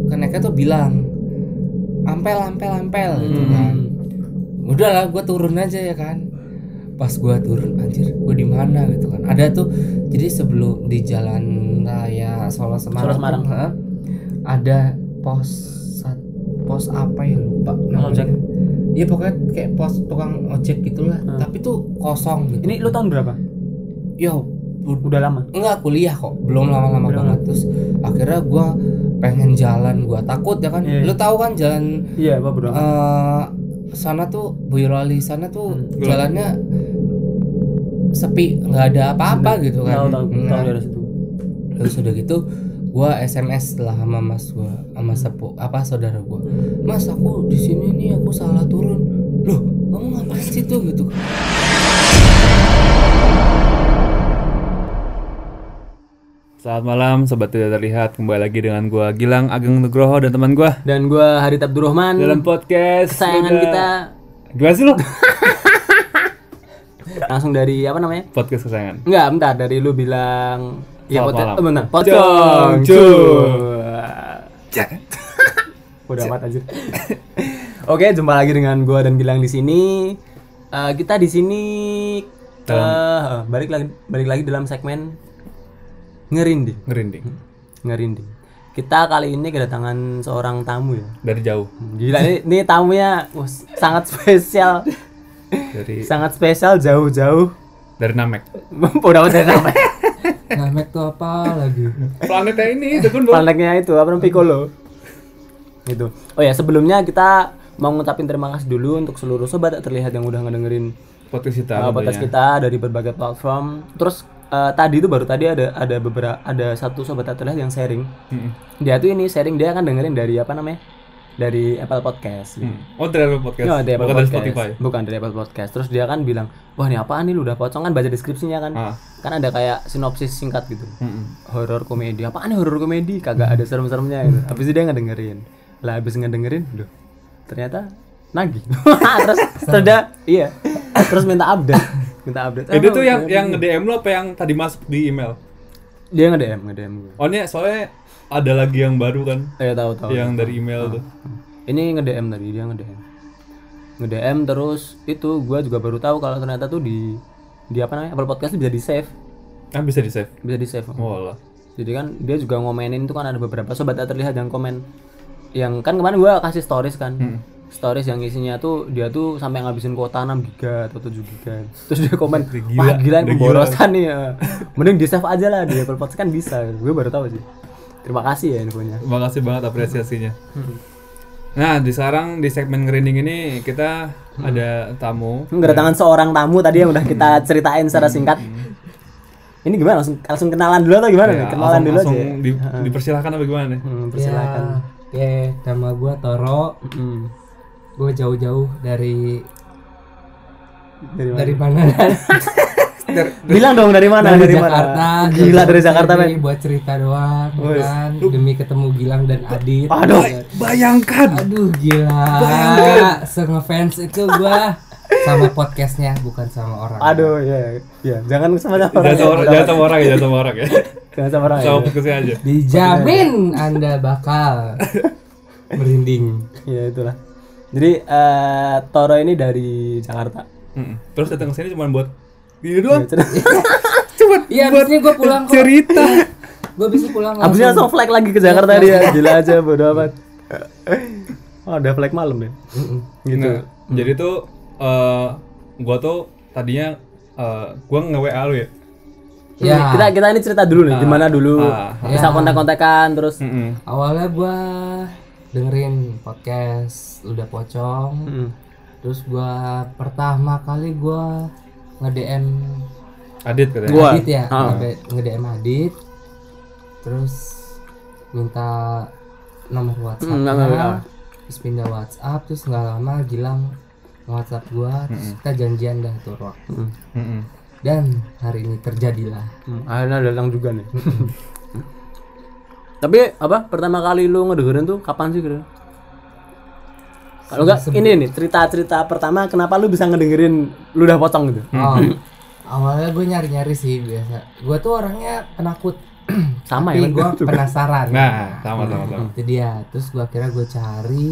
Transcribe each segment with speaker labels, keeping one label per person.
Speaker 1: mereka tuh bilang ampel ampel ampel gitu
Speaker 2: Hmm.
Speaker 3: Hmm.
Speaker 1: kan udah lah gue turun aja ya kan pas gue turun anjir gue di mana gitu kan ada tuh jadi sebelum di jalan raya Solo Semarang,
Speaker 3: Solo Semarang.
Speaker 1: tuh, ha, ada pos sat- pos apa ya lupa namanya
Speaker 3: Ojek.
Speaker 1: iya pokoknya kayak pos tukang ojek gitulah
Speaker 3: Hmm.
Speaker 1: tapi tuh kosong gitu
Speaker 3: Ini lu tahun berapa?
Speaker 1: yo ud-
Speaker 3: Udah lama.
Speaker 1: enggak kuliah kok belum lama-lama
Speaker 3: Belum.
Speaker 1: banget terus akhirnya gua pengen jalan gua takut ya kan
Speaker 3: Iya, iya.
Speaker 1: lu tahu kan jalan
Speaker 3: Iya, apa berapa?
Speaker 1: eh, sana tuh Boyolali sana tuh
Speaker 3: Hmm,
Speaker 2: gelap.
Speaker 1: jalannya sepi nggak ada apa-apa gitu
Speaker 3: Tahu
Speaker 1: kan
Speaker 3: tahu
Speaker 2: Iya.
Speaker 1: Nah,
Speaker 3: tahu dari situ.
Speaker 1: terus udah gitu gua SMS lah sama mas gua sama sepu apa saudara gua mas aku di sini nih aku salah turun loh kamu ngapain situ gitu
Speaker 2: Selamat malam sobat tidak terlihat kembali lagi dengan gua Gilang Ageng Nugroho dan teman gua
Speaker 3: Dan gua Harit Abdurrahman.
Speaker 2: dalam podcast
Speaker 3: kesayangan
Speaker 2: Luda.
Speaker 3: kita
Speaker 2: Gimana sih lu?
Speaker 3: langsung dari apa namanya?
Speaker 2: podcast kesayangan.
Speaker 3: Enggak, bentar dari lu bilang
Speaker 2: Selamat
Speaker 3: podcast-
Speaker 2: malam.
Speaker 3: eh, bentar.
Speaker 2: Pocong
Speaker 3: Pocong
Speaker 2: Cu.
Speaker 3: Udah amat anjir. Oke, jumpa lagi dengan gua dan Gilang di sini. Eh, kita di sini eh, balik lagi balik lagi dalam segmen ngerinding.
Speaker 2: Ngerinding
Speaker 3: Ngerinding. Kita kali ini kedatangan seorang tamu ya.
Speaker 2: dari jauh
Speaker 3: Gila ini, ini tamunya wah, sangat spesial.
Speaker 2: dari
Speaker 3: sangat spesial jauh-jauh.
Speaker 2: dari Namek.
Speaker 3: Udah udah namanya.
Speaker 1: namek tuh apa lagi
Speaker 2: Planetnya ini itu kan Bang.
Speaker 3: Planeknya itu apa namanya Piccolo. Gitu. Oh ya, sebelumnya kita mau ngucapin terima kasih dulu untuk seluruh sobat tak terlihat yang udah ngedengerin
Speaker 2: podcast kita.
Speaker 3: uh, podcast
Speaker 2: tentunya.
Speaker 3: kita dari berbagai platform. Terus uh, tadi itu baru tadi ada ada beberapa ada satu sobat tak terlihat yang sharing.
Speaker 2: Mm-mm.
Speaker 3: Dia tuh ini sharing dia kan dengerin dari apa namanya? Dari Apple Podcast. gitu.
Speaker 2: Hmm. Oh dari Apple podcast.
Speaker 3: Oh, dari Apple
Speaker 2: Bukan dari
Speaker 3: Podcast.
Speaker 2: Spotify.
Speaker 3: Bukan dari Apple Podcast. Terus dia kan bilang, "Wah, ini apaan nih lu udah pocong kan baca deskripsinya kan."
Speaker 2: Ah.
Speaker 3: Kan ada kayak sinopsis singkat gitu
Speaker 2: Mm-mm.
Speaker 3: horor komedi apaan nih horor komedi kagak ada serem-seremnya gitu habis itu dia ngedengerin lah habis ngedengerin duh ternyata nagih terus terda iya terus minta update minta update
Speaker 2: Itu
Speaker 3: Ah,
Speaker 2: tuh yang
Speaker 3: update.
Speaker 2: yang nge-DM lu apa yang tadi masuk di email?
Speaker 3: dia nge DM nge DM gue
Speaker 2: Oh ini soalnya ada lagi yang baru kan
Speaker 3: eh tahu tahu
Speaker 2: yang dari email tuh.
Speaker 3: ini nge DM tadi dia nge DM nge DM terus itu gue juga baru tahu kalau ternyata tuh di di apa namanya Apple Podcast tuh bisa di save
Speaker 2: Kan bisa Oh, di save.
Speaker 3: bisa di save
Speaker 2: Walah.
Speaker 3: Jadi kan dia juga ngomenin itu kan ada beberapa sobat tak terlihat yang komen yang kan kemarin gua kasih stories kan.
Speaker 2: Hmm.
Speaker 3: Stories yang isinya tuh dia tuh sampai ngabisin kuota 6 giga atau 7 giga. Terus dia komen,
Speaker 2: Gila,
Speaker 3: "Wah, gila ini
Speaker 2: udah gila."
Speaker 3: pemborosan nih." ya." Mending di save aja lah di Apple Podcast kan bisa. Gue baru tahu sih. Terima kasih ya infonya.
Speaker 2: Terima kasih banget apresiasinya.
Speaker 3: Hmm.
Speaker 2: Nah, di sekarang di segmen ngerinding ini kita
Speaker 3: Hmm.
Speaker 2: ada tamu.
Speaker 3: Kedatangan seorang tamu tadi yang udah kita ceritain secara singkat. Ini gimana? Langsung, langsung kenalan dulu atau gimana?
Speaker 2: Ya,
Speaker 3: nih? kenalan
Speaker 2: langsung,
Speaker 3: dulu
Speaker 2: langsung
Speaker 3: aja. ya?
Speaker 2: di- dipersilahkan apa gimana nih?
Speaker 3: Hmm, persilakan.
Speaker 1: ya, ya, nama gua Toro
Speaker 3: Hmm.
Speaker 1: gue jauh-jauh dari
Speaker 3: Dari mana?
Speaker 1: dari mana
Speaker 3: Bilang dong dari mana?
Speaker 1: dari,
Speaker 3: mana?
Speaker 1: Jakarta
Speaker 3: Gila dari
Speaker 1: jauh-jauh
Speaker 3: Jakarta, men.
Speaker 1: sini buat cerita doang ya
Speaker 3: Wes.
Speaker 1: kan demi ketemu Gilang dan Adit
Speaker 3: Aduh.
Speaker 1: Ya.
Speaker 2: Bayangkan.
Speaker 1: aduh gila se-ngefans itu gua sama podcastnya bukan sama orang
Speaker 3: Aduh, ya, ya. Jangan sama sama orang.
Speaker 2: Jangan sama,
Speaker 3: ya.
Speaker 2: jangan sama orang ya, jangan sama orang ya.
Speaker 3: Jangan sama orang.
Speaker 2: Sama
Speaker 3: ya.
Speaker 2: fokusnya aja.
Speaker 1: dijamin anda bakal merinding
Speaker 3: Ya itulah. Jadi eh, Toro ini dari Jakarta. Iya,
Speaker 2: Mm-mm. Terus datang ke sini cuma buat ini doang.
Speaker 1: cepet iya abisnya gue pulang kok
Speaker 2: Cerita.
Speaker 1: gue bisa pulang
Speaker 3: Abisnya langsung flag lagi ke Jakarta dia. Gila aja bodo amat. Oh, udah flag malam ya. Gitu.
Speaker 2: Nah, Jadi tuh eh gua tuh tadinya eh gua nge-WA lu ya.
Speaker 1: ya
Speaker 3: Kita kita ini cerita dulu nih, gimana dulu?
Speaker 2: Ah.
Speaker 3: Bisa kontak-kontakan terus
Speaker 2: Mm-mm.
Speaker 1: awalnya gua dengerin podcast udah pocong
Speaker 3: Mm.
Speaker 1: terus gua pertama kali gua nge DM
Speaker 2: Adit katanya.
Speaker 3: Gua.
Speaker 1: Adit ya
Speaker 3: Ah.
Speaker 1: nge DM Adit terus minta nomor WhatsApp
Speaker 3: Hmm, nomor WA.
Speaker 1: terus pindah WhatsApp terus nggak lama Gilang WhatsApp gua terus
Speaker 3: Hmm.
Speaker 1: kita janjian dah turun
Speaker 3: Mm.
Speaker 2: Mm-mm.
Speaker 1: dan hari ini terjadilah
Speaker 3: Hmm, akhirnya datang juga nih. Tapi apa pertama kali lu ngedengerin tuh kapan sih kira? Kalau enggak ini nih cerita-cerita pertama kenapa lu bisa ngedengerin lu udah potong gitu.
Speaker 1: oh awalnya gue nyari nyari sih biasa gue tuh orangnya penakut
Speaker 3: sama
Speaker 1: tapi
Speaker 3: ya
Speaker 1: gue penasaran
Speaker 2: Nah, sama sama sama.
Speaker 1: itu dia terus gue akhirnya gue cari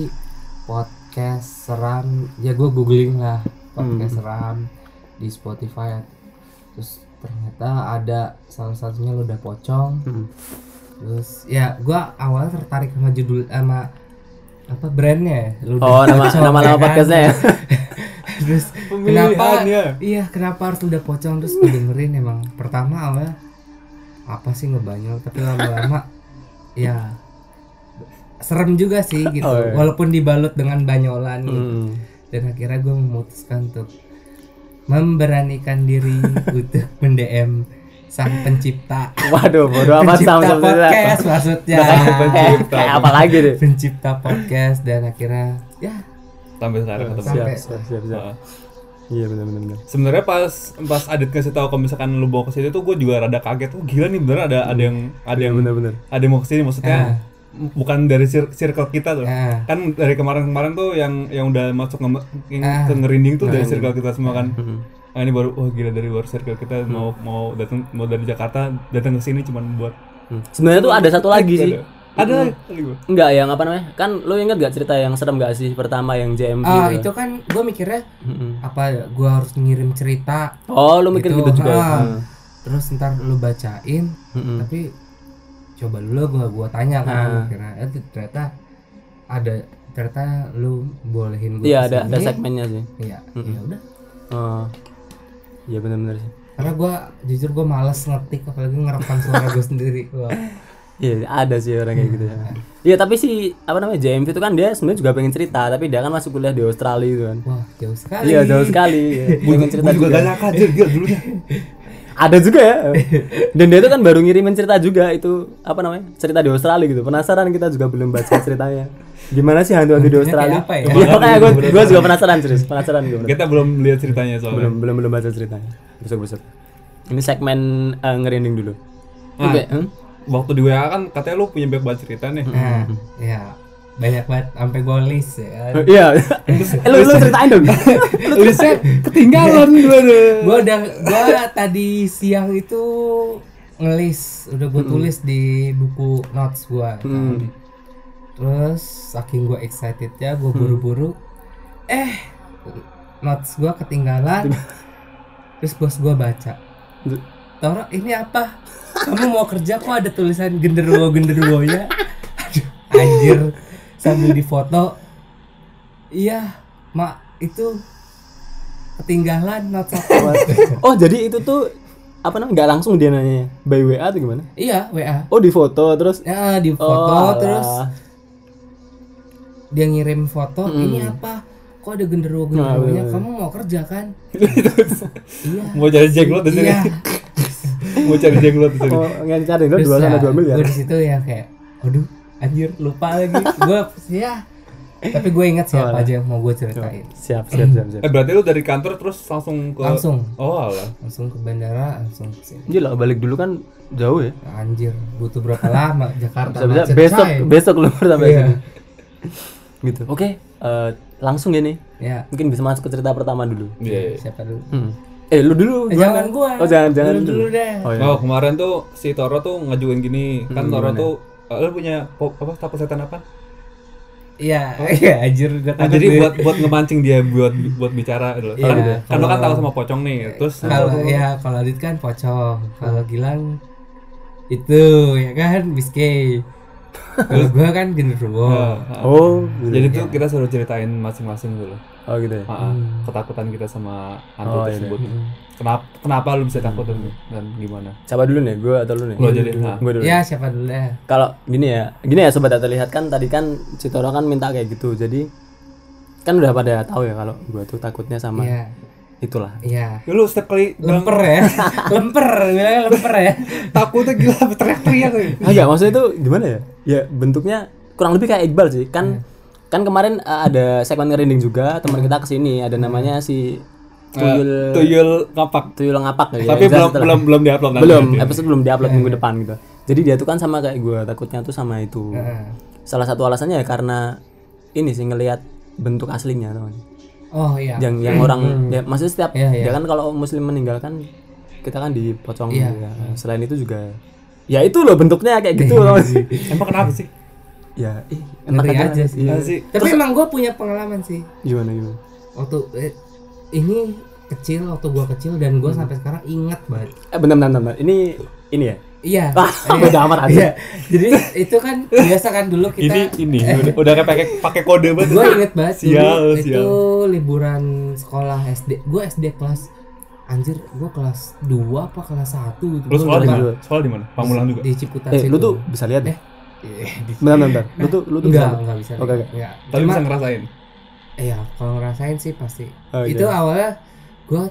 Speaker 1: podcast seram ya gue googling lah
Speaker 3: Hmm.
Speaker 1: podcast seram di Spotify terus ternyata ada salah satunya ludah pocong
Speaker 3: Hmm.
Speaker 1: terus ya gue awal tertarik sama judul sama apa brandnya ya ludah
Speaker 3: oh nama
Speaker 1: pocong,
Speaker 3: nama
Speaker 1: ya
Speaker 3: nama
Speaker 1: kan?
Speaker 3: podcastnya ya
Speaker 1: terus kenapa iya kenapa harus ludah pocong terus gue dengerin emang pertama awalnya apa sih ngebanyol tapi lama-lama ya serem juga sih gitu
Speaker 3: Oh, iya.
Speaker 1: walaupun dibalut dengan banyolan gitu
Speaker 3: Hmm.
Speaker 1: dan akhirnya gue memutuskan untuk memberanikan diri untuk mendm sang pencipta
Speaker 3: waduh bodo amat sama
Speaker 1: pencipta
Speaker 3: sama
Speaker 1: podcast maksudnya
Speaker 3: kayak kayak apa lagi deh
Speaker 1: pencipta podcast dan akhirnya ya
Speaker 2: Sampai sekarang ketemu.
Speaker 1: Sampai.
Speaker 3: Iya, siap siap siap siap
Speaker 2: Heeh.
Speaker 3: iya benar benar benar
Speaker 2: Sebenarnya pas pas Adit ngasih tahu kalau misalkan lu mau ke situ tuh gue juga rada kaget. Oh gila nih bener ada ada yang
Speaker 3: Iya,
Speaker 2: ada yang
Speaker 3: benar benar
Speaker 2: ada yang mau ke sini
Speaker 3: Ah.
Speaker 2: maksudnya m- bukan dari cir- circle kita tuh.
Speaker 1: eh,
Speaker 2: Kan dari kemarin-kemarin tuh yang yang udah masuk nge- yang
Speaker 1: Ah.
Speaker 2: ke ngerinding
Speaker 3: Nah,
Speaker 2: tuh
Speaker 3: iya.
Speaker 2: dari circle kita semua kan.
Speaker 3: Hmm.
Speaker 2: Nah, ini baru wah gila dari luar circle kita mau mau datang mau dari Jakarta datang ke sini cuman buat
Speaker 3: sebenarnya tuh ada satu lagi sih
Speaker 2: ada kali gua.
Speaker 3: Enggak yang apa namanya? Kan lu inget gak cerita yang serem gak sih pertama yang JMV?
Speaker 1: ah, itu kan gue mikirnya
Speaker 3: Mm-mm.
Speaker 1: apa gue harus ngirim cerita
Speaker 3: Oh, lu mikir gitu, juga. ya?
Speaker 1: ah.
Speaker 3: Hmm.
Speaker 1: terus ntar lu bacain
Speaker 3: Mm-mm.
Speaker 1: tapi coba dulu gua gua tanya
Speaker 3: Ah.
Speaker 1: kan kira eh, ternyata ada ternyata lu bolehin gua
Speaker 3: Iya, ada
Speaker 1: kesini.
Speaker 3: ada Hmm. segmennya sih.
Speaker 1: iya ya udah
Speaker 3: Oh. Iya benar-benar sih.
Speaker 1: karena gua jujur gua males ngetik apalagi ngerekam suara gua sendiri gua
Speaker 3: Iya, ada sih orang kayak gitu ya. Iya, tapi si apa namanya JMV itu kan dia sebenarnya juga pengen cerita, tapi dia kan masuk kuliah di Australia itu kan.
Speaker 1: wah jauh sekali
Speaker 3: Iya, jauh sekali. Iya. Pengen cerita
Speaker 2: Gua juga
Speaker 3: juga.
Speaker 2: gak nyangka aja gila dulunya.
Speaker 3: Ada juga ya. Dan dia itu kan baru ngirimin cerita juga itu apa namanya? Cerita di Australia gitu. Penasaran kita juga belum baca ceritanya. Gimana sih hantu-hantu di Australia?
Speaker 1: apa ya?
Speaker 3: Iya, makanya gue gue juga penasaran serius, penasaran gue.
Speaker 2: Kita belum lihat ceritanya soalnya.
Speaker 3: belum belum belum baca ceritanya besok besok ini segmen eh, ngerinding dulu
Speaker 2: Ah.
Speaker 3: Oke, hmm?
Speaker 2: Waktu di WA kan katanya lu punya banyak banget cerita nih.
Speaker 1: nah ya banyak banget sampai gua list ya kan.
Speaker 3: iya Eh, lu lu ceritain dong lu ceritain ketinggalan gue
Speaker 1: gua udah gua tadi siang itu ngelis udah gua tulis di buku notes gua kan. terus saking gua excitednya gua buru-buru eh notes gua ketinggalan terus bos gua baca Toro ini apa kamu mau kerja kok ada tulisan genderuwo genderuwo ya aduh anjir sambil difoto iya mak itu ketinggalan notes aku."
Speaker 3: oh jadi itu tuh apa namanya nggak langsung dia nanya by wa atau gimana
Speaker 1: Iya, WA.
Speaker 3: oh di foto terus
Speaker 1: Ya, di foto
Speaker 3: oh,
Speaker 1: terus
Speaker 3: alah. Hmm.
Speaker 1: dia ngirim foto, ini apa? Kok ada genderuwo genderuwonya?
Speaker 3: Nah,
Speaker 1: Kamu mau kerja kan? iya.
Speaker 2: Mau cari jenglot di sini.
Speaker 1: Iya.
Speaker 2: Mau cari jenglot di sini.
Speaker 3: oh nggak cari lu
Speaker 1: Terus
Speaker 3: dua
Speaker 1: ya,
Speaker 3: sama dua miliar
Speaker 1: Gue di situ ya kayak, aduh, anjir lupa lagi. gue ya. Tapi gue ingat siapa aja yang mau gue ceritain.
Speaker 3: siap siap siap siap
Speaker 2: Eh berarti lu dari kantor terus langsung ke
Speaker 1: Langsung,
Speaker 2: Oh alah.
Speaker 1: langsung ke bandara, langsung ke sini.
Speaker 3: Gila, balik dulu kan jauh ya.
Speaker 1: Anjir, butuh berapa lama Jakarta? macet,
Speaker 3: Bisa-bisa besok
Speaker 1: coy.
Speaker 3: besok lu pertama
Speaker 1: Iya.
Speaker 3: sini. Gitu. Oke, eh, langsung ya nih.
Speaker 1: Ya,
Speaker 3: Mungkin bisa masuk ke cerita pertama dulu.
Speaker 2: Iya. iya.
Speaker 1: siapa dulu?
Speaker 3: Hmm. Eh lu dulu.
Speaker 1: Eh,
Speaker 3: gimana?
Speaker 1: jangan gua.
Speaker 3: Oh jangan jangan
Speaker 1: Lu dulu deh.
Speaker 3: Oh iya. Hmm,
Speaker 2: Oh kemarin tuh si Toro tuh ngajuin gini kan Toro tuh eh, lu punya po- apa takut setan apa?
Speaker 1: Iya, iya anjir gue
Speaker 2: Nah,
Speaker 1: takut.
Speaker 2: jadi
Speaker 1: deh.
Speaker 2: buat buat ngemancing dia buat buat bicara gitu.
Speaker 1: Iya,
Speaker 2: Kan, kan lu kan
Speaker 3: Oh.
Speaker 1: kalau-
Speaker 2: tahu sama pocong nih. Terus
Speaker 3: Iya.
Speaker 1: kalau ya kalau Adit kan pocong kalau Gilang itu ya kan biskey kalau gua kan genderuwo
Speaker 3: Oh, gitu.
Speaker 2: Nah, Jadi tuh kita suruh ceritain masing-masing dulu.
Speaker 3: oh gitu ya.
Speaker 2: Ah, ah, ketakutan kita sama hantu
Speaker 3: Oh, iya. Hmm.
Speaker 2: tersebut. Kenapa kenapa lu bisa takut dan, dan gimana?
Speaker 3: Siapa dulu nih? Gue atau lu nih?
Speaker 2: Lu aja deh. Nah,
Speaker 3: Gue dulu.
Speaker 1: ya siapa dulu ya
Speaker 3: Kalau gini ya, gini ya sobat atau lihat kan tadi kan Citoro kan minta kayak gitu. Jadi kan udah pada tahu ya kalau gue tuh takutnya sama
Speaker 1: ya
Speaker 3: itulah.
Speaker 1: ya
Speaker 2: lu setiap kali bilang
Speaker 1: lemper ya lemper bilangnya lemper ya
Speaker 2: takutnya gila teriak-teriak. lu.
Speaker 3: Ah enggak, maksudnya itu gimana ya? Ya bentuknya kurang lebih kayak Iqbal sih. Kan kan kemarin eh, ada segmen ngerinding juga teman kita kesini ada namanya si Tuyul
Speaker 2: Eh, Tuyul ngapak.
Speaker 3: Tuyul ngapak ya.
Speaker 2: Tapi
Speaker 3: Zat
Speaker 2: belum
Speaker 3: setelah.
Speaker 2: belum belum diupload nanti.
Speaker 3: belum episode belum diupload minggu depan gitu jadi dia tuh kan sama kayak gue takutnya tuh sama itu
Speaker 1: Heeh.
Speaker 3: salah satu alasannya ya karena ini sih ngelihat bentuk aslinya teman
Speaker 1: oh iya
Speaker 3: yang yang orang ya, maksudnya setiap
Speaker 1: Iya, iya.
Speaker 3: Iya. Hmm. dia kan kalau muslim meninggalkan kita kan dipocong gitu ya. selain itu juga ya itu loh bentuknya kayak gitu loh
Speaker 2: Emang kenapa sih?
Speaker 3: ya ih,
Speaker 1: Ngeri aja sih.
Speaker 3: Iya.
Speaker 2: Kenapa sih?
Speaker 1: Tapi emang gue punya pengalaman sih.
Speaker 3: gimana gimana
Speaker 1: Waktu eh, ini kecil waktu gua kecil dan gua sampai sekarang ingat banget.
Speaker 3: eh bentar bentar, bentar. ini ini ya
Speaker 1: Iya.
Speaker 3: ah beda amat aja
Speaker 1: Iya. Jadi itu kan biasa kan dulu kita
Speaker 2: Ini ini udah, udah kayak pakai pakai kode banget.
Speaker 1: gue inget banget dulu
Speaker 2: Sial,
Speaker 1: itu
Speaker 2: sial.
Speaker 1: liburan sekolah SD gue SD kelas anjir gue kelas 2 apa kelas 1 gitu
Speaker 2: Lu
Speaker 1: Gua
Speaker 2: sekolah di
Speaker 1: lupa.
Speaker 2: mana? Sekolah di mana? Pamulang juga.
Speaker 1: di Ciputat
Speaker 3: eh
Speaker 1: situ.
Speaker 3: lu tuh bisa lihat deh
Speaker 1: Eh, Iya.
Speaker 3: bentar bentar, bentar. lu tuh lu tuh
Speaker 1: enggak
Speaker 3: bisa lihat.
Speaker 1: enggak bisa
Speaker 3: Oke, oke.
Speaker 1: enggak
Speaker 2: Tapi
Speaker 1: Cuma-
Speaker 2: bisa ngerasain.
Speaker 1: iya kalau ngerasain sih pasti
Speaker 3: Oh,
Speaker 1: itu
Speaker 3: iya.
Speaker 1: awalnya gue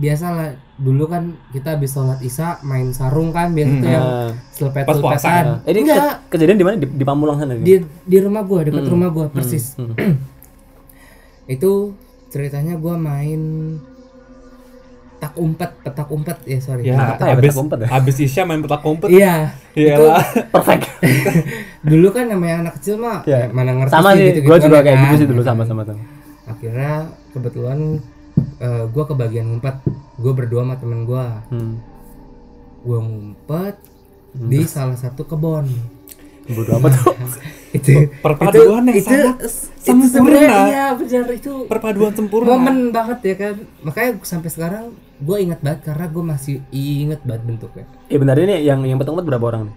Speaker 1: biasa lah dulu kan kita habis sholat isya main sarung kan biasa
Speaker 2: Hmm.
Speaker 1: tuh yang
Speaker 3: Ah,
Speaker 1: selepet
Speaker 2: Pas puasa. ya?
Speaker 1: selepetan
Speaker 3: ah. Eh, ini ke-
Speaker 1: enggak
Speaker 3: kejadian di mana di, di Pamulang sana
Speaker 1: di di rumah gue dekat
Speaker 3: Hmm.
Speaker 1: rumah gue persis
Speaker 3: Hmm.
Speaker 1: itu ceritanya gue main tak umpet petak umpet ya sorry
Speaker 2: Ya,
Speaker 3: Apa ya,
Speaker 2: abis,
Speaker 3: petak umpet ya?
Speaker 2: abis Isya main petak umpet.
Speaker 1: iya
Speaker 2: Iya
Speaker 1: itu-
Speaker 2: lah.
Speaker 3: perfect
Speaker 1: dulu kan namanya anak kecil mah ya,
Speaker 3: Iya.
Speaker 1: mana ngerti
Speaker 3: sama
Speaker 1: sih
Speaker 3: sih
Speaker 1: gitu-gitu
Speaker 3: gue
Speaker 1: kan
Speaker 3: juga
Speaker 1: ya
Speaker 3: kayak gitu
Speaker 1: kan.
Speaker 3: sih dulu sama sama sama
Speaker 1: akhirnya kebetulan gue kebagian ngumpet gue berdua sama temen gue
Speaker 3: hmm.
Speaker 1: gue ngumpet di salah satu kebon
Speaker 3: bodo amat tuh
Speaker 1: itu
Speaker 2: Perpaduan yang
Speaker 1: itu,
Speaker 2: sangat
Speaker 1: itu
Speaker 2: sempurna.
Speaker 1: sebenarnya iya benar itu
Speaker 2: Perpaduan sempurna.
Speaker 1: momen banget ya kan makanya sampai sekarang gue inget banget karena gue masih inget banget bentuknya
Speaker 3: eh bentar ini yang yang petung berapa orang nih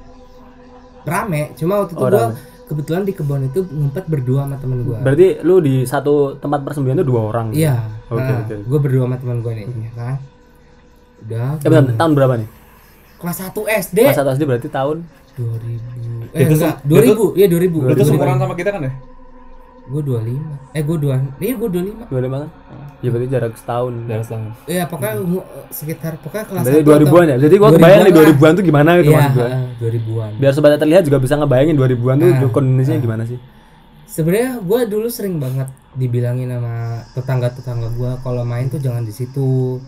Speaker 1: rame cuma waktu itu
Speaker 3: Oh,
Speaker 1: gue
Speaker 3: rame.
Speaker 1: kebetulan di kebun itu ngumpet berdua sama temen gue
Speaker 3: berarti lu di satu tempat persembunyian tuh dua orang
Speaker 1: iya
Speaker 3: Oke, oke. Hmm.
Speaker 1: gue berdua sama temen gue nih ya kan udah
Speaker 3: eh bentar tahun berapa nih
Speaker 1: kelas 1 SD
Speaker 3: pas satu SD berarti tahun
Speaker 1: 2000 eh
Speaker 2: Dia tuh
Speaker 1: enggak
Speaker 2: sem- dia tuh-
Speaker 1: 2000 ya 2000
Speaker 2: Lu tuh seumuran sama kita kan ya?
Speaker 1: gue 25 eh gue 2 iya gue 25
Speaker 3: dua lima kan
Speaker 1: Iya.
Speaker 3: ya berarti jarak setahun
Speaker 2: Dari setengah.
Speaker 1: ya pokoknya ngu- sekitar pokoknya kelas
Speaker 3: Hmm. berarti
Speaker 1: 1
Speaker 3: dua ribuan ya jadi gua
Speaker 1: 2000-an
Speaker 3: kebayang nih
Speaker 1: lah.
Speaker 3: dua ribuan tuh gimana gitu
Speaker 1: iya
Speaker 3: maksud gua.
Speaker 1: heeh, 2000-an
Speaker 3: biar sobat terlihat juga bisa ngebayangin dua ribuan tuh kondisinya gimana sih
Speaker 1: sebenarnya gue dulu sering banget dibilangin sama tetangga-tetangga gue kalau main tuh jangan di situ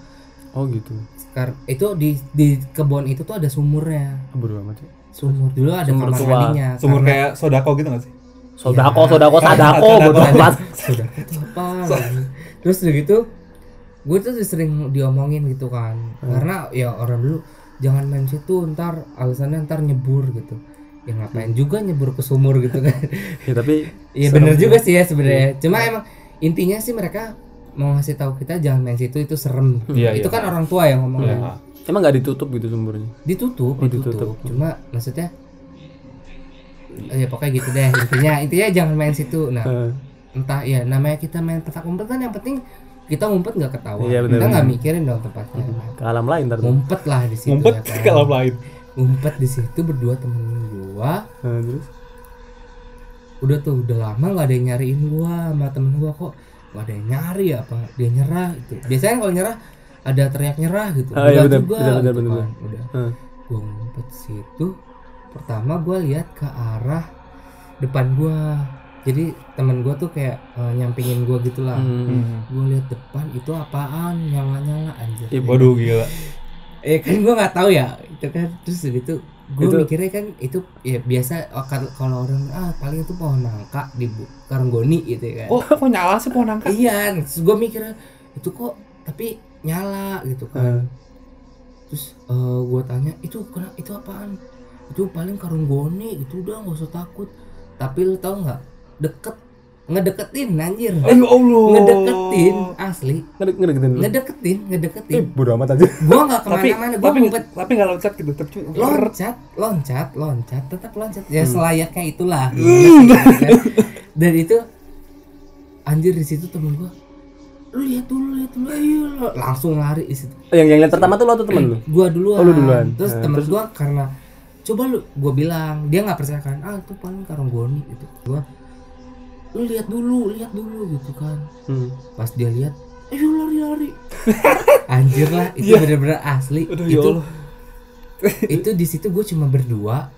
Speaker 3: oh gitu
Speaker 1: Sekar- itu di di kebun itu tuh ada sumurnya
Speaker 3: Oh, bodo amat sih
Speaker 1: sumur dulu ada
Speaker 3: Sumur
Speaker 1: kamar
Speaker 3: tua.
Speaker 1: mandinya
Speaker 2: Sumur
Speaker 1: karena-
Speaker 2: kayak sodako gitu gak sih?
Speaker 3: sodako sodako sadako
Speaker 2: Sodako.
Speaker 3: bodo amat
Speaker 1: sudah itu apa lagi? terus udah gitu gue tuh sering diomongin gitu kan karena ya orang dulu jangan main situ ntar alasannya ntar nyebur gitu ya ngapain juga nyebur ke sumur gitu kan
Speaker 3: ya tapi
Speaker 1: Iya
Speaker 3: serem
Speaker 1: bener juga sih ya sebenarnya. Cuma emang intinya sih mereka mau ngasih tahu kita jangan main situ itu serem.
Speaker 2: Iya,
Speaker 1: itu
Speaker 2: iya.
Speaker 1: kan orang tua yang ngomongnya.
Speaker 2: Iya.
Speaker 3: emang nggak ditutup gitu sumbernya
Speaker 1: Ditutup,
Speaker 3: Oh,
Speaker 1: ditutup.
Speaker 3: ditutup.
Speaker 1: Cuma maksudnya eh, ya pokoknya gitu deh intinya intinya jangan main situ nah
Speaker 3: Eh,
Speaker 1: entah ya namanya kita main petak umpet kan yang penting kita ngumpet nggak ketahuan
Speaker 3: Iya, bener,
Speaker 1: kita nggak
Speaker 3: bener.
Speaker 1: mikirin dong tempatnya
Speaker 3: ke alam lain ntar tuh.
Speaker 1: ngumpet lah di situ
Speaker 2: Ngumpet
Speaker 1: ya kan.
Speaker 2: kalau lain.
Speaker 1: ngumpet di situ berdua temen gua
Speaker 3: Eh, terus
Speaker 1: udah tuh udah lama nggak ada yang nyariin gua sama temen gua kok nggak ada yang nyari apa dia nyerah gitu biasanya kalau nyerah ada teriak nyerah gitu
Speaker 3: Ah, iya,
Speaker 1: Enggak
Speaker 3: bener,
Speaker 1: juga
Speaker 3: bener, bener,
Speaker 1: gitu
Speaker 3: bener.
Speaker 1: kan. udah
Speaker 3: Hmm.
Speaker 1: gua ngumpet situ pertama gua lihat ke arah depan gua jadi temen gua tuh kayak eh, nyampingin gua gitulah lah
Speaker 3: Hmm.
Speaker 2: Iya.
Speaker 1: gua lihat depan itu apaan nyala nyala anjir
Speaker 3: Iya,
Speaker 2: Waduh gila.
Speaker 1: eh kan gua nggak tahu ya itu kan terus gitu gue
Speaker 3: Itu-
Speaker 1: mikirnya kan itu ya biasa oh, kal- kalau orang ah paling itu pohon nangka di bu- Karanggoni gitu ya kan
Speaker 2: Oh, kok nyala sih pohon nangka?
Speaker 1: iya terus gue mikirnya itu kok tapi nyala gitu
Speaker 3: eh,
Speaker 1: kan terus gue tanya itu kena itu apaan itu paling Karanggoni itu udah nggak usah takut tapi lu tau nggak deket ngedeketin anjir
Speaker 2: Ayo Eh, ya Allah.
Speaker 1: ngedeketin asli
Speaker 2: Hmm.
Speaker 3: ngedek ngedeketin dulu
Speaker 1: ngedeketin ngedeketin
Speaker 3: eh bodo amat aja
Speaker 1: gue nggak
Speaker 2: Tapi
Speaker 1: kemana-mana gue
Speaker 2: tapi
Speaker 1: ngumpet
Speaker 2: tapi nggak loncat gitu. Tapi
Speaker 1: loncat loncat loncat tetap loncat
Speaker 3: Hmm.
Speaker 1: ya selayaknya itulah kan? dan itu anjir di situ temen gua lu lihat dulu lihat dulu ayo lo." langsung lari di situ
Speaker 3: yang yang lihat pertama tuh lo atau temen lu
Speaker 1: gua duluan,
Speaker 3: Oh, lu duluan.
Speaker 1: terus
Speaker 3: Eh,
Speaker 1: temen gua karena coba lu gua bilang dia nggak percaya kan ah itu paling karonggoni gitu gua lu lihat dulu lihat dulu gitu kan
Speaker 3: Hmm.
Speaker 1: pas dia lihat ayo lari lari anjir lah itu bener-bener asli
Speaker 2: Aduh, ya
Speaker 1: itu
Speaker 2: Allah.
Speaker 1: itu di situ gue cuma berdua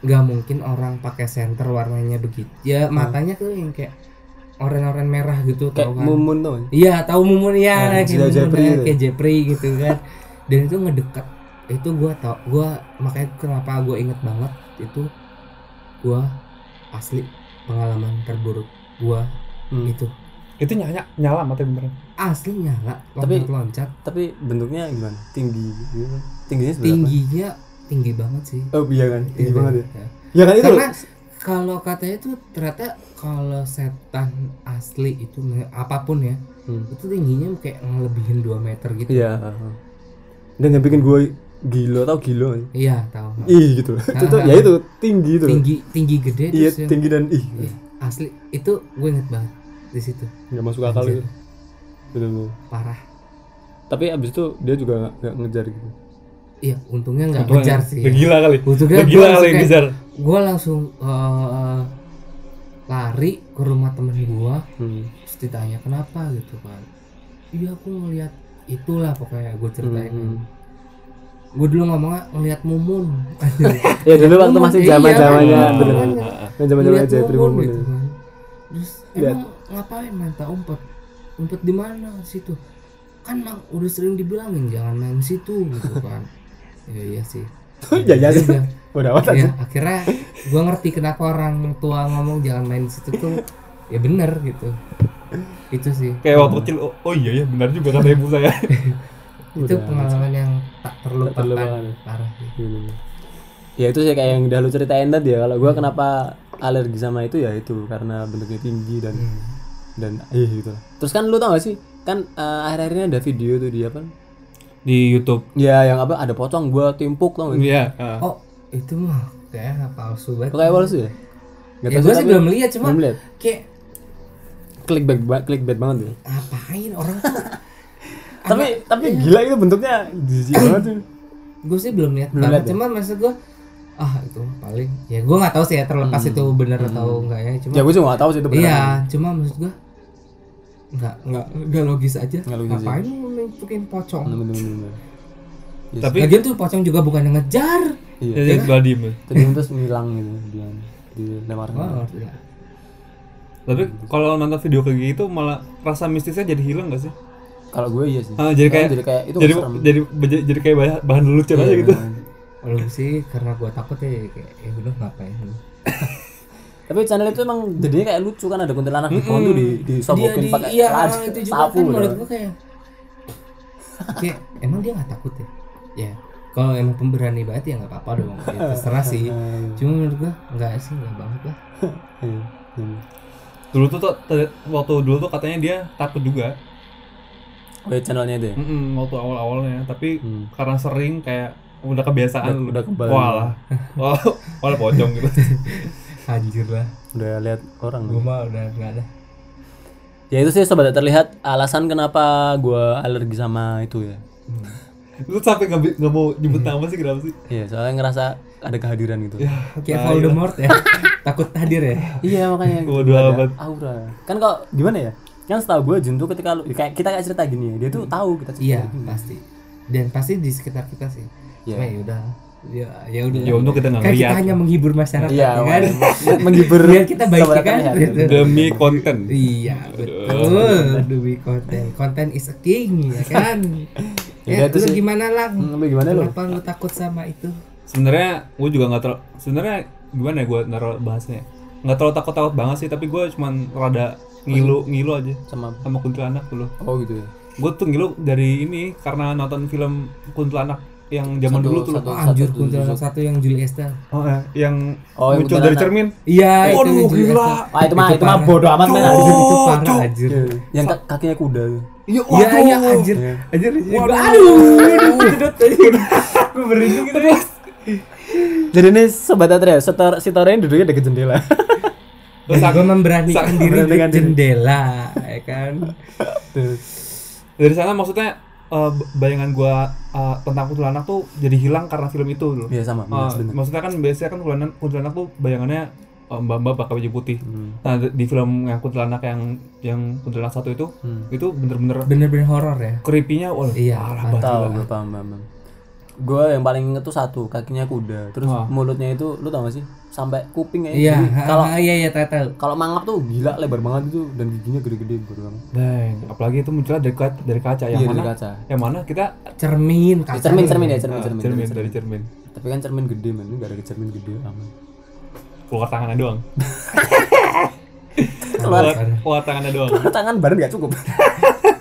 Speaker 1: nggak mungkin orang pakai senter warnanya begitu ya matanya tuh yang kayak oren-oren merah gitu tau
Speaker 3: kayak
Speaker 1: kan
Speaker 3: mumun tuh
Speaker 1: iya tahu mumun
Speaker 3: Hmm,
Speaker 1: ya
Speaker 3: Jeda
Speaker 1: kayak, mumun,
Speaker 3: Jepri
Speaker 1: ya,
Speaker 3: itu.
Speaker 1: kayak Jepri gitu kan dan itu ngedeket itu gue tau gue makanya kenapa gue inget banget itu gue asli pengalaman terburuk gue
Speaker 3: Hmm.
Speaker 1: itu
Speaker 2: Itu nyala nyala mata beneran.
Speaker 1: asli nyala
Speaker 3: Tapi-
Speaker 1: loncat loncat
Speaker 3: tapi bentuknya gimana tinggi gitu tingginya seberapa
Speaker 1: tingginya tinggi banget sih
Speaker 3: Oh iya kan, tinggi banget ya.
Speaker 1: Ya.
Speaker 3: Ya kan itu.
Speaker 1: karena
Speaker 3: loh.
Speaker 1: kalau katanya tuh ternyata kalau setan asli itu apapun ya
Speaker 3: Hmm.
Speaker 1: itu tingginya kayak ngelebihin 2 meter gitu
Speaker 3: Iya. heeh. Dan yang bikin gue gila tau gila kan?
Speaker 1: iya tahu
Speaker 3: Ih gitu loh. Itu tuh, ya itu tinggi itu. loh.
Speaker 1: nah, tinggi tinggi gede
Speaker 3: Iya
Speaker 1: terus yang-
Speaker 3: tinggi dan ih
Speaker 1: Iya, asli itu gue inget banget di situ
Speaker 3: nggak masuk akal
Speaker 1: Anjir.
Speaker 3: itu. Betul.
Speaker 1: parah
Speaker 3: Tapi abis itu dia juga nggak ngejar gitu.
Speaker 1: iya untungnya nggak
Speaker 2: Tuh,
Speaker 1: ngejar sih ya.
Speaker 2: udah gila kali
Speaker 1: Untungnya
Speaker 2: udah
Speaker 1: gua
Speaker 2: gila kali
Speaker 1: langsung
Speaker 2: yang
Speaker 1: kayak-
Speaker 2: ngejar
Speaker 1: gue langsung eh, lari ke rumah temen gue
Speaker 3: Hmm.
Speaker 1: terus ditanya kenapa gitu kan iya aku ngeliat itulah pokoknya gue ceritain
Speaker 3: Hmm.
Speaker 1: gue dulu ngomongnya ngeliat mumun
Speaker 3: Ya dulu waktu
Speaker 1: Mumun,
Speaker 3: masih
Speaker 1: iya,
Speaker 3: zaman zamannya
Speaker 1: kan,
Speaker 3: bener.
Speaker 1: makanya.
Speaker 3: Yang zaman zaman
Speaker 1: Ngeliat
Speaker 3: aja itu
Speaker 1: mumun Iya.
Speaker 3: momen.
Speaker 1: gitu kan. terus
Speaker 3: Lihat.
Speaker 1: emang ngapain minta umpet umpet di mana situ kan Mang, udah sering dibilangin jangan main situ gitu kan ya iya sih
Speaker 3: Ya ya sih.
Speaker 1: Iya.
Speaker 3: Udah amat aja.
Speaker 1: ya akhirnya gua ngerti kenapa orang tua ngomong jangan main di situ tuh ya bener gitu itu sih
Speaker 2: kayak waktu kecil oh, oh iya ya benar juga kata ibu saya
Speaker 1: itu
Speaker 3: Udah.
Speaker 1: pengalaman yang tak terlupakan
Speaker 3: Tak terlupakan.
Speaker 1: parah sih.
Speaker 3: Gini. Hmm. Ya itu sih kayak yang udah lu ceritain tadi ya. Kalau gua
Speaker 1: Hmm.
Speaker 3: kenapa alergi sama itu ya itu karena bentuknya tinggi dan
Speaker 1: Hmm.
Speaker 3: dan ih gitu. lah. Terus kan lu tau gak sih? Kan eh, akhir-akhir ini ada video tuh dia apa?
Speaker 2: di YouTube
Speaker 3: Ya yang apa ada pocong gua timpuk tau gak? sih?
Speaker 2: iya heeh.
Speaker 1: oh itu mah kayak palsu banget
Speaker 3: Kayak palsu ya? Gak
Speaker 1: Hmm. ya gue
Speaker 3: tau sih
Speaker 1: sih
Speaker 3: tapi
Speaker 1: belum lihat cuma
Speaker 3: belum lihat.
Speaker 1: kayak
Speaker 3: Klik back klik back banget tuh.
Speaker 1: ngapain orang tuh
Speaker 3: Tapi tapi
Speaker 1: Iya.
Speaker 3: gila itu bentuknya jijik banget tuh.
Speaker 1: gue sih belum lihat
Speaker 3: Belum
Speaker 1: banget
Speaker 3: lihat ya?
Speaker 1: cuma maksud gue ah itu paling ya gue nggak tahu sih ya terlepas itu bener atau enggaknya cuma
Speaker 3: Ya gua juga gak tau sih itu Hmm. beneran.
Speaker 1: Iya, cuma maksud gua nggak nggak nggak logis aja.
Speaker 3: Nggak logis
Speaker 1: Ngapain lu nunjukin pocong?
Speaker 3: Bener, bener, bener. Yes.
Speaker 2: tapi
Speaker 1: Lagian tuh pocong juga bukan yang ngejar.
Speaker 3: Iya.
Speaker 2: jadi setelah diem ya.
Speaker 3: Tadi terus ngilang gitu dia di lewat
Speaker 1: Wah, gila.
Speaker 2: tapi kalau nonton video kayak gitu malah rasa mistisnya jadi hilang gak sih
Speaker 3: Kalau gue iya sih.
Speaker 2: Ah, jadi
Speaker 3: Soalnya
Speaker 2: kayak
Speaker 3: jadi kayak itu
Speaker 2: jadi
Speaker 3: serem. Iya,
Speaker 2: jadi jadi- jadi kayak bahan, bahan lelucon aja gitu
Speaker 1: Kalau gua sih karena gua takut ya kayak ya udah ngapain lu.
Speaker 3: Tapi channel itu emang jadinya kayak lucu kan ada kuntilanak di pohon tuh di
Speaker 1: Dia
Speaker 3: disobokin
Speaker 1: di
Speaker 3: pakai
Speaker 1: iya
Speaker 3: laj-
Speaker 1: itu juga kan
Speaker 3: sapu gitu.
Speaker 1: menurut gua kayak kayak emang dia nggak takut ya? Ya kalau emang pemberani banget ya nggak apa-apa dong. Ya, terserah sih. Cuma menurut gua nggak sih nggak banget lah.
Speaker 3: Iya, iya.
Speaker 2: dulu tuh tuh- ter- waktu dulu tuh katanya dia takut juga
Speaker 3: Oh, ya, channelnya itu ya.
Speaker 2: Mm-mm, waktu awal-awalnya tapi
Speaker 3: Hmm.
Speaker 2: karena sering kayak udah kebiasaan
Speaker 3: Udah-
Speaker 2: lu.
Speaker 3: udah kebal.
Speaker 2: walah walah walah pocong gitu
Speaker 1: Anjir lah.
Speaker 3: Udah lihat orang.
Speaker 1: Gua mah udah nggak ada.
Speaker 3: Ya itu sih sobat terlihat alasan kenapa gua alergi sama itu ya.
Speaker 1: Hmm.
Speaker 2: lu sampai nggak bi- nggak mau
Speaker 3: Hmm.
Speaker 2: nyebut nama sih kenapa sih
Speaker 3: Iya, soalnya ngerasa ada kehadiran gitu.
Speaker 1: Kayak Voldemort ya. takut hadir ya.
Speaker 3: iya, makanya
Speaker 2: Gua dua
Speaker 3: ada
Speaker 2: abad.
Speaker 3: aura. Kan kalau gimana ya? Kan setahu gue jin tuh ketika lu kayak kita kayak cerita gini ya, dia tuh tahu kita cerita.
Speaker 1: Iya pasti. Dan pasti di sekitar kita sih.
Speaker 3: Iya.
Speaker 1: Cuma ya udah. Ya ya udah.
Speaker 2: ya untung kita nggak
Speaker 1: kan kita
Speaker 2: lihat
Speaker 1: hanya menghibur masyarakat
Speaker 3: Iya,
Speaker 1: ya kan.
Speaker 3: makanya. menghibur
Speaker 1: Biar kita baik
Speaker 3: sobat
Speaker 1: ya kan.
Speaker 3: terlihat.
Speaker 1: Gitu.
Speaker 2: demi konten
Speaker 1: Iya betul. Demi konten. Konten is a king ya kan. ya,
Speaker 3: Ya, itu
Speaker 1: lu
Speaker 3: sih.
Speaker 1: gimana lang?
Speaker 3: Hmm, lu gimana lu?
Speaker 1: Kenapa lu takut sama itu?
Speaker 2: sebenarnya gue juga nggak terlalu sebenarnya gimana ya gue naruh bahasnya nggak terlalu takut-takut banget sih tapi gue cuman rada ngilu ngilu aja
Speaker 3: Sama
Speaker 2: sama kuntilanak dulu
Speaker 3: Oh gitu ya.
Speaker 2: gue tuh ngilu dari ini karena nonton film kuntilanak yang zaman
Speaker 3: Satu-
Speaker 2: dulu tuh loh.
Speaker 3: satu-
Speaker 1: Oh, anjur
Speaker 3: satu-
Speaker 1: kuntilanak satu yang Julie Estelle.
Speaker 2: Oh, eh, yang
Speaker 3: Oh, yang
Speaker 2: muncul dari
Speaker 3: kuntilanak.
Speaker 2: cermin
Speaker 3: Eh,
Speaker 1: Iya itu
Speaker 2: Waduh,
Speaker 1: Julie
Speaker 2: gila.
Speaker 1: Estelle.
Speaker 3: Ah itu mah itu mah
Speaker 1: parah.
Speaker 3: bodoh amat Iya. men.
Speaker 1: Anjir, itu
Speaker 2: Oh,
Speaker 1: parah
Speaker 2: cok.
Speaker 1: anjir.
Speaker 3: Yang ka- kakinya kuda.
Speaker 2: iya
Speaker 1: Iya
Speaker 2: waduh.
Speaker 1: iya anjir.
Speaker 3: Ya.
Speaker 1: Anjir. anjir.
Speaker 2: Waduh.
Speaker 1: Aduh. Aduh. Sedot. Gue merinding gitu.
Speaker 3: Jadi ini sobat Atre, setor sitornya duduknya dekat jendela.
Speaker 2: Terus
Speaker 1: gue memberanikan
Speaker 2: sang-
Speaker 1: diri di
Speaker 3: memberanikan diri.
Speaker 1: jendela ya kan
Speaker 3: Terus
Speaker 2: dari sana maksudnya eh, bayangan gue tentang kuntilanak tuh jadi hilang karena film itu dulu
Speaker 3: Iya sama,
Speaker 2: Eh,
Speaker 1: Ah,
Speaker 3: bener, bener.
Speaker 2: maksudnya kan biasanya kan kuntilanak, kuntilanak tuh bayangannya eh, mbak-mbak pakai baju putih. Nah di di film yang kuntilanak yang yang kuntilanak satu itu itu bener-bener
Speaker 1: bener-bener horor ya
Speaker 2: creepy-nya wah
Speaker 1: Iya,
Speaker 2: parah
Speaker 1: mantap.
Speaker 2: banget.
Speaker 3: tahu gue paham paham. paham. Gue yang paling inget tuh satu, kakinya kuda. Terus
Speaker 2: Wah.
Speaker 3: mulutnya itu lu tau gak sih? Sampai kuping ya.
Speaker 1: iya
Speaker 3: Jadi Kalau
Speaker 1: ah, iya iya tahu tahu
Speaker 3: kalau mangap tuh gila lebar banget itu dan giginya gede-gede bodoh amat.
Speaker 2: Dang, apalagi itu munculnya dari kaca, dari kaca yang
Speaker 3: Iya, dari
Speaker 2: mana?
Speaker 3: kaca.
Speaker 2: Yang mana kita
Speaker 1: cermin
Speaker 3: Eh,
Speaker 1: kaca
Speaker 3: cermin cermin ya cermin
Speaker 2: Ah,
Speaker 3: cermin.
Speaker 2: cermin,
Speaker 3: cermin.
Speaker 2: dari cermin.
Speaker 3: Tapi kan cermin gede men, ini gak ada cermin gede aman.
Speaker 2: Keluar tangannya doang.
Speaker 3: Keluar
Speaker 2: Keluar tangannya doang.
Speaker 3: tangan badan gak cukup. kan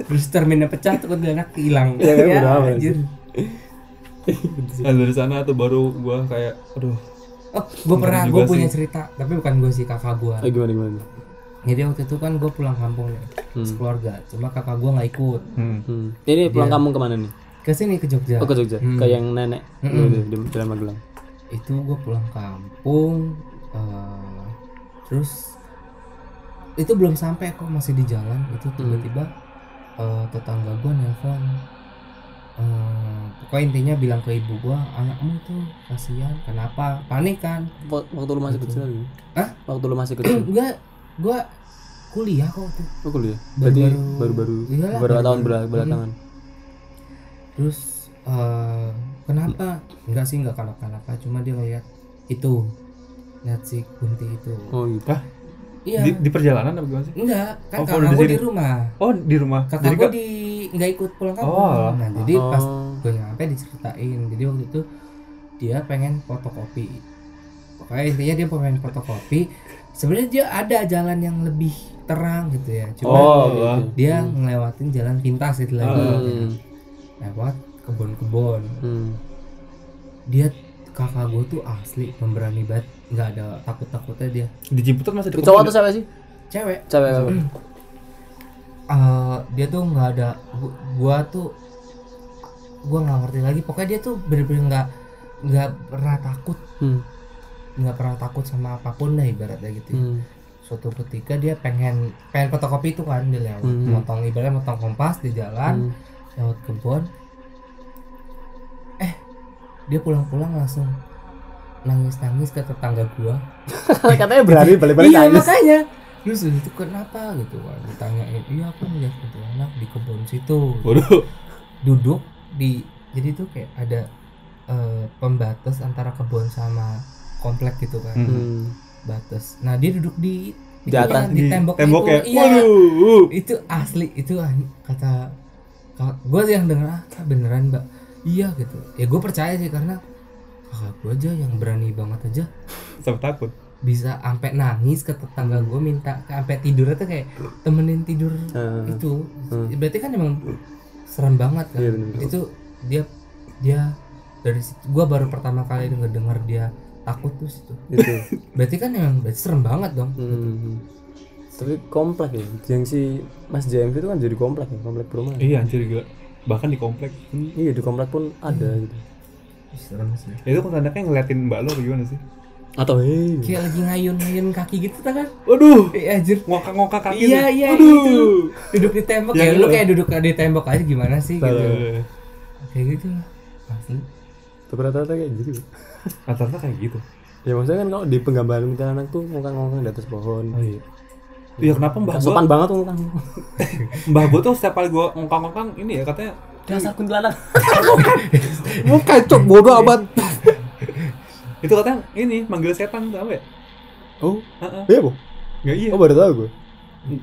Speaker 1: terus cerminnya pecah tuh kuntilanak hilang Ya,
Speaker 3: Iya, iya, bodo amat.
Speaker 1: anjir
Speaker 2: Nah, dari sana tuh baru gua kayak aduh
Speaker 1: Oh, gue
Speaker 2: Enggak
Speaker 1: pernah,
Speaker 2: juga
Speaker 1: gue punya
Speaker 2: sih.
Speaker 1: cerita, tapi bukan gue sih, kakak gue.
Speaker 3: Eh, gimana gimana?
Speaker 1: Jadi waktu itu kan gue pulang kampung nih,
Speaker 3: Hmm.
Speaker 1: sekeluarga. Cuma kakak gue nggak ikut.
Speaker 2: hmm.
Speaker 3: Hmm. Ini pulang
Speaker 1: Dia-
Speaker 3: kampung kemana nih?
Speaker 1: Ke sini ke Jogja.
Speaker 3: Oh ke Oh, iya. Jogja,
Speaker 1: Hmm.
Speaker 3: ke yang nenek
Speaker 1: Mm-mm.
Speaker 3: di, di, di dalam Magelang.
Speaker 1: Itu gue pulang kampung, eh, terus itu belum sampai kok masih di jalan.
Speaker 3: Hmm.
Speaker 1: Itu tiba-tiba eh, tetangga gue nelpon. Eh, pokoknya intinya bilang ke ibu gue, anakmu tuh kasihan, kenapa? Panik kan?
Speaker 3: Wa- Waktu lu masih kecil lagi?
Speaker 1: Hah?
Speaker 3: Waktu lu masih kecil?
Speaker 1: Enggak, gue kuliah kok waktu itu.
Speaker 3: Oh kuliah? Berarti
Speaker 1: Baru-baru-
Speaker 3: baru-baru Iya Hmm.
Speaker 1: Iyalah,
Speaker 3: beberapa tahun
Speaker 1: baru-baru.
Speaker 3: belak- belakangan.
Speaker 1: terus eh, kenapa enggak sih enggak kenapa-kenapa cuma dia lihat itu lihat si kunti itu
Speaker 3: Oh gitu.
Speaker 1: iya
Speaker 2: Di, di perjalanan apa gimana sih?
Speaker 1: enggak kan
Speaker 2: Oh,
Speaker 1: kakak
Speaker 2: kalau udah
Speaker 1: gue
Speaker 2: jadi-
Speaker 1: di rumah
Speaker 2: Oh di rumah.
Speaker 1: kakak gue
Speaker 2: kan-
Speaker 1: di nggak ikut pulang kampung
Speaker 2: Oh,
Speaker 1: nah jadi pas
Speaker 3: Oh.
Speaker 1: gue nyampe diceritain jadi waktu itu dia pengen fotokopi pokoknya intinya dia pengen fotokopi sebenarnya dia ada jalan yang lebih terang gitu ya cuma
Speaker 2: Oh,
Speaker 3: oke,
Speaker 2: wah.
Speaker 3: oke.
Speaker 1: dia ngelewatin jalan pintas itu lagi
Speaker 3: Iya, Hmm.
Speaker 1: lewat kebun-kebun
Speaker 3: Hmm.
Speaker 1: dia kakak gue tuh asli pemberani banget nggak ada takut takutnya dia
Speaker 2: di Ciputat masih
Speaker 3: Itu
Speaker 2: ada
Speaker 3: Cowok tuh siapa sih?
Speaker 1: cewek
Speaker 3: Cewek apa?
Speaker 1: eh, dia tuh nggak ada gu- gua tuh gua nggak ngerti lagi pokoknya dia tuh bener-bener nggak nggak pernah takut
Speaker 3: Hmm.
Speaker 1: nggak pernah takut sama apapun lah ibaratnya gitu
Speaker 3: Hmm.
Speaker 1: suatu ketika dia pengen pengen fotokopi itu kan dia lewat
Speaker 3: Hmm.
Speaker 1: motong ibaratnya motong kompas di jalan
Speaker 3: Hmm.
Speaker 1: lewat kebun eh dia pulang-pulang langsung nangis-nangis ke tetangga gua
Speaker 3: Katanya berani balik-balik
Speaker 1: iya
Speaker 3: nangis.
Speaker 1: makanya terus itu kenapa gitu kan ditanyain iya aku melihat kuntilanak di kebun situ
Speaker 2: Waduh.
Speaker 1: duduk di jadi tuh kayak ada eh, pembatas antara kebun sama komplek gitu kan
Speaker 2: Hmm.
Speaker 3: Hmm.
Speaker 1: batas nah dia duduk di
Speaker 3: Di ya? atas,
Speaker 1: di, tembok
Speaker 2: temboknya.
Speaker 1: itu iya
Speaker 2: ya? Waduh.
Speaker 1: itu asli itu an- kata gue yang denger ah beneran mbak iya gitu ya gue percaya sih karena kakak gue aja yang berani banget aja
Speaker 2: Sampai takut.
Speaker 1: bisa sampai nangis ke tetangga gue minta sampai tidurnya tuh kayak temenin tidur
Speaker 3: Ah.
Speaker 1: itu
Speaker 3: Hmm.
Speaker 1: berarti kan emang serem banget kan
Speaker 3: Iya, bener-bener.
Speaker 1: itu dia dia dari situ gue baru pertama kali denger dengar dia takut tuh situ
Speaker 3: Itu.
Speaker 1: berarti kan emang berarti serem banget dong
Speaker 3: Hmm. Tapi komplek ya. Yang si Mas JMV itu kan jadi komplek ya, komplek perumahan.
Speaker 2: Iya anjir gila. Bahkan di komplek.
Speaker 3: Iya, di komplek pun ada
Speaker 2: Hmm.
Speaker 3: gitu.
Speaker 1: serem sih
Speaker 2: Itu kuntilanaknya ngeliatin mbak lo apa gimana sih?
Speaker 3: Atau hei.
Speaker 2: iya.
Speaker 1: kayak lagi ngayun ngayun kaki gitu kan
Speaker 2: Waduh.
Speaker 1: eh anjir
Speaker 2: Ngokak-ngokak kaki.
Speaker 1: iya
Speaker 2: tuh.
Speaker 1: iya
Speaker 2: Waduh.
Speaker 1: gitu duduk di tembok
Speaker 2: Yang
Speaker 1: ya, lu
Speaker 2: itu.
Speaker 1: kayak duduk di tembok aja gimana sih gitu
Speaker 2: Eh,
Speaker 1: kayak gitu Iya, lah asli
Speaker 3: Tapi rata-rata kayak gitu.
Speaker 2: Rata-rata kayak gitu.
Speaker 3: Ya maksudnya kan kalau di penggambaran kita anak tuh ngongkang-ngongkang di atas pohon.
Speaker 2: Oh iya. Iya kenapa mbah
Speaker 3: Nggak
Speaker 2: gua
Speaker 3: sopan banget ngongkang.
Speaker 2: mbah gua tuh setiap kali gua ngokang-ngokang ini ya katanya
Speaker 3: Dasar kuntilanak. Mau kecok bodoh amat.
Speaker 2: itu katanya ini manggil setan tuh apa ya?
Speaker 3: Oh,
Speaker 2: Heeh.
Speaker 3: iya bu.
Speaker 2: Nggak iya.
Speaker 3: Oh baru tahu gue.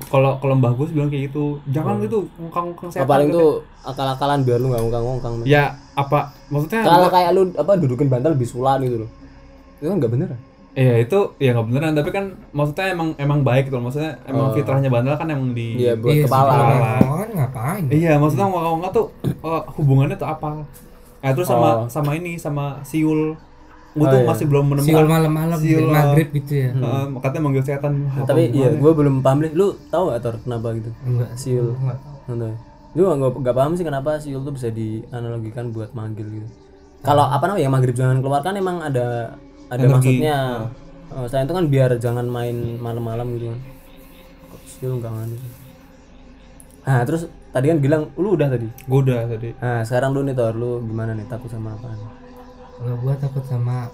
Speaker 2: Kalau kalau mbah gua sih bilang kayak gitu, jangan gitu ngokang-ngokang setan.
Speaker 3: paling tuh
Speaker 2: katanya.
Speaker 3: akal-akalan biar lu nggak ngongkang-ngongkang.
Speaker 2: ya apa maksudnya
Speaker 3: Kalau
Speaker 2: gua-
Speaker 3: kayak lu apa dudukin bantal bisulan gitu loh. Itu kan nggak bener.
Speaker 2: Iya itu ya nggak beneran tapi kan maksudnya emang emang baik gitu loh. maksudnya
Speaker 3: Oh.
Speaker 2: emang fitrahnya bandel kan emang di
Speaker 3: Iya buat
Speaker 1: Iya,
Speaker 3: kepala.
Speaker 1: sih,
Speaker 2: Kepala.
Speaker 1: orang ngapain
Speaker 2: Iya, maksudnya ngomong ngomong tuh eh, hubungannya tuh apa? Nah, terus sama
Speaker 3: Oh.
Speaker 2: sama ini sama Siul. Gue
Speaker 3: Oh,
Speaker 2: tuh
Speaker 3: iya.
Speaker 2: masih belum
Speaker 1: siul
Speaker 2: menemukan
Speaker 1: malam-malam
Speaker 2: Siul,
Speaker 1: siul,
Speaker 2: ah.
Speaker 1: maghrib gitu ya
Speaker 2: Eh, katanya manggil setan. Apa
Speaker 3: Tapi iya,
Speaker 2: hubungannya?
Speaker 3: gue belum paham deh. Lu tahu nggak Tor kenapa gitu?
Speaker 1: enggak
Speaker 3: Siul.
Speaker 1: enggak tahu.
Speaker 3: Nonton. Gue nggak nggak paham sih kenapa siul tuh bisa dianalogikan buat manggil gitu. Kalau apa namanya yang maghrib jangan keluar kan emang ada ada
Speaker 2: Energi.
Speaker 3: maksudnya. Oh, saya itu kan biar jangan main malam-malam gitu kan. Kok siul nggak nganu. Nah terus tadi kan bilang lu udah tadi.
Speaker 2: Gua udah tadi.
Speaker 3: Nah sekarang lu nih Tor, lu gimana nih takut sama apaan?
Speaker 1: Kalau gua takut sama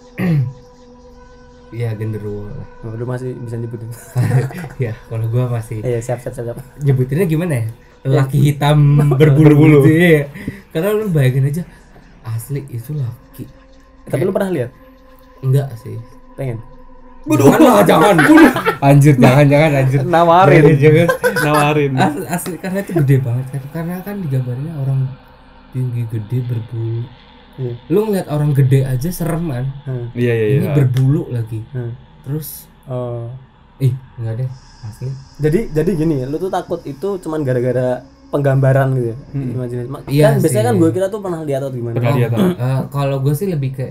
Speaker 1: ya genderuwo lah.
Speaker 3: Oh, lu masih bisa nyebutin.
Speaker 1: ya, kalau gua masih
Speaker 3: Iya, siap siap siap. siap.
Speaker 1: nyebutinnya gimana ya? Laki hitam berbulu.
Speaker 2: Berbulu.
Speaker 1: gitu ya. Karena lu bayangin aja asli itu laki.
Speaker 3: Tapi lu pernah lihat?
Speaker 1: Enggak sih.
Speaker 3: Pengen.
Speaker 1: Jangan lah, jangan. anjir, jangan jangan anjir. Jangan, jangan.
Speaker 2: Nawarin.
Speaker 1: Asli, asli karena itu gede banget kan. Karena kan digambarnya orang tinggi gede berbulu.
Speaker 3: Iya.
Speaker 1: Lu ngeliat orang gede aja serem kan.
Speaker 3: Hmm.
Speaker 2: Iya iya
Speaker 1: Ini
Speaker 2: iya.
Speaker 1: berbulu lagi.
Speaker 3: Hmm.
Speaker 1: Terus
Speaker 3: Oh.
Speaker 1: ih, enggak deh. Asli.
Speaker 3: Jadi jadi gini, lu tuh takut itu cuman gara-gara penggambaran gitu ya
Speaker 2: Hmm.
Speaker 3: imajinasi Ma-
Speaker 1: Iya
Speaker 3: kan biasanya
Speaker 1: sih.
Speaker 3: kan gue kira tuh pernah lihat atau gimana
Speaker 2: Pernah lihat apa?
Speaker 1: Eh, kalau gue sih lebih ke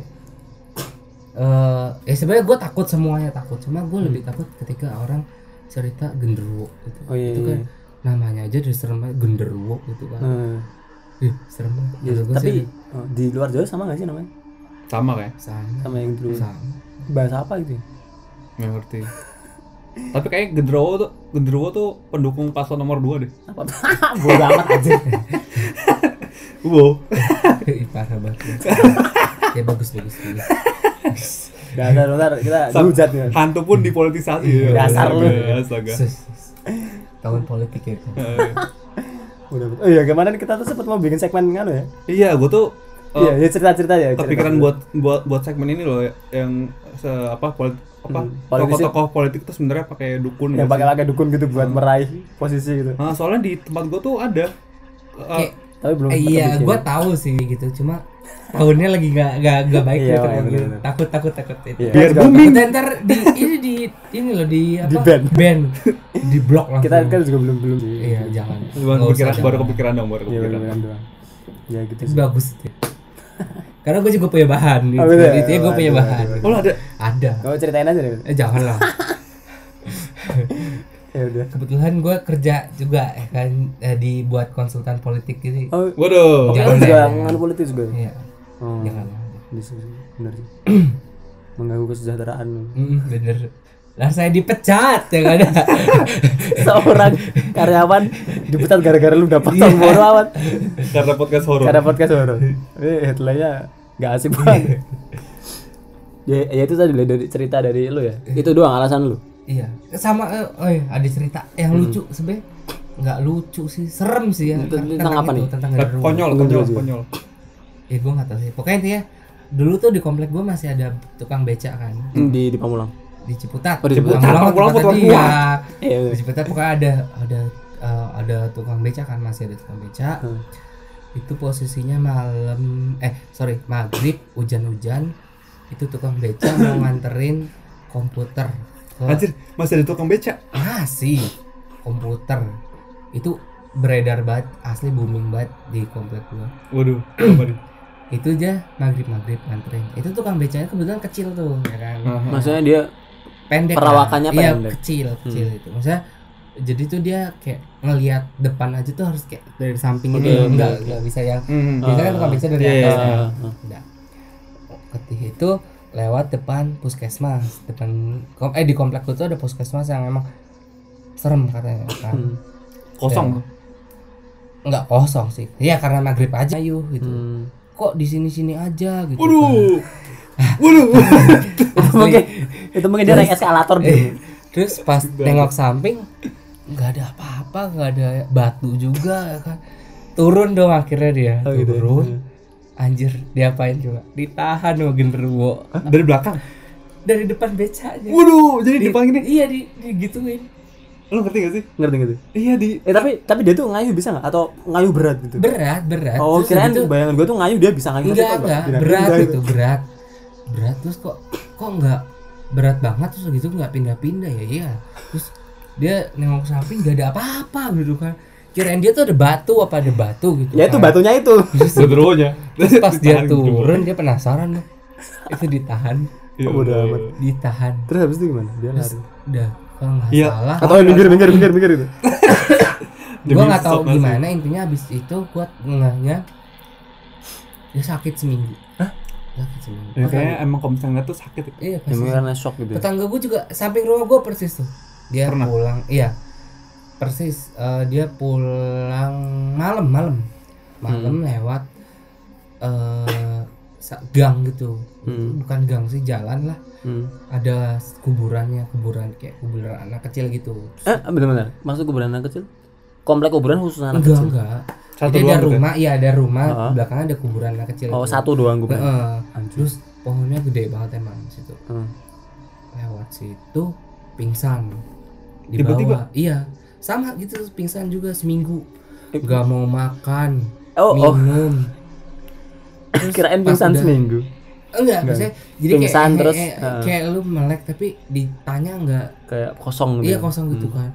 Speaker 1: eh ya sebenarnya gue takut semuanya takut cuma gue lebih takut ketika orang cerita genderuwo gitu
Speaker 3: Hmm. oh iya,
Speaker 1: itu
Speaker 3: iya.
Speaker 1: kan namanya aja udah serem banget, genderuwo gitu kan
Speaker 3: Hmm.
Speaker 1: Ih, serem banget
Speaker 3: Iya,
Speaker 1: Kalau gua
Speaker 3: tapi
Speaker 1: sih
Speaker 3: oh, di luar Jawa sama gak sih namanya
Speaker 2: sama kayak
Speaker 1: sama
Speaker 3: sama yang dulu
Speaker 1: sama
Speaker 3: bahasa apa gitu ya?
Speaker 2: nggak ngerti tapi kayak genderuwo tuh genderuwo tuh pendukung paslon nomor 2 deh
Speaker 3: apa bodoh amat aja
Speaker 2: wow
Speaker 1: Ih, parah banget ya bagus bagus, bagus.
Speaker 3: dasar bentar kita dihujat nih
Speaker 2: hantu pun dipolitisasi
Speaker 1: Iya.
Speaker 2: Iya,
Speaker 3: Dasar lu.
Speaker 2: Astaga, astaga
Speaker 1: Sus, sus. tahun politik ya kan
Speaker 2: Eh,
Speaker 3: udah betul. oh iya kemarin kita tuh sempat mau bikin segmen kan ya
Speaker 2: iya gua tuh
Speaker 1: Oh.
Speaker 3: iya
Speaker 2: eh,
Speaker 3: ya cerita cerita ya cerita.
Speaker 2: kepikiran buat buat buat segmen ini loh yang se, apa polit, apa
Speaker 3: Hmm, politisi.
Speaker 2: tokoh-tokoh politik tuh sebenarnya pakai dukun
Speaker 3: yang
Speaker 2: gitu.
Speaker 3: pakai pakai dukun gitu buat meraih posisi gitu
Speaker 2: Ah, soalnya di tempat gua tuh ada Eh,
Speaker 1: Kayak-
Speaker 3: tapi belum
Speaker 1: Eh,
Speaker 3: sempat
Speaker 1: iya
Speaker 3: kebikin.
Speaker 1: gue tahu sih gitu cuma tahunnya lagi nggak nggak nggak baik
Speaker 3: Iya,
Speaker 1: gitu
Speaker 3: iya,
Speaker 1: lagi.
Speaker 3: bener-bener.
Speaker 1: takut takut takut itu
Speaker 3: Iya,
Speaker 2: biar
Speaker 3: juga-
Speaker 2: booming
Speaker 1: Dan ntar di ini di ini loh di apa?
Speaker 3: Di ban.
Speaker 1: Ban. di blok langsung.
Speaker 3: kita kan juga belum belum sih
Speaker 1: iya jangan.
Speaker 2: Baru
Speaker 1: Nggak usah,
Speaker 2: kepikiran, baru
Speaker 1: jangan.
Speaker 2: kepikiran dong, baru
Speaker 3: iya
Speaker 2: kepikiran.
Speaker 3: benar doang ya gitu
Speaker 1: Tapi
Speaker 3: sih
Speaker 1: bagus itu. Karena gue juga punya bahan gitu.
Speaker 3: Oh, bener.
Speaker 1: Intinya gue punya
Speaker 3: Waduh,
Speaker 1: bahan.
Speaker 3: waduh,
Speaker 2: Oh, lu ada.
Speaker 1: Ada.
Speaker 3: Gak mau ceritain aja deh
Speaker 1: Eh jangan lah.
Speaker 3: ya udah
Speaker 1: Kebetulan gue kerja juga eh, kan eh, dibuat konsultan politik gitu.
Speaker 3: oh oh,
Speaker 2: Waduh.
Speaker 1: jangan.
Speaker 3: juga nganu politik juga
Speaker 1: Iya.
Speaker 3: oh
Speaker 1: Jangan. lah.
Speaker 3: di sini benar sih mengganggu kesejahteraan
Speaker 1: Mm, bener. Lah saya dipecat ya kan.
Speaker 3: seorang karyawan dipecat gara-gara lu dapat yeah. bodoh amat
Speaker 2: Karena podcast horor.
Speaker 3: karena podcast horor ini Eh, headline-nya nggak asik banget ya, ya itu tadi lah, dari cerita dari lu ya itu doang alasan lu
Speaker 1: Iya, sama eh, oh iya, ada cerita
Speaker 3: Hmm.
Speaker 1: yang lucu sebenarnya nggak lucu sih, serem sih ya
Speaker 3: Itu tentang apa nih?
Speaker 1: Tentang
Speaker 2: Tapi
Speaker 1: genderuwo.
Speaker 2: Eh, Konyol, konyol, konyol.
Speaker 1: Ya gue nggak tahu sih. Pokoknya intinya dulu tuh di komplek gue masih ada tukang becak kan
Speaker 3: di di Pamulang
Speaker 1: di Ciputat.
Speaker 3: Oh, di Ciputat.
Speaker 2: Tukang
Speaker 1: Ciputat
Speaker 2: pulang, tukang
Speaker 1: tadi,
Speaker 2: pulang.
Speaker 1: ya.
Speaker 3: iya
Speaker 1: Di Ciputat pokoknya ada ada eh, ada tukang becak kan masih ada tukang becak.
Speaker 3: Hmm.
Speaker 1: Itu posisinya malam eh sorry maghrib hujan-hujan itu tukang becak mau nganterin komputer ke
Speaker 2: Anjir, masih ada tukang becak.
Speaker 1: masih Ah, komputer itu beredar banget asli booming banget di komplek gua
Speaker 2: Waduh, apa nih?
Speaker 1: itu aja maghrib maghrib nganterin itu tukang becanya kebetulan kecil tuh ya kan
Speaker 2: Aha.
Speaker 3: maksudnya dia
Speaker 1: pendek
Speaker 3: Perawakannya
Speaker 1: kan? iya,
Speaker 3: pendek. Hmm.
Speaker 1: kecil kecil itu maksudnya jadi tuh dia kayak ngelihat depan aja tuh harus kayak dari samping
Speaker 3: Oke,
Speaker 1: gitu
Speaker 3: oke,
Speaker 1: nggak
Speaker 3: oke.
Speaker 1: nggak bisa yang
Speaker 2: Hmm.
Speaker 1: biasanya kan tukang beca dari
Speaker 2: Iya, iya,
Speaker 1: atas
Speaker 3: iya.
Speaker 1: kan? Nggak. ketika itu lewat depan puskesmas depan kom- eh di komplek gua tuh ada puskesmas yang emang serem katanya kan
Speaker 3: Hmm.
Speaker 2: Kosong.
Speaker 1: Ya. nggak kosong sih ya karena maghrib aja yuk gitu
Speaker 3: Hmm.
Speaker 1: kok di sini sini aja gitu
Speaker 2: Waduh. Waduh.
Speaker 3: itu mungkin itu mungkin dia naik
Speaker 1: Eh,
Speaker 3: eskalator deh
Speaker 1: terus pas
Speaker 3: Gitu.
Speaker 1: nengok samping nggak ada apa-apa nggak ada batu juga ya kan turun dong akhirnya dia
Speaker 3: Oh, gitu ya.
Speaker 1: turun anjir diapain coba ditahan sama genderuwo
Speaker 2: Dari belakang.
Speaker 1: dari depan becaknya
Speaker 2: Waduh, jadi dipanggil nih.
Speaker 1: iya di, digituin
Speaker 2: Lu ngerti gak sih?
Speaker 3: ngerti ngerti
Speaker 2: Iya di
Speaker 3: eh tapi tapi dia tuh ngayu bisa nggak atau ngayu berat gitu
Speaker 1: berat berat
Speaker 3: oh
Speaker 1: Terus
Speaker 3: kirain
Speaker 1: gitu-
Speaker 3: bayangan gue tuh ngayu dia bisa ngayu
Speaker 1: enggak
Speaker 3: tapi kok
Speaker 1: enggak
Speaker 3: nggak?
Speaker 1: berat
Speaker 3: Pindah
Speaker 1: itu berat berat terus kok kok enggak berat banget terus gitu nggak pindah-pindah ya iya terus dia nengok samping nggak ada apa-apa gitu kan kirain dia tuh ada batu apa ada batu gitu
Speaker 3: ya itu
Speaker 1: kan.
Speaker 3: batunya itu
Speaker 2: genderuwonya.
Speaker 1: terus pas dia turun dia penasaran loh itu ditahan iya,
Speaker 3: Bodoh amat.
Speaker 1: ditahan
Speaker 3: terus habis itu gimana dia lari
Speaker 1: udah kalau nggak
Speaker 2: Iya.
Speaker 1: salah
Speaker 3: atau eh, minggir minggir minggir minggir itu
Speaker 1: gue nggak tahu gimana intinya abis itu gue ngehnya dia sakit seminggu sakit seminggu
Speaker 2: Ya, kayaknya emang kalau misalnya ngeliat tuh sakit. ya.
Speaker 1: iya pasti
Speaker 3: emang karena shock gitu ya
Speaker 1: tetangga gue juga samping rumah gue persis tuh dia
Speaker 2: Pernah?
Speaker 1: pulang iya persis Eh, dia pulang malam malam malam lewat eh sa- gang gitu
Speaker 3: Hmm.
Speaker 1: bukan gang sih jalan lah
Speaker 3: hmm.
Speaker 1: ada kuburannya kuburan kayak kuburan anak kecil gitu
Speaker 3: eh benar-benar maksud kuburan anak kecil komplek kuburan khusus anak
Speaker 1: enggak
Speaker 3: kecil
Speaker 1: enggak
Speaker 2: Satu
Speaker 1: jadi ada
Speaker 2: doang gitu ya?
Speaker 1: rumah iya ada rumah
Speaker 3: Heeh.
Speaker 1: belakangnya ada kuburan anak kecil
Speaker 3: oh
Speaker 1: itu.
Speaker 3: satu doang kuburan
Speaker 1: Heeh.
Speaker 3: Anjir.
Speaker 1: terus pohonnya gede banget emang di situ
Speaker 3: Hmm.
Speaker 1: lewat situ pingsan Dibawa.
Speaker 2: Tiba-tiba?
Speaker 1: iya sama gitu pingsan juga seminggu nggak mau makan
Speaker 3: oh oh
Speaker 1: minum Terus
Speaker 3: kirain
Speaker 1: pas
Speaker 3: pingsan
Speaker 1: udah-
Speaker 3: seminggu
Speaker 1: enggak maksudnya jadi
Speaker 3: Pingsan
Speaker 1: kayak,
Speaker 3: terus, eh.
Speaker 1: kayak,
Speaker 3: heeh.
Speaker 1: kayak lu melek tapi ditanya enggak
Speaker 3: kayak kosong ya?
Speaker 1: iya
Speaker 3: gitu
Speaker 1: kosong gitu kan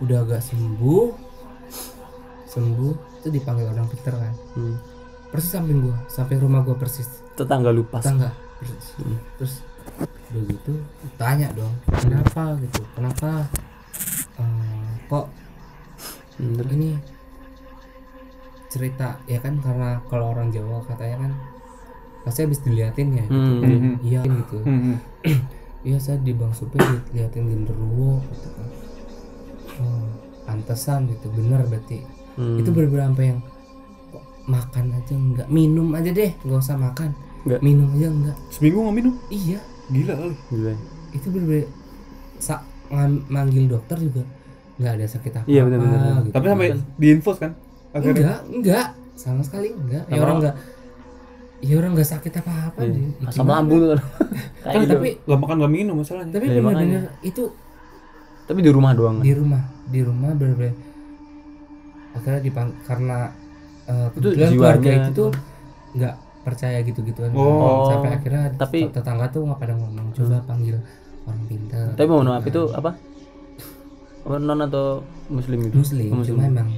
Speaker 1: udah agak sembuh sembuh itu dipanggil orang pinter kan
Speaker 3: Hmm.
Speaker 1: persis samping gua samping rumah gua persis
Speaker 3: Tetangga lu pas.
Speaker 1: tetangga persis
Speaker 3: Hmm.
Speaker 1: terus udah gitu tanya dong kenapa gitu kenapa eh, kok
Speaker 3: Hmm, terus?
Speaker 1: ini cerita ya kan karena kalau orang Jawa katanya kan pasti habis diliatin ya gitu.
Speaker 3: Hmm.
Speaker 1: iya gitu
Speaker 2: Hmm.
Speaker 1: iya saya di bang supir diliatin genderuwo gitu kan oh, pantesan gitu bener berarti
Speaker 3: Hmm.
Speaker 1: itu bener-bener sampai yang kok makan aja enggak minum aja deh nggak usah makan
Speaker 3: Nggak.
Speaker 1: minum aja enggak
Speaker 2: Seminggu nggak minum?
Speaker 1: iya
Speaker 2: Gila kali.
Speaker 3: Gila.
Speaker 1: itu bener-bener sa ngan- manggil dokter juga nggak ada sakit apa-apa
Speaker 3: Iya, bener-bener.
Speaker 1: gitu.
Speaker 2: Tapi sampai diinfos kan? Akhirnya.
Speaker 1: enggak enggak sama sekali enggak ya
Speaker 3: Apa?
Speaker 1: orang enggak ya orang enggak sakit apa-apa
Speaker 3: Iya.
Speaker 1: deh.
Speaker 3: Asam lambung lu.
Speaker 1: gitu.
Speaker 3: Kayak
Speaker 1: Tapi-
Speaker 3: gitu.
Speaker 1: tapi
Speaker 2: Lama kan nggak minum masalahnya.
Speaker 1: tapi
Speaker 3: Iya,
Speaker 1: bener-bener itu
Speaker 3: Tapi di rumah doang.
Speaker 1: di rumah di rumah bener-bener akhirnya dipan karena eh,
Speaker 3: Itu
Speaker 1: kebetulan
Speaker 3: jiwanya
Speaker 1: keluarga itu
Speaker 3: tuh.
Speaker 1: tuh nggak percaya gitu-gituan
Speaker 2: Oh.
Speaker 1: sampai akhirnya
Speaker 3: Tapi- Hmm.
Speaker 1: tet- tetangga tuh nggak pada ngomong coba panggil orang pintar Gitu.
Speaker 3: Tapi mau apa itu apa? Apa, Non atau muslim gitu?
Speaker 1: muslim,
Speaker 3: Muslim.
Speaker 1: cuma emang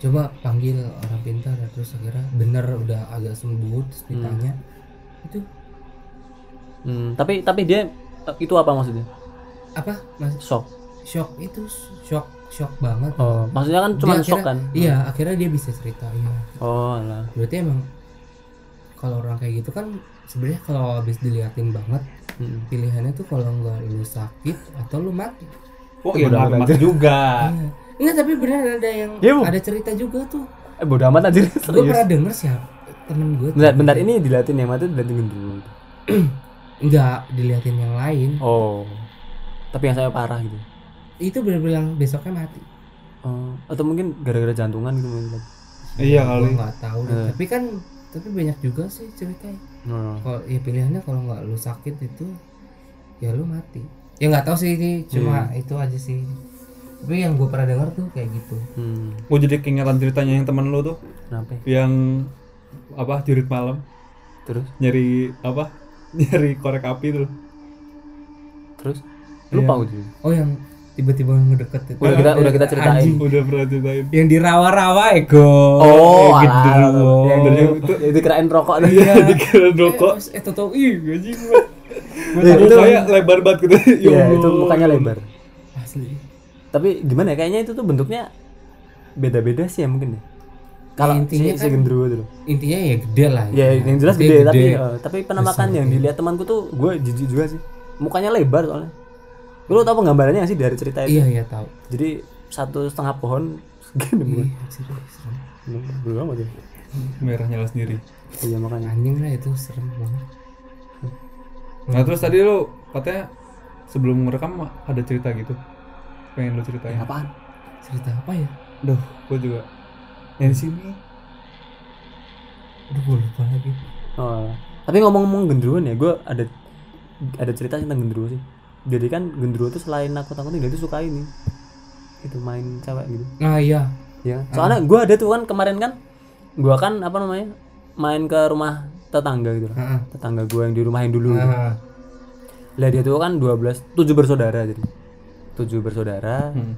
Speaker 1: coba panggil orang pintar terus akhirnya bener udah agak sembuh terus ditanya itu
Speaker 3: Hmm, tapi tapi dia eh, itu apa maksudnya?
Speaker 1: apa mas
Speaker 3: Shock.
Speaker 1: shock itu shock shock banget
Speaker 3: Oh, maksudnya kan cuma
Speaker 1: Dia
Speaker 3: shock
Speaker 1: akhirnya-
Speaker 3: kan?
Speaker 1: iya akhirnya dia bisa cerita iya
Speaker 3: Oh, lah.
Speaker 1: berarti emang kalau orang kayak gitu kan sebenarnya kalau habis diliatin banget
Speaker 3: Hmm.
Speaker 1: pilihannya tuh kalau nggak lu sakit atau lu mati
Speaker 2: Oh iya,
Speaker 3: Eh, Bodo
Speaker 2: nggak
Speaker 3: amat
Speaker 2: mati juga.
Speaker 1: Iya. Enggak tapi benar ada yang
Speaker 3: Iya, Ah. Bu.
Speaker 1: ada cerita juga tuh
Speaker 3: Eh bodo amat anjir.
Speaker 1: gue
Speaker 3: Serius.
Speaker 1: pernah denger siapa temen gitu. gue
Speaker 3: Bentar, bentar ini dilatin yang mati dilatin gendul.
Speaker 1: nggak diliatin yang lain
Speaker 3: Oh. Tapi yang saya parah gitu.
Speaker 1: itu benar-benar yang besoknya mati
Speaker 3: Oh, atau mungkin gara-gara jantungan gitu mungkin.
Speaker 2: Iya kali.
Speaker 1: gue nggak tahu deh.
Speaker 3: Eh.
Speaker 1: tapi kan tapi banyak juga sih ceritanya
Speaker 3: Oh.
Speaker 1: kalau ya pilihannya kalau nggak lu sakit itu ya lu mati ya nggak tahu sih ini cuma
Speaker 3: Iya.
Speaker 1: itu aja sih tapi yang gue pernah dengar tuh kayak gitu
Speaker 3: Hmm.
Speaker 2: Gue jadi keingetan ceritanya yang temen lu tuh,
Speaker 3: Kenapa? ya?
Speaker 2: yang apa jurit malam
Speaker 3: Terus,
Speaker 2: nyari apa nyari korek api tuh.
Speaker 3: terus lupa gue juga.
Speaker 1: oh yang tiba-tiba ngedeket itu
Speaker 3: Udah kita udah kita ceritain.
Speaker 1: Anjing.
Speaker 2: Udah pernah ceritain.
Speaker 1: yang dirawa-rawa eh, ego
Speaker 3: Oh, alah,
Speaker 2: Eh, genderuwo.
Speaker 3: yang
Speaker 2: Dari
Speaker 3: dulu
Speaker 2: itu-
Speaker 3: itu kirain rokok tadi.
Speaker 1: iya
Speaker 2: Dikira
Speaker 3: Oh,
Speaker 2: rokok.
Speaker 1: eh tau ih gaji gua.
Speaker 3: Ya, itu-
Speaker 2: Mukanya lebar banget gitu. Ya
Speaker 3: Iya,
Speaker 2: Allah.
Speaker 3: itu mukanya lebar.
Speaker 1: asli
Speaker 3: Tapi gimana ya kayaknya itu tuh bentuknya beda-beda sih ya mungkin ya. Kalau
Speaker 1: Ya, intinya
Speaker 3: si, si
Speaker 1: kan-
Speaker 3: gendruwo itu loh.
Speaker 1: intinya ya gede lah
Speaker 3: Ya,
Speaker 1: intinya.
Speaker 3: yang jelas
Speaker 1: Dia
Speaker 3: gede, tapi eh, tapi penampakan
Speaker 1: Besar,
Speaker 3: yang
Speaker 1: iya.
Speaker 3: dilihat temanku tuh gue jijik juga sih. Mukanya lebar soalnya. Lu tau penggambarannya nggak sih dari cerita itu?
Speaker 1: iya iya tahu
Speaker 3: Jadi satu setengah pohon segini bukan?
Speaker 1: Iya, serem, serem.
Speaker 3: Iya. Belum aja.
Speaker 2: merah nyala sendiri.
Speaker 3: Iya makanya.
Speaker 1: anjing lah itu serem banget
Speaker 2: Nah, terus tadi lu katanya sebelum merekam ada cerita gitu. Pengen lu ceritain.
Speaker 3: Apaan?
Speaker 1: cerita apa ya
Speaker 2: Duh, gua juga. Yang di sini.
Speaker 1: aduh gue lupa lagi
Speaker 3: Oh. Tapi ngomong-ngomong gendruan ya, gue ada ada cerita tentang gendruwo sih. Jadi kan gendruwo tuh selain nakut-nakutin dia tuh suka ini. Itu main cewek gitu.
Speaker 1: nah iya
Speaker 3: Ya. Soalnya gue ada tuh kan kemarin kan, gue kan apa namanya main ke rumah tetangga gitu. lah.
Speaker 1: Heeh.
Speaker 3: Tetangga gue yang di rumah yang dulu. gitu.
Speaker 1: Heeh.
Speaker 3: Lah dia tuh kan 12, 7 bersaudara jadi. 7 bersaudara.
Speaker 2: Hmm.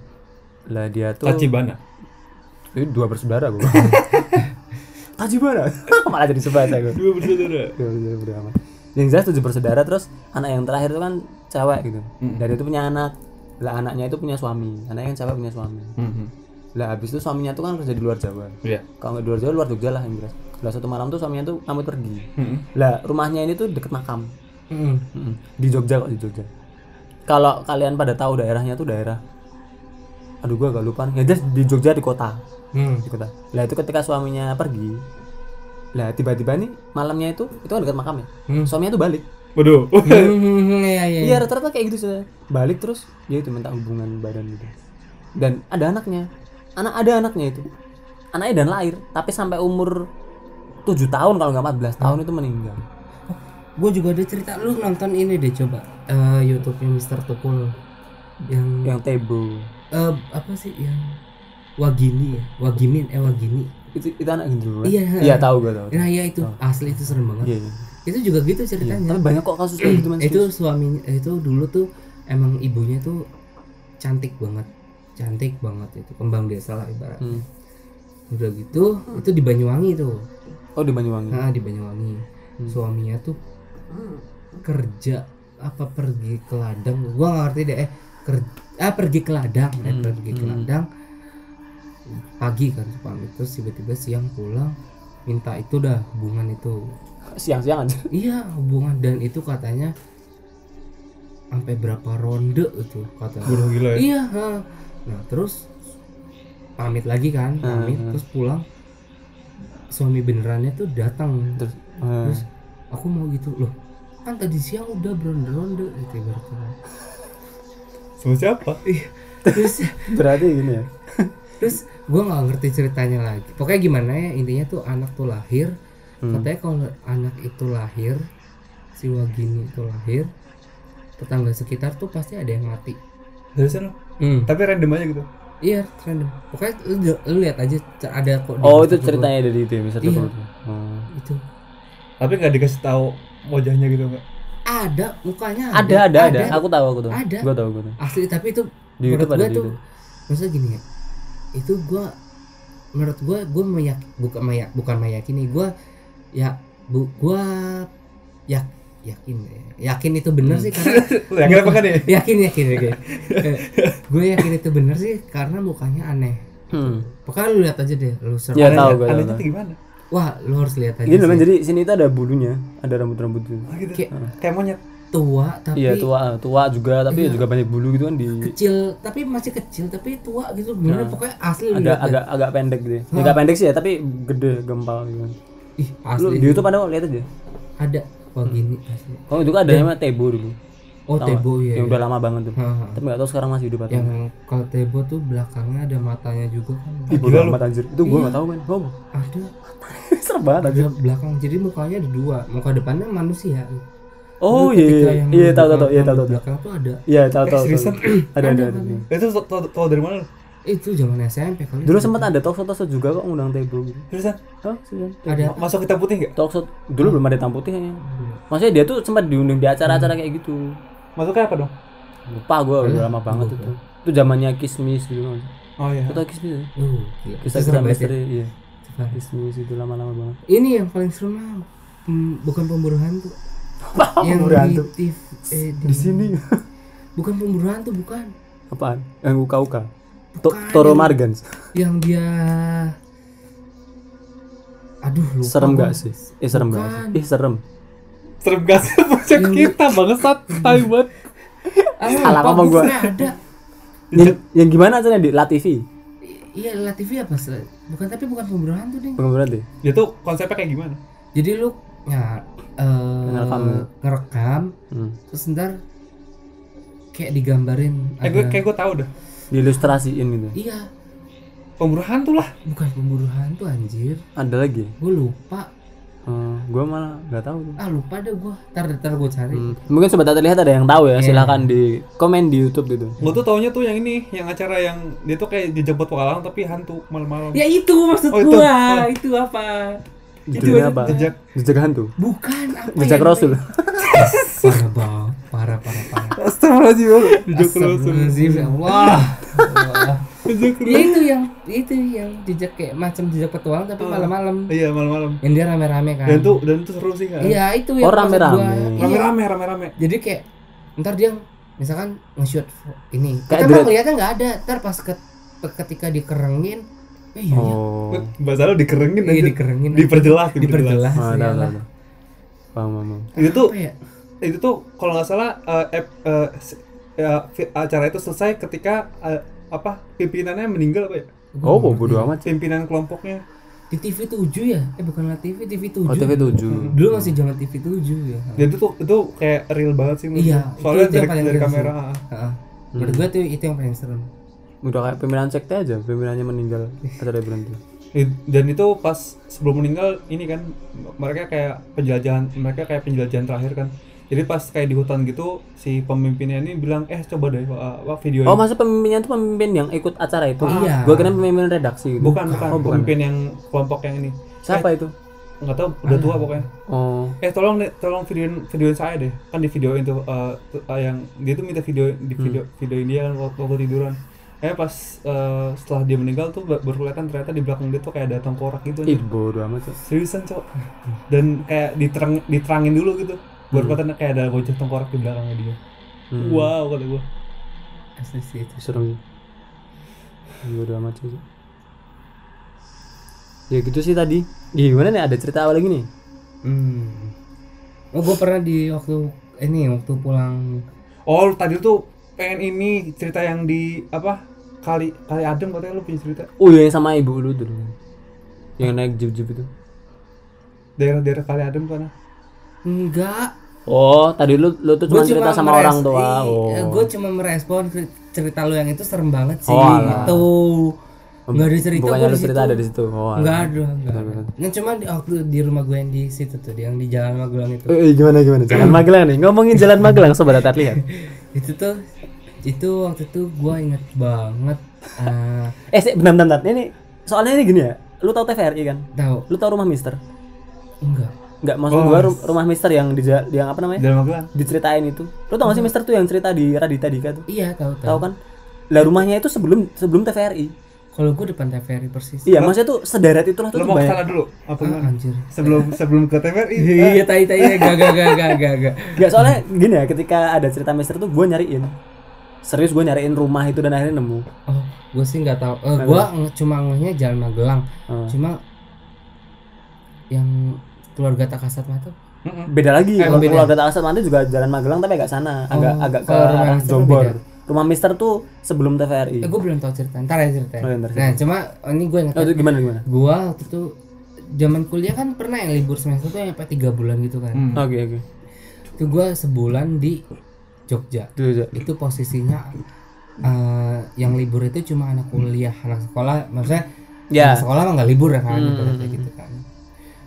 Speaker 3: Lah dia tuh
Speaker 2: Tachibana.
Speaker 3: Ini dua bersaudara gue. Tajibara. Malah jadi sebahasa gue.
Speaker 2: Dua bersaudara.
Speaker 3: Dua bersaudara amat. iya, Yang jelas tujuh bersaudara terus anak yang terakhir itu kan cewek gitu. Dari itu punya anak. Lah anaknya itu punya suami. Anaknya yang cewek punya suami.
Speaker 2: Hmm.
Speaker 3: Lah habis itu suaminya tuh kan kerja di luar Jawa.
Speaker 2: Iya.
Speaker 3: Kalau nggak di luar Jawa luar Jogja lah yang jelas. Lah suatu malam tuh suaminya tuh pamit pergi.
Speaker 2: Hmm.
Speaker 3: Lah rumahnya ini tuh deket makam.
Speaker 1: Heeh.
Speaker 3: Mm-mm. Di Jogja kok di Jogja. Kalau kalian pada tahu daerahnya tuh daerah Aduh gua agak lupa. nih. Ya jelas di Jogja di kota
Speaker 1: Hmm.
Speaker 3: di kota. Gitu Lah itu ketika suaminya pergi, lah tiba-tiba nih malamnya itu itu kan dekat makam ya.
Speaker 1: Hmm.
Speaker 3: Suaminya tuh balik.
Speaker 2: Waduh.
Speaker 1: Hmm, iya iya
Speaker 3: Iya rata-rata kayak gitu sudah. Balik terus dia itu minta hubungan badan gitu. Dan ada anaknya. Anak ada anaknya itu. Anaknya dan lahir, tapi sampai umur 7 tahun kalau nggak 14
Speaker 1: Hmm.
Speaker 3: tahun itu meninggal.
Speaker 1: gue juga ada cerita lu nonton ini deh coba Eh, YouTube-nya Mister Tukul yang
Speaker 3: Yang tebo.
Speaker 1: eh, apa sih yang Wagini ya Wagimin eh Wagini
Speaker 3: Itu itu anak gendruwo.
Speaker 1: Iya.
Speaker 3: Iya tahu gua tahu.
Speaker 1: nah ya itu asli itu serem banget
Speaker 3: Iya. iya.
Speaker 1: itu juga gitu ceritanya
Speaker 3: Tapi banyak kok kasus kayak gitu Mas.
Speaker 1: itu suaminya eh, itu dulu tuh emang ibunya tuh cantik banget cantik banget itu kembang desa lah ibarat
Speaker 3: Hmm.
Speaker 1: udah gitu itu di Banyuwangi tuh
Speaker 3: Oh di Banyuwangi.
Speaker 1: nah di Banyuwangi suaminya tuh kerja apa pergi ke ladang gua nggak ngerti deh eh kerja ah pergi ke ladang eh, pergi ke ladang pagi kan pamit terus tiba-tiba siang pulang minta itu dah hubungan itu
Speaker 3: Siang-siang aja.
Speaker 1: iya hubungan dan itu katanya sampai berapa ronde itu katanya
Speaker 2: Waduh gila ya.
Speaker 1: Iya. ha. Nah terus pamit lagi kan, pamit terus pulang suami benerannya tuh datang.
Speaker 3: Terus. eh,
Speaker 1: Terus aku mau gitu loh. Kan tadi siang udah beronde-ronde gitu ibaratnya.
Speaker 2: Sama siapa?
Speaker 1: Ih, terus
Speaker 3: berarti gini ya.
Speaker 1: terus gue nggak ngerti ceritanya lagi. Pokoknya gimana ya intinya tuh anak tuh lahir.
Speaker 3: Hmm.
Speaker 1: Katanya kalau anak itu lahir, si Wagini itu lahir, tetangga sekitar tuh pasti ada yang mati.
Speaker 2: Dari sana.
Speaker 1: Hmm.
Speaker 2: Tapi random aja gitu.
Speaker 1: Iya, random. Pokoknya lu, lu lihat aja cer- ada kok. di
Speaker 3: Oh itu
Speaker 1: Instagram.
Speaker 3: ceritanya dari itu ya, Mr.
Speaker 1: Iya.
Speaker 3: Tukul itu. Oh.
Speaker 1: itu
Speaker 2: Tapi nggak dikasih tahu wajahnya gitu nggak?
Speaker 1: ada mukanya
Speaker 3: Ada, ada, ada, Aku tahu, aku tahu.
Speaker 1: Ada.
Speaker 3: Gua tahu, gua tahu.
Speaker 1: asli tapi itu
Speaker 3: Di
Speaker 1: menurut
Speaker 3: YouTube
Speaker 1: gue
Speaker 3: ada di
Speaker 1: tuh
Speaker 3: YouTube.
Speaker 1: maksudnya gini ya itu gue menurut gue gue meyak bukan meyak bukan meyakini gue ya bu gue yak yakin yakin itu bener
Speaker 3: Hmm.
Speaker 1: sih karena
Speaker 2: Lu yakin apa kan ya?
Speaker 1: yakin yakin ya gue yakin itu bener sih karena mukanya aneh
Speaker 3: Hmm.
Speaker 1: pokoknya lu lihat aja deh lu search.
Speaker 3: Ya tahu, gua tahu.
Speaker 2: Anehnya tuh gimana?
Speaker 1: wah lu harus lihat aja
Speaker 3: Ini namanya
Speaker 1: sih.
Speaker 3: jadi sini itu ada bulunya, ada rambut-rambut gitu.
Speaker 2: Ah, gitu.
Speaker 1: Kayak-
Speaker 2: Kayak monyet.
Speaker 1: tua tapi Iya.
Speaker 3: Iya tua, tua juga tapi juga banyak bulu gitu kan di
Speaker 1: kecil tapi masih kecil tapi tua gitu
Speaker 3: Nah.
Speaker 1: bener pokoknya asli lu
Speaker 3: agak
Speaker 1: lihat
Speaker 3: agak agak pendek gitu. Ya. Agak pendek sih ya tapi gede gempal gitu.
Speaker 1: Ih,
Speaker 3: Lu
Speaker 1: asli
Speaker 3: di YouTube ada kok lihat aja.
Speaker 1: ada wah gini asli.
Speaker 3: Kalau juga ada namanya Tebo dulu.
Speaker 1: Iya. Oh, Tebo ya.
Speaker 3: Yang udah lama banget tuh.
Speaker 1: Heeh.
Speaker 3: Tapi enggak tahu sekarang masih hidup atau enggak.
Speaker 1: Yang kalau Tebo tuh belakangnya ada matanya juga kan.
Speaker 3: Ih, bodo amat anjir. Itu gua
Speaker 1: Iya.
Speaker 3: enggak tahu kan. Oh,
Speaker 1: Ada
Speaker 3: serem banget anjir.
Speaker 1: ada belakang. Jadi mukanya ada dua. Muka depannya manusia.
Speaker 3: Oh
Speaker 1: Lalu
Speaker 3: iya.
Speaker 1: ketika
Speaker 3: iya.
Speaker 1: yang
Speaker 3: Iya, tahu tahu
Speaker 1: belakang-
Speaker 3: tahu. Iya, tahu tahu. tahu.
Speaker 1: Belakang tuh ada.
Speaker 3: Iya, tahu tahu. tahu.
Speaker 2: seriusan?
Speaker 3: Ada ada ada.
Speaker 2: Itu tau- tau tau dari mana? lu?
Speaker 1: Itu zaman SMP kali.
Speaker 3: Dulu sempat ada talk show talk show juga kok ngundang Tebo gitu.
Speaker 2: Seriusan?
Speaker 3: Hah? seriusan?
Speaker 1: ada
Speaker 2: Ma- Masuk kita putih nggak?
Speaker 3: Talk show dulu belum ada hitam putih kayaknya. Maksudnya dia tuh sempat diundang di acara-acara kayak gitu.
Speaker 2: Masuknya apa dong?
Speaker 3: Lupa gua udah lama banget itu. Itu zamannya gitu, Kismis dulu.
Speaker 2: Oh iya.
Speaker 3: Atau Kismis. ya?
Speaker 1: Uh, gila. Itu
Speaker 3: Kisah-kisah
Speaker 1: serem banget ya.
Speaker 3: misteri, iya.
Speaker 1: Serem.
Speaker 3: Kismis itu lama-lama banget.
Speaker 1: Ini yang paling serem mah hmm, bukan pemburu hantu. yang
Speaker 3: Pemburu hantu.
Speaker 1: di, TV, eh, di-
Speaker 3: Di sini
Speaker 1: bukan pemburu hantu bukan
Speaker 3: apaan? Yang uka-uka. To-
Speaker 1: Bukan.
Speaker 3: Toro Margans.
Speaker 1: yang dia aduh lupa
Speaker 3: Serem
Speaker 1: gua.
Speaker 3: gak sih? Eh serem gak sih?
Speaker 1: Bukan.
Speaker 3: Ih serem.
Speaker 2: Serem gak sih puncak kita bangsat tai banget.
Speaker 1: Ah,
Speaker 3: Salah
Speaker 1: lupa,
Speaker 3: ngomong gua.
Speaker 1: pernah ada
Speaker 3: Yang, yang gimana acaranya di La TV?
Speaker 1: I- Iya, Latifi apa sih? Bukan tapi bukan pemburu hantu deh.
Speaker 3: Pengumuman deh.
Speaker 2: Ya tuh konsepnya kayak gimana?
Speaker 1: Jadi lu ya, eh,
Speaker 3: Ngerekam.
Speaker 2: ya?
Speaker 1: ngerekam,
Speaker 3: Hmm.
Speaker 1: terus ntar kayak digambarin
Speaker 2: Eh gue kayak gue tahu dah.
Speaker 3: Diilustrasiin gitu.
Speaker 1: Iya,
Speaker 2: Pemburu hantu lah.
Speaker 1: bukan pemburu hantu anjir.
Speaker 3: Ada lagi.
Speaker 1: Gue lupa.
Speaker 3: Hmm, gua malah nggak tahu.
Speaker 1: Ah, lupa deh gua. Ntar ntar gue cari.
Speaker 3: Hmm. Mungkin sobat tak terlihat ada yang tahu ya. Silahkan di komen di YouTube gitu.
Speaker 2: Gue tuh taunya tuh yang ini, yang acara yang dia tuh kayak dijemput pekalang tapi hantu malam-malam.
Speaker 1: Ya itu maksud
Speaker 2: Oh, itu.
Speaker 1: gua. Itu. apa?
Speaker 3: Judulnya apa?
Speaker 2: jejak. Oh, iya,
Speaker 3: Jejak hantu.
Speaker 1: Bukan apa
Speaker 3: Jejak
Speaker 1: ya,
Speaker 3: Rasul.
Speaker 1: namanya? Parah banget. Parah parah parah.
Speaker 3: Astagfirullahaladzim.
Speaker 2: Jejak rasul.
Speaker 1: Astagfirullahaladzim, ya Allah. Allah.
Speaker 2: Jejak
Speaker 1: ya itu yang itu yang jejak kayak macam jejak petualang tapi malam-malam.
Speaker 2: Iya malam-malam.
Speaker 1: yang dia rame-rame kan
Speaker 2: Dan tuh dan tuh seru sih kan.
Speaker 1: iya itu
Speaker 3: Oh,
Speaker 1: maksud gua.
Speaker 3: rame-rame.
Speaker 1: Iya.
Speaker 2: Rame-rame rame-rame.
Speaker 1: jadi kayak ntar dia misalkan nge-shoot fo- ini
Speaker 3: Kayak
Speaker 1: kita mah
Speaker 3: dread.
Speaker 1: ngeliatnya nggak ada ntar pas ke, pe- ketika dikerengin eh iya iya.
Speaker 3: Oh.
Speaker 2: Bahasa lu dikerengin
Speaker 1: iya
Speaker 2: aja.
Speaker 1: dikerengin
Speaker 2: Diperjelas,
Speaker 1: diperjelas ya
Speaker 3: Ah, ada, ada,
Speaker 1: lah.
Speaker 3: ada. Paham, paham, paham.
Speaker 2: Itu tuh
Speaker 1: Apa ya?
Speaker 2: itu tuh kalau nggak salah eh, ep- eh, se- eh, fi- acara itu selesai ketika eh, apa pimpinannya meninggal apa ya?
Speaker 1: Gua
Speaker 3: Oh,
Speaker 1: nggak
Speaker 3: bodo amat.
Speaker 2: Pimpinan kelompoknya.
Speaker 1: ngerti. di TV 7 ya eh bukan lah TV TV 7
Speaker 3: OTV 7.
Speaker 1: dulu masih zaman TV 7 ya
Speaker 2: Dan itu tuh itu kayak real banget sih menurut
Speaker 1: Iya,
Speaker 2: gua.
Speaker 1: itu-
Speaker 2: Hmm. Soalnya
Speaker 1: itu yang
Speaker 2: dari,
Speaker 1: paling real
Speaker 2: dari
Speaker 1: sih.
Speaker 2: kamera. ah.
Speaker 1: Heeh.
Speaker 3: Hmm.
Speaker 1: menurut gua tuh itu yang paling serem
Speaker 3: Udah kayak pimpinan sekte aja, pimpinannya meninggal acara berhenti.
Speaker 2: I- Dan itu pas sebelum meninggal ini kan mereka kayak penjelajahan mereka kayak penjelajahan terakhir kan. Jadi pas kayak di hutan gitu si pemimpinnya ini bilang eh coba deh uh, apa video
Speaker 3: Oh, masa pemimpinnya tuh pemimpin yang ikut acara itu?
Speaker 1: Iya.
Speaker 3: Gua kira pemimpin redaksi gitu.
Speaker 2: bukan bukan
Speaker 3: Oh, bukan.
Speaker 2: pemimpin yang kelompok yang ini
Speaker 3: Siapa itu?
Speaker 2: nggak tahu udah tua pokoknya.
Speaker 3: Oh,
Speaker 2: Eh tolong deh, tolong videoin videoin saya deh.
Speaker 3: Hmm.
Speaker 2: Kan di videoin tuh eh, tuh, eh, yang dia tuh minta video di video videoin dia kan waktu, waktu tiduran. eh pas eh, setelah dia meninggal tuh ba- baru kelihatan ternyata di belakang dia tuh kayak ada tengkorak gitu
Speaker 3: Ih, bodo amat tuh.
Speaker 2: seriusan cok dan kayak diterang diterangin dulu gitu baru kelihatan kayak ada wajah tengkorak di belakangnya dia
Speaker 3: Hmm.
Speaker 2: wow kata gua
Speaker 1: asli sih itu
Speaker 3: serem bodo amat sih ya gitu sih tadi gimana nih ada cerita apa lagi nih
Speaker 2: hmm.
Speaker 1: oh gue pernah di waktu ini waktu pulang
Speaker 2: oh lu tadi tuh pengen ini cerita yang di apa kali kali adem katanya lu punya cerita
Speaker 3: oh yang sama ibu lu dulu yang naik jeep jeep itu
Speaker 2: daerah-daerah kali adem kan
Speaker 3: Eh.
Speaker 1: enggak
Speaker 3: oh tadi lu lu tuh
Speaker 1: Gua
Speaker 3: cuma cerita sama
Speaker 1: meres-
Speaker 3: orang tua
Speaker 1: Ih,
Speaker 3: oh
Speaker 1: eh, gua cuma merespon cer- cerita lu yang itu serem banget sih
Speaker 3: Oh, alah.
Speaker 1: gitu nggak ada cerita
Speaker 3: bukannya
Speaker 1: gua
Speaker 3: lu
Speaker 1: di
Speaker 3: cerita
Speaker 1: situ.
Speaker 3: ada di situ oh alah.
Speaker 1: nggak ada nggak ada. Nah, cuma di, waktu di rumah gue yang di situ tuh yang di jalan Magelang itu
Speaker 3: Eh, eh, gimana gimana jalan Magelang nih ngomongin jalan Magelang sobat datar lihat
Speaker 1: itu tuh itu waktu itu gua inget banget eh
Speaker 3: eh sih bentar bentar bentar. ini soalnya ini gini ya lu tau TVRI kan
Speaker 1: tahu
Speaker 3: lu tau rumah Mister
Speaker 1: enggak
Speaker 3: nggak maksud gua ru- rumah Mister yang di ja- yang apa namanya
Speaker 2: dalam magelang
Speaker 3: diceritain itu lu tau gak sih Mister tuh yang cerita di Radita Dika tuh
Speaker 1: iya tahu tahu
Speaker 3: tahu kan lah rumahnya itu sebelum sebelum TVRI
Speaker 1: kalau gue depan TVRI persis
Speaker 3: iya maksudnya tuh sederet itulah tuh,
Speaker 2: lu
Speaker 3: tuh
Speaker 2: mau
Speaker 3: banyak
Speaker 2: kesana dulu apa
Speaker 1: Ah,
Speaker 2: gimana
Speaker 1: anjir
Speaker 2: sebelum sebelum ke TVRI
Speaker 1: iya tai tai gak gak gak gak gak gak
Speaker 3: nggak soalnya gini ya ketika ada cerita Mister tuh gue nyariin serius gue nyariin rumah itu dan akhirnya nemu
Speaker 1: oh gue sih nggak tahu Eh, gua gue cuma ngehnya jalan Magelang
Speaker 3: Hmm.
Speaker 1: cuma yang keluarga tak kasat mata
Speaker 2: Mm-mm.
Speaker 3: beda lagi
Speaker 2: Eh,
Speaker 3: kalau
Speaker 1: beda.
Speaker 3: keluarga tak asal nanti juga jalan Magelang tapi agak sana agak
Speaker 1: Oh,
Speaker 3: agak ke
Speaker 1: kalau rumah
Speaker 3: arah
Speaker 1: Mister tuh
Speaker 3: Jombor
Speaker 1: beda.
Speaker 3: rumah Mister tuh sebelum TVRI
Speaker 1: eh, gue belum tahu cerita ntar ya cerita
Speaker 3: Oh, iya, ntar
Speaker 1: nah cuma ini gue ingat
Speaker 3: oh, itu gimana gimana
Speaker 1: gue waktu itu zaman kuliah kan pernah yang libur semester tuh yang sampai tiga bulan gitu kan
Speaker 2: Hmm.
Speaker 3: oke oke
Speaker 1: itu gue sebulan di Jogja
Speaker 3: Itu aja.
Speaker 1: itu posisinya eh, yang libur itu cuma anak kuliah anak sekolah maksudnya
Speaker 3: Ya. Hmm.
Speaker 1: anak sekolah mah nggak libur kan gitu, kayak gitu kan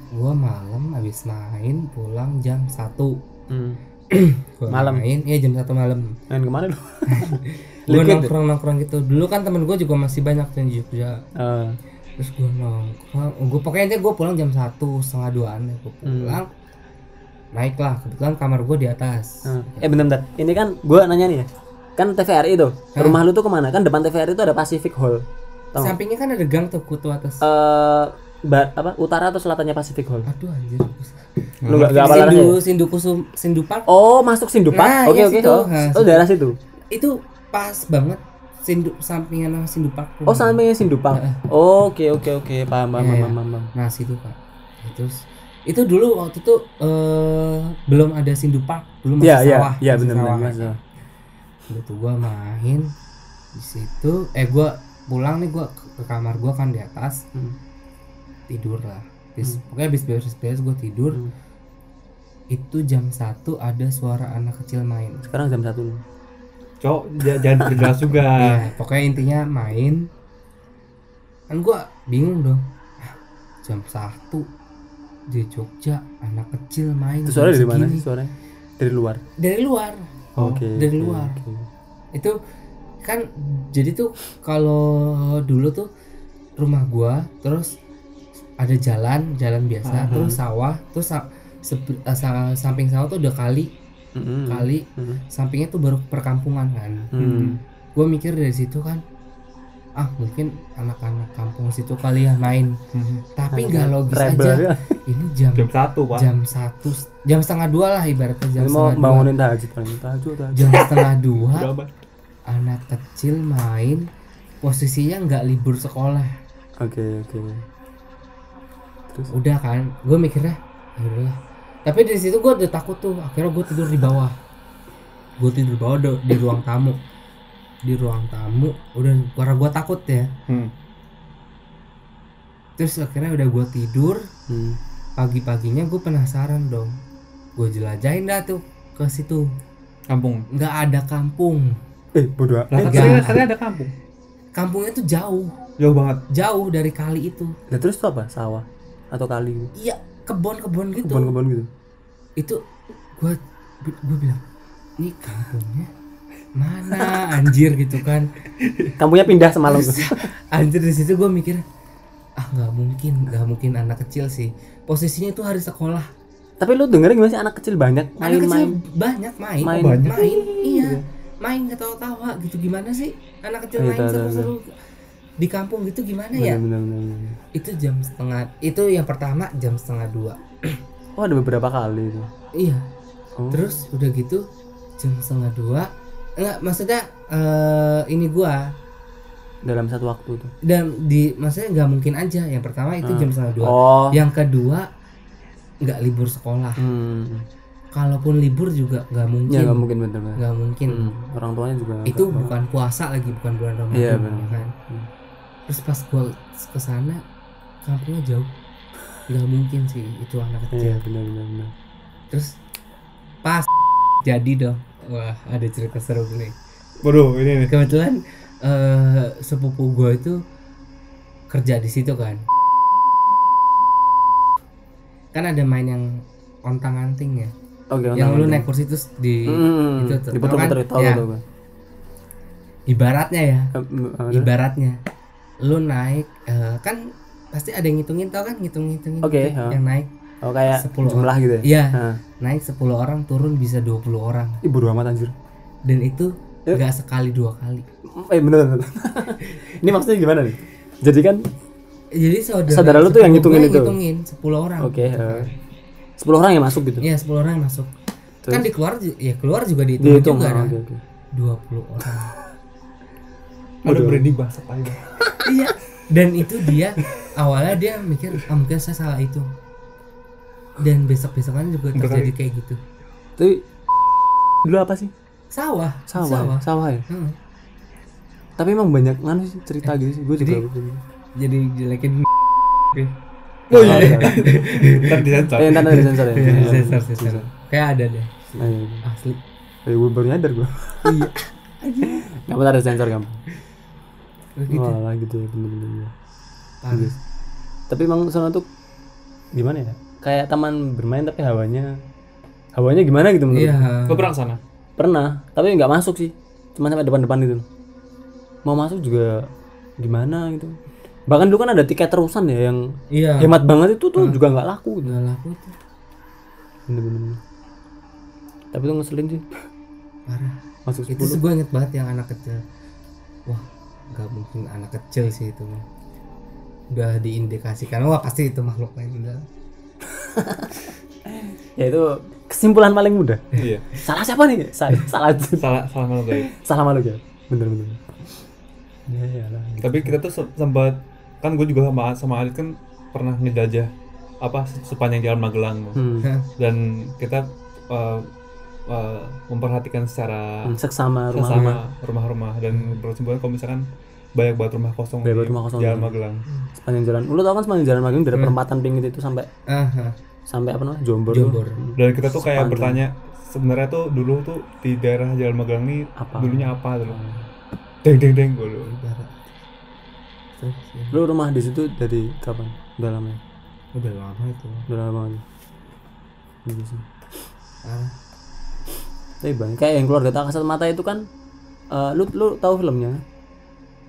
Speaker 1: gue malam habis main pulang jam satu
Speaker 3: Hmm.
Speaker 1: Gua
Speaker 3: Malam.
Speaker 1: main iya jam satu malam
Speaker 3: main kemana lu
Speaker 1: gue
Speaker 3: Liquid
Speaker 1: nongkrong nongkrong gitu dulu kan temen gue juga masih banyak tuh yang di Jogja
Speaker 3: Eh,
Speaker 1: terus gue nongkrong gue pokoknya gue pulang jam satu setengah duaan gue
Speaker 3: Hmm.
Speaker 1: pulang naiklah kebetulan kamar gue di atas
Speaker 3: eh. eh bentar bentar ini kan gue nanya nih ya kan TVRI tuh
Speaker 1: Eh.
Speaker 3: rumah lu tuh kemana kan depan TVRI tuh ada Pacific Hall tau nggak?
Speaker 1: sampingnya kan ada gang tuh kutu atas
Speaker 3: eh ba- apa utara atau selatannya Pacific Hall
Speaker 1: aduh anjir
Speaker 3: lu nggak nggak apa
Speaker 1: sindu
Speaker 3: ya?
Speaker 1: sindu kusum sindu park
Speaker 3: oh masuk Sindupak
Speaker 1: Nah,
Speaker 3: oke
Speaker 1: iya,
Speaker 3: oke
Speaker 1: situ.
Speaker 3: oh.
Speaker 1: Nah,
Speaker 3: oh daerah situ
Speaker 1: itu pas banget sindu sampingnya nama sindu park
Speaker 3: oh sampingnya Sindupak
Speaker 1: Eh,
Speaker 3: oke oke oke paham paham paham paham, paham.
Speaker 1: nah situ pak Nah, terus itu dulu waktu itu eh, belum ada sindu park belum masih
Speaker 3: Iya, iya,
Speaker 1: sawah
Speaker 3: iya
Speaker 1: masih
Speaker 3: benar
Speaker 1: sawah.
Speaker 3: benar.
Speaker 1: Udah tuh gua main di situ eh gua pulang nih gua ke ke kamar gua kan di atas
Speaker 3: Hmm.
Speaker 1: tidur lah Bis, pokoknya habis beres-beres gua tidur
Speaker 3: Hmm.
Speaker 1: itu jam satu ada suara anak kecil main
Speaker 3: Sekarang jam 1 lu.
Speaker 2: cok j- jangan berjelas juga
Speaker 1: ya pokoknya intinya main kan gua bingung dong Ah, jam satu di Jogja anak kecil main
Speaker 3: Itu
Speaker 1: jam
Speaker 3: suara dari mana
Speaker 1: segini.
Speaker 3: sih suaranya? Dari luar.
Speaker 1: dari luar
Speaker 3: oke.
Speaker 1: Oh, dari
Speaker 3: oke,
Speaker 1: luar.
Speaker 3: oke.
Speaker 1: itu kan jadi tuh kalau dulu tuh rumah gua terus ada jalan jalan biasa
Speaker 3: Ah,
Speaker 1: terus sawah terus sa- sep- eh, sa- samping sawah tuh udah kali
Speaker 3: Mm-mm.
Speaker 1: kali
Speaker 3: Mm-mm.
Speaker 1: sampingnya tuh baru perkampungan kan
Speaker 3: Mm.
Speaker 1: gua mikir dari situ kan ah mungkin anak-anak kampung situ kali ya main
Speaker 2: Mhm.
Speaker 1: tapi nggak logis
Speaker 3: Nah, Rebel
Speaker 1: aja
Speaker 3: ya.
Speaker 1: ini jam
Speaker 2: jam satu pak
Speaker 1: jam satu jam setengah dua lah ibaratnya jam
Speaker 3: Ini mau
Speaker 1: setengah dua
Speaker 3: bangunin tahajud paling tahajud tahajud.
Speaker 1: jam setengah dua
Speaker 2: Udah, Bang.
Speaker 1: anak kecil main posisinya nggak libur sekolah
Speaker 3: Oke oke. Terus
Speaker 1: udah kan gue mikirnya "Ya udahlah tapi dari situ gue udah takut tuh akhirnya gue tidur di bawah gue tidur di bawah do- di ruang tamu di ruang tamu udah karena gue takut ya
Speaker 2: Hmm.
Speaker 1: terus akhirnya udah gue tidur
Speaker 3: hmm.
Speaker 1: pagi paginya gue penasaran dong gue jelajahin dah tuh ke situ
Speaker 2: kampung
Speaker 1: nggak ada kampung
Speaker 3: eh bodoh. amat.
Speaker 2: lah
Speaker 1: Enggak.
Speaker 2: katanya, katanya ada kampung
Speaker 1: kampungnya tuh jauh
Speaker 2: jauh banget
Speaker 1: jauh dari kali itu
Speaker 3: Nah, terus itu apa? Sawah atau kali gitu?
Speaker 1: iya kebon-kebon gitu
Speaker 3: Kebun-kebun gitu.
Speaker 1: itu gua gua bilang ini kampungnya mana anjir gitu kan
Speaker 3: Kampungnya pindah semalam tuh.
Speaker 1: anjir di situ gua mikir ah nggak mungkin nggak mungkin anak kecil sih posisinya itu hari sekolah
Speaker 3: Tapi lu dengerin gimana sih anak kecil banyak
Speaker 1: anak kecil
Speaker 3: main-main?
Speaker 1: banyak main
Speaker 3: Main.
Speaker 1: main, iya main ketawa-tawa gitu gimana sih anak kecil
Speaker 3: Iya,
Speaker 1: main
Speaker 3: tahu, tahu,
Speaker 1: seru-seru di kampung gitu gimana ya
Speaker 3: Bener, bener, bener, bener.
Speaker 1: itu jam setengah itu yang pertama jam setengah dua
Speaker 3: Oh ada beberapa kali itu.
Speaker 1: iya
Speaker 3: Oh.
Speaker 1: terus udah gitu jam setengah dua enggak maksudnya eh ini gua
Speaker 3: dalam satu waktu tuh.
Speaker 1: dan di maksudnya nggak mungkin aja yang pertama itu jam setengah dua Ya.
Speaker 3: Oh.
Speaker 1: yang kedua nggak libur sekolah
Speaker 3: Hmm.
Speaker 1: kalaupun libur juga nggak mungkin
Speaker 3: Ya nggak mungkin bener bener.
Speaker 1: nggak mungkin
Speaker 3: Hmm. Orang tuanya juga.
Speaker 1: itu
Speaker 3: nggak-
Speaker 1: bukan puasa lagi bukan bulan Ramadan
Speaker 3: Iya,
Speaker 1: ya
Speaker 3: benar.
Speaker 1: kan
Speaker 3: Hmm.
Speaker 1: terus pas gua ke sana kampungnya jauh nggak mungkin sih itu anak
Speaker 3: Iya
Speaker 1: kecil
Speaker 3: bener bener bener.
Speaker 1: terus pas jadi dong wah ada cerita seru nih
Speaker 2: Waduh, ini nih.
Speaker 1: kebetulan eh, sepupu gua itu kerja di situ kan kan ada main yang ontang anting ya
Speaker 3: Oke.
Speaker 1: yang
Speaker 3: otak-
Speaker 1: lu naik kursi terus di
Speaker 3: Hmm.
Speaker 1: itu tuh,
Speaker 3: Diputer puter
Speaker 1: tau
Speaker 3: itu
Speaker 1: kan? Ya.
Speaker 3: tuh. gua.
Speaker 1: ibaratnya ya
Speaker 3: Eh, mm, ah, terus?
Speaker 1: ibaratnya lu naik eh, kan pasti ada yang ngitungin tau kan ngitung-ngitungin
Speaker 3: Oke,
Speaker 1: gitu,
Speaker 3: ha.
Speaker 1: yang naik
Speaker 3: Oh kayak
Speaker 1: 10
Speaker 3: jumlah gitu ya.
Speaker 1: iya
Speaker 3: Nah.
Speaker 1: naik 10 orang turun bisa 20 orang
Speaker 3: Ih bodo amat anjir.
Speaker 1: dan itu
Speaker 3: Eh.
Speaker 1: nggak sekali dua kali
Speaker 3: Eh bener bener. Ini maksudnya gimana nih? Jadi kan
Speaker 1: jadi saudara
Speaker 3: Saudara lu tuh yang
Speaker 1: sepupu
Speaker 3: ngitungin
Speaker 1: gue
Speaker 3: itu?
Speaker 1: ngitungin 10 orang
Speaker 3: oke. eh, 10 orang yang masuk gitu.
Speaker 1: iya 10 orang yang masuk
Speaker 3: Terus?
Speaker 1: kan di keluar ju- ya keluar juga dihitung,
Speaker 3: Dihitung.
Speaker 1: juga
Speaker 3: ah,
Speaker 1: kan
Speaker 3: Oke oke.
Speaker 1: 20 orang
Speaker 2: Ada berani bahasa aja.
Speaker 1: iya dan itu dia awalnya dia mikir ah, mungkin saya salah itu dan besok besokan juga terjadi
Speaker 2: Berkali.
Speaker 1: kayak gitu
Speaker 3: Tapi dulu apa sih?
Speaker 1: sawah
Speaker 3: Sawah. Sawah ya.
Speaker 1: Hmm.
Speaker 3: Tapi emang banyak nganu sih cerita gitu sih. Gue juga.
Speaker 1: jadi- jadi jelekin
Speaker 3: Oh iya.
Speaker 2: Ntar disensor.
Speaker 3: Eh ntar ntar disensor ya.
Speaker 1: sensor sensor kayak ada deh
Speaker 3: Ah, iya, iya.
Speaker 1: asli
Speaker 3: Eh, gue baru nyadar gue.
Speaker 1: iya
Speaker 3: Gak apa ada sensor kamu.
Speaker 1: gitu
Speaker 3: Walah gitu ya bener-bener.
Speaker 1: Parah.
Speaker 3: Tapi emang sana tuh gimana ya? Kayak taman bermain tapi hawanya hawanya gimana gitu menurut?
Speaker 1: iya
Speaker 2: Gua pernah ke sana.
Speaker 3: Pernah, tapi nggak masuk sih. Cuma sampai depan-depan gitu. Mau masuk juga gimana gitu. Bahkan dulu kan ada tiket terusan ya yang
Speaker 1: iya
Speaker 3: hemat banget itu tuh juga nggak laku. gitu.
Speaker 1: nggak laku tuh
Speaker 3: Bener-bener. Tapi tuh ngeselin sih.
Speaker 1: parah
Speaker 3: Masuk
Speaker 1: itu
Speaker 3: 10.
Speaker 1: gue inget banget yang anak kecil wah nggak mungkin anak kecil sih itu mah udah diindikasikan wah pasti itu makhluk lain udah
Speaker 3: Ya itu kesimpulan paling mudah.
Speaker 2: Iya.
Speaker 3: Salah siapa nih? Saya salah
Speaker 2: Salah salah malu gue.
Speaker 3: salah malu ya. Bener-bener. Ya iyalah.
Speaker 2: Tapi kita tuh se- sempat kan gue juga sama sama Adit kan pernah ngejajah apa se- sepanjang jalan Magelang
Speaker 3: Hmm.
Speaker 2: dan kita uh, uh, memperhatikan secara
Speaker 3: Hmm, seksama rumah rumah
Speaker 2: sesama rumah-rumah dan berkesimpulan kalau misalkan banyak banget rumah kosong
Speaker 3: Banyak
Speaker 2: di
Speaker 3: banget rumah kosong.
Speaker 2: jalan Magelang.
Speaker 3: sepanjang jalan lu tau kan sepanjang jalan magang dari perempatan pinggir itu sampai
Speaker 1: ah ah.
Speaker 3: sampai apa namanya Jombor, tuh.
Speaker 1: jombor
Speaker 2: Dan kita tuh kayak
Speaker 3: Sepanjang.
Speaker 2: bertanya sebenarnya tuh dulu tuh di daerah Jalan Magelang nih
Speaker 3: Apa?
Speaker 2: dulunya apa dulu? Deng deng deng gue dulu.
Speaker 1: Ibarat. Terus, ya.
Speaker 3: lu rumah di situ dari kapan udah lama ya?
Speaker 1: udah lama itu
Speaker 3: udah lama banget ya? Gitu sih.
Speaker 1: parah
Speaker 3: tapi banyak kayak yang keluarga tak kasat mata itu kan eh, lu lu tahu filmnya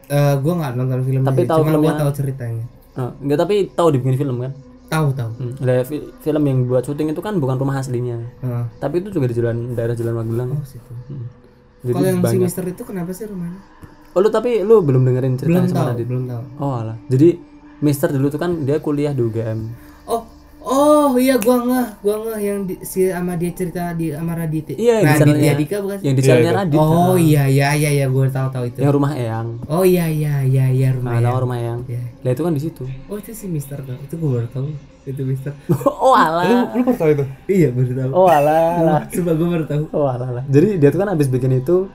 Speaker 1: Eh, gue nggak nonton film
Speaker 3: Tapi tahu
Speaker 1: cuma gue
Speaker 3: filmnya.
Speaker 1: tahu ceritanya
Speaker 3: Eh, enggak tapi tahu dibikin film kan
Speaker 1: tahu tahu
Speaker 3: Hmm, ada fi- film yang buat syuting itu kan bukan rumah aslinya
Speaker 1: Heeh.
Speaker 3: tapi itu juga di jalan daerah jalan Magelang
Speaker 1: oh situ
Speaker 3: Hmm.
Speaker 1: kalau
Speaker 3: jadi
Speaker 1: yang si
Speaker 3: banyak
Speaker 1: Mister itu kenapa sih rumahnya
Speaker 3: oh lu tapi lu belum dengerin cerita
Speaker 1: belum
Speaker 3: sama
Speaker 1: tahu
Speaker 3: Radit
Speaker 1: belum tahu
Speaker 3: oh alah jadi Mister dulu tuh kan dia kuliah di UGM
Speaker 1: oh oh iya gua ngeh gua ngeh yang di, si sama dia cerita di sama Radit
Speaker 3: Iya, yang di sana
Speaker 1: Raditya
Speaker 3: ya.
Speaker 1: Dika bukan sih?
Speaker 3: yang di channelnya
Speaker 2: itu.
Speaker 3: Radit
Speaker 1: oh iya iya iya iya gue tahu tahu itu
Speaker 3: yang rumah Eyang
Speaker 1: oh iya iya iya iya rumah
Speaker 3: nah,
Speaker 1: ya.
Speaker 3: tahu rumah Eyang
Speaker 1: Iya.
Speaker 3: lah itu kan di situ
Speaker 1: oh itu si Mister tuh itu gue baru tahu itu Mister
Speaker 3: oh
Speaker 1: Ah.
Speaker 2: Lu,
Speaker 3: alah
Speaker 2: lu pernah tahu itu?
Speaker 1: iya baru tahu
Speaker 3: oh alah
Speaker 1: coba gue baru tahu
Speaker 3: oh alah alah. jadi dia tuh kan abis bikin itu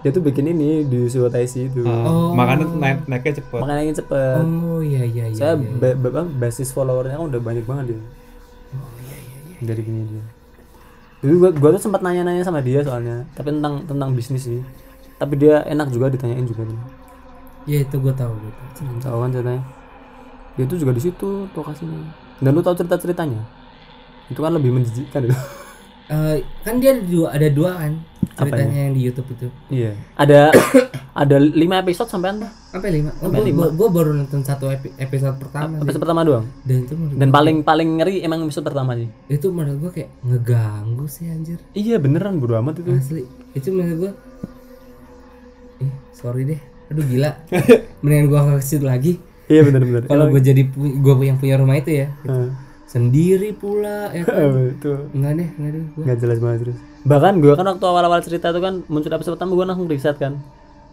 Speaker 3: dia tuh bikin ini di Suwotaisi itu
Speaker 1: Oh.
Speaker 2: Makanya naik naiknya cepet.
Speaker 3: makanya ingin cepet
Speaker 1: oh iya iya iya
Speaker 3: saya
Speaker 1: iya. Oh,
Speaker 3: ba- ba- ba- basis followernya kan udah banyak banget dia
Speaker 1: iya,
Speaker 3: dari gini dia jadi gua, gua tuh sempat nanya-nanya sama dia soalnya tapi tentang tentang bisnis sih tapi dia enak juga ditanyain juga tuh
Speaker 1: ya itu gue tahu gue tahu
Speaker 3: Hmm, tahu kan ceritanya dia tuh juga di situ lokasinya dan lu tahu cerita ceritanya itu kan lebih menjijikkan gitu. itu
Speaker 1: Eh, kan dia ada dua ada dua kan ceritanya
Speaker 3: ya?
Speaker 1: yang di YouTube itu
Speaker 3: iya ada ada lima episode sampean tuh
Speaker 1: apa lima oh, gue gue baru nonton satu epi- episode pertama sih.
Speaker 3: episode pertama doang
Speaker 1: dan itu menurut
Speaker 3: dan paling paling ngeri emang episode pertama sih
Speaker 1: itu menurut gue kayak ngeganggu sih anjir
Speaker 3: iya beneran bodo amat itu
Speaker 1: asli itu menurut gue sorry deh aduh gila mendingan gua ke situ lagi
Speaker 3: iya benar benar
Speaker 1: kalau gua jadi pu- gua yang punya rumah itu ya sendiri pula ya kan?
Speaker 3: betul
Speaker 1: enggak deh enggak deh gua
Speaker 3: nggak jelas banget terus bahkan gue kan waktu awal-awal cerita itu kan muncul episode pertama gue langsung riset kan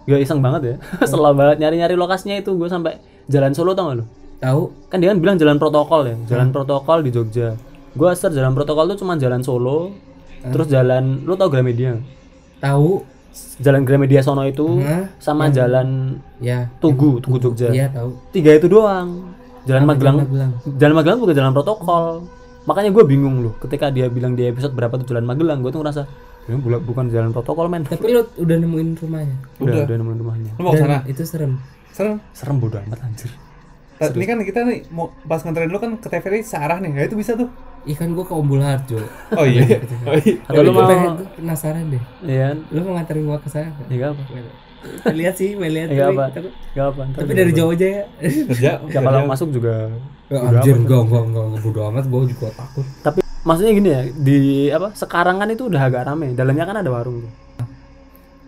Speaker 3: gue iseng banget ya setelah banget nyari-nyari lokasinya itu gue sampai jalan Solo tau gak lu
Speaker 1: tahu
Speaker 3: kan dia kan bilang jalan protokol ya jalan protokol di Jogja gue search jalan protokol tuh cuma jalan Solo terus jalan lu tau Gramedia
Speaker 1: tahu
Speaker 3: jalan Gramedia Sono itu
Speaker 1: Hah?
Speaker 3: sama jalan
Speaker 1: ya
Speaker 3: Tugu Tugu Jogja
Speaker 1: iya tahu
Speaker 3: tiga itu doang jalan Magelang
Speaker 1: Magelang.
Speaker 3: jalan Magelang bukan jalan protokol makanya gue bingung loh ketika dia bilang di episode berapa tuh jalan Magelang gue tuh ngerasa ini bula- bukan jalan protokol men
Speaker 1: tapi lu udah nemuin rumahnya
Speaker 3: udah udah nemuin rumahnya
Speaker 2: Lu mau ke sana?
Speaker 1: Dan itu serem
Speaker 2: Serem.
Speaker 3: serem bodoh amat anjir
Speaker 2: Ta- Ini kan kita nih mau pas nganterin lu kan ke TVRI searah nih. Ya itu bisa tuh.
Speaker 1: ikan kan gua ke Umbul Harjo
Speaker 2: Oh iya. Oh iya.
Speaker 3: atau lu mau
Speaker 1: Pengen- gua penasaran deh
Speaker 3: iya kan?
Speaker 1: lu mau nganterin gua ke sana nggak?
Speaker 3: ya gak apa
Speaker 1: lihat sih mau lihat
Speaker 3: Iya,
Speaker 1: tapi-
Speaker 3: apa?
Speaker 1: tapi-
Speaker 3: gak apa ntar
Speaker 1: tapi
Speaker 3: juga
Speaker 1: dari
Speaker 3: gua-
Speaker 1: jauh aja ya
Speaker 2: Kerja.
Speaker 3: Ya, kalau masuk juga
Speaker 1: Ya, anjir enggak enggak enggak enggak bodo amat gua juga takut
Speaker 3: tapi maksudnya gini ya di apa sekarang kan itu udah agak rame dalamnya kan ada warung tuh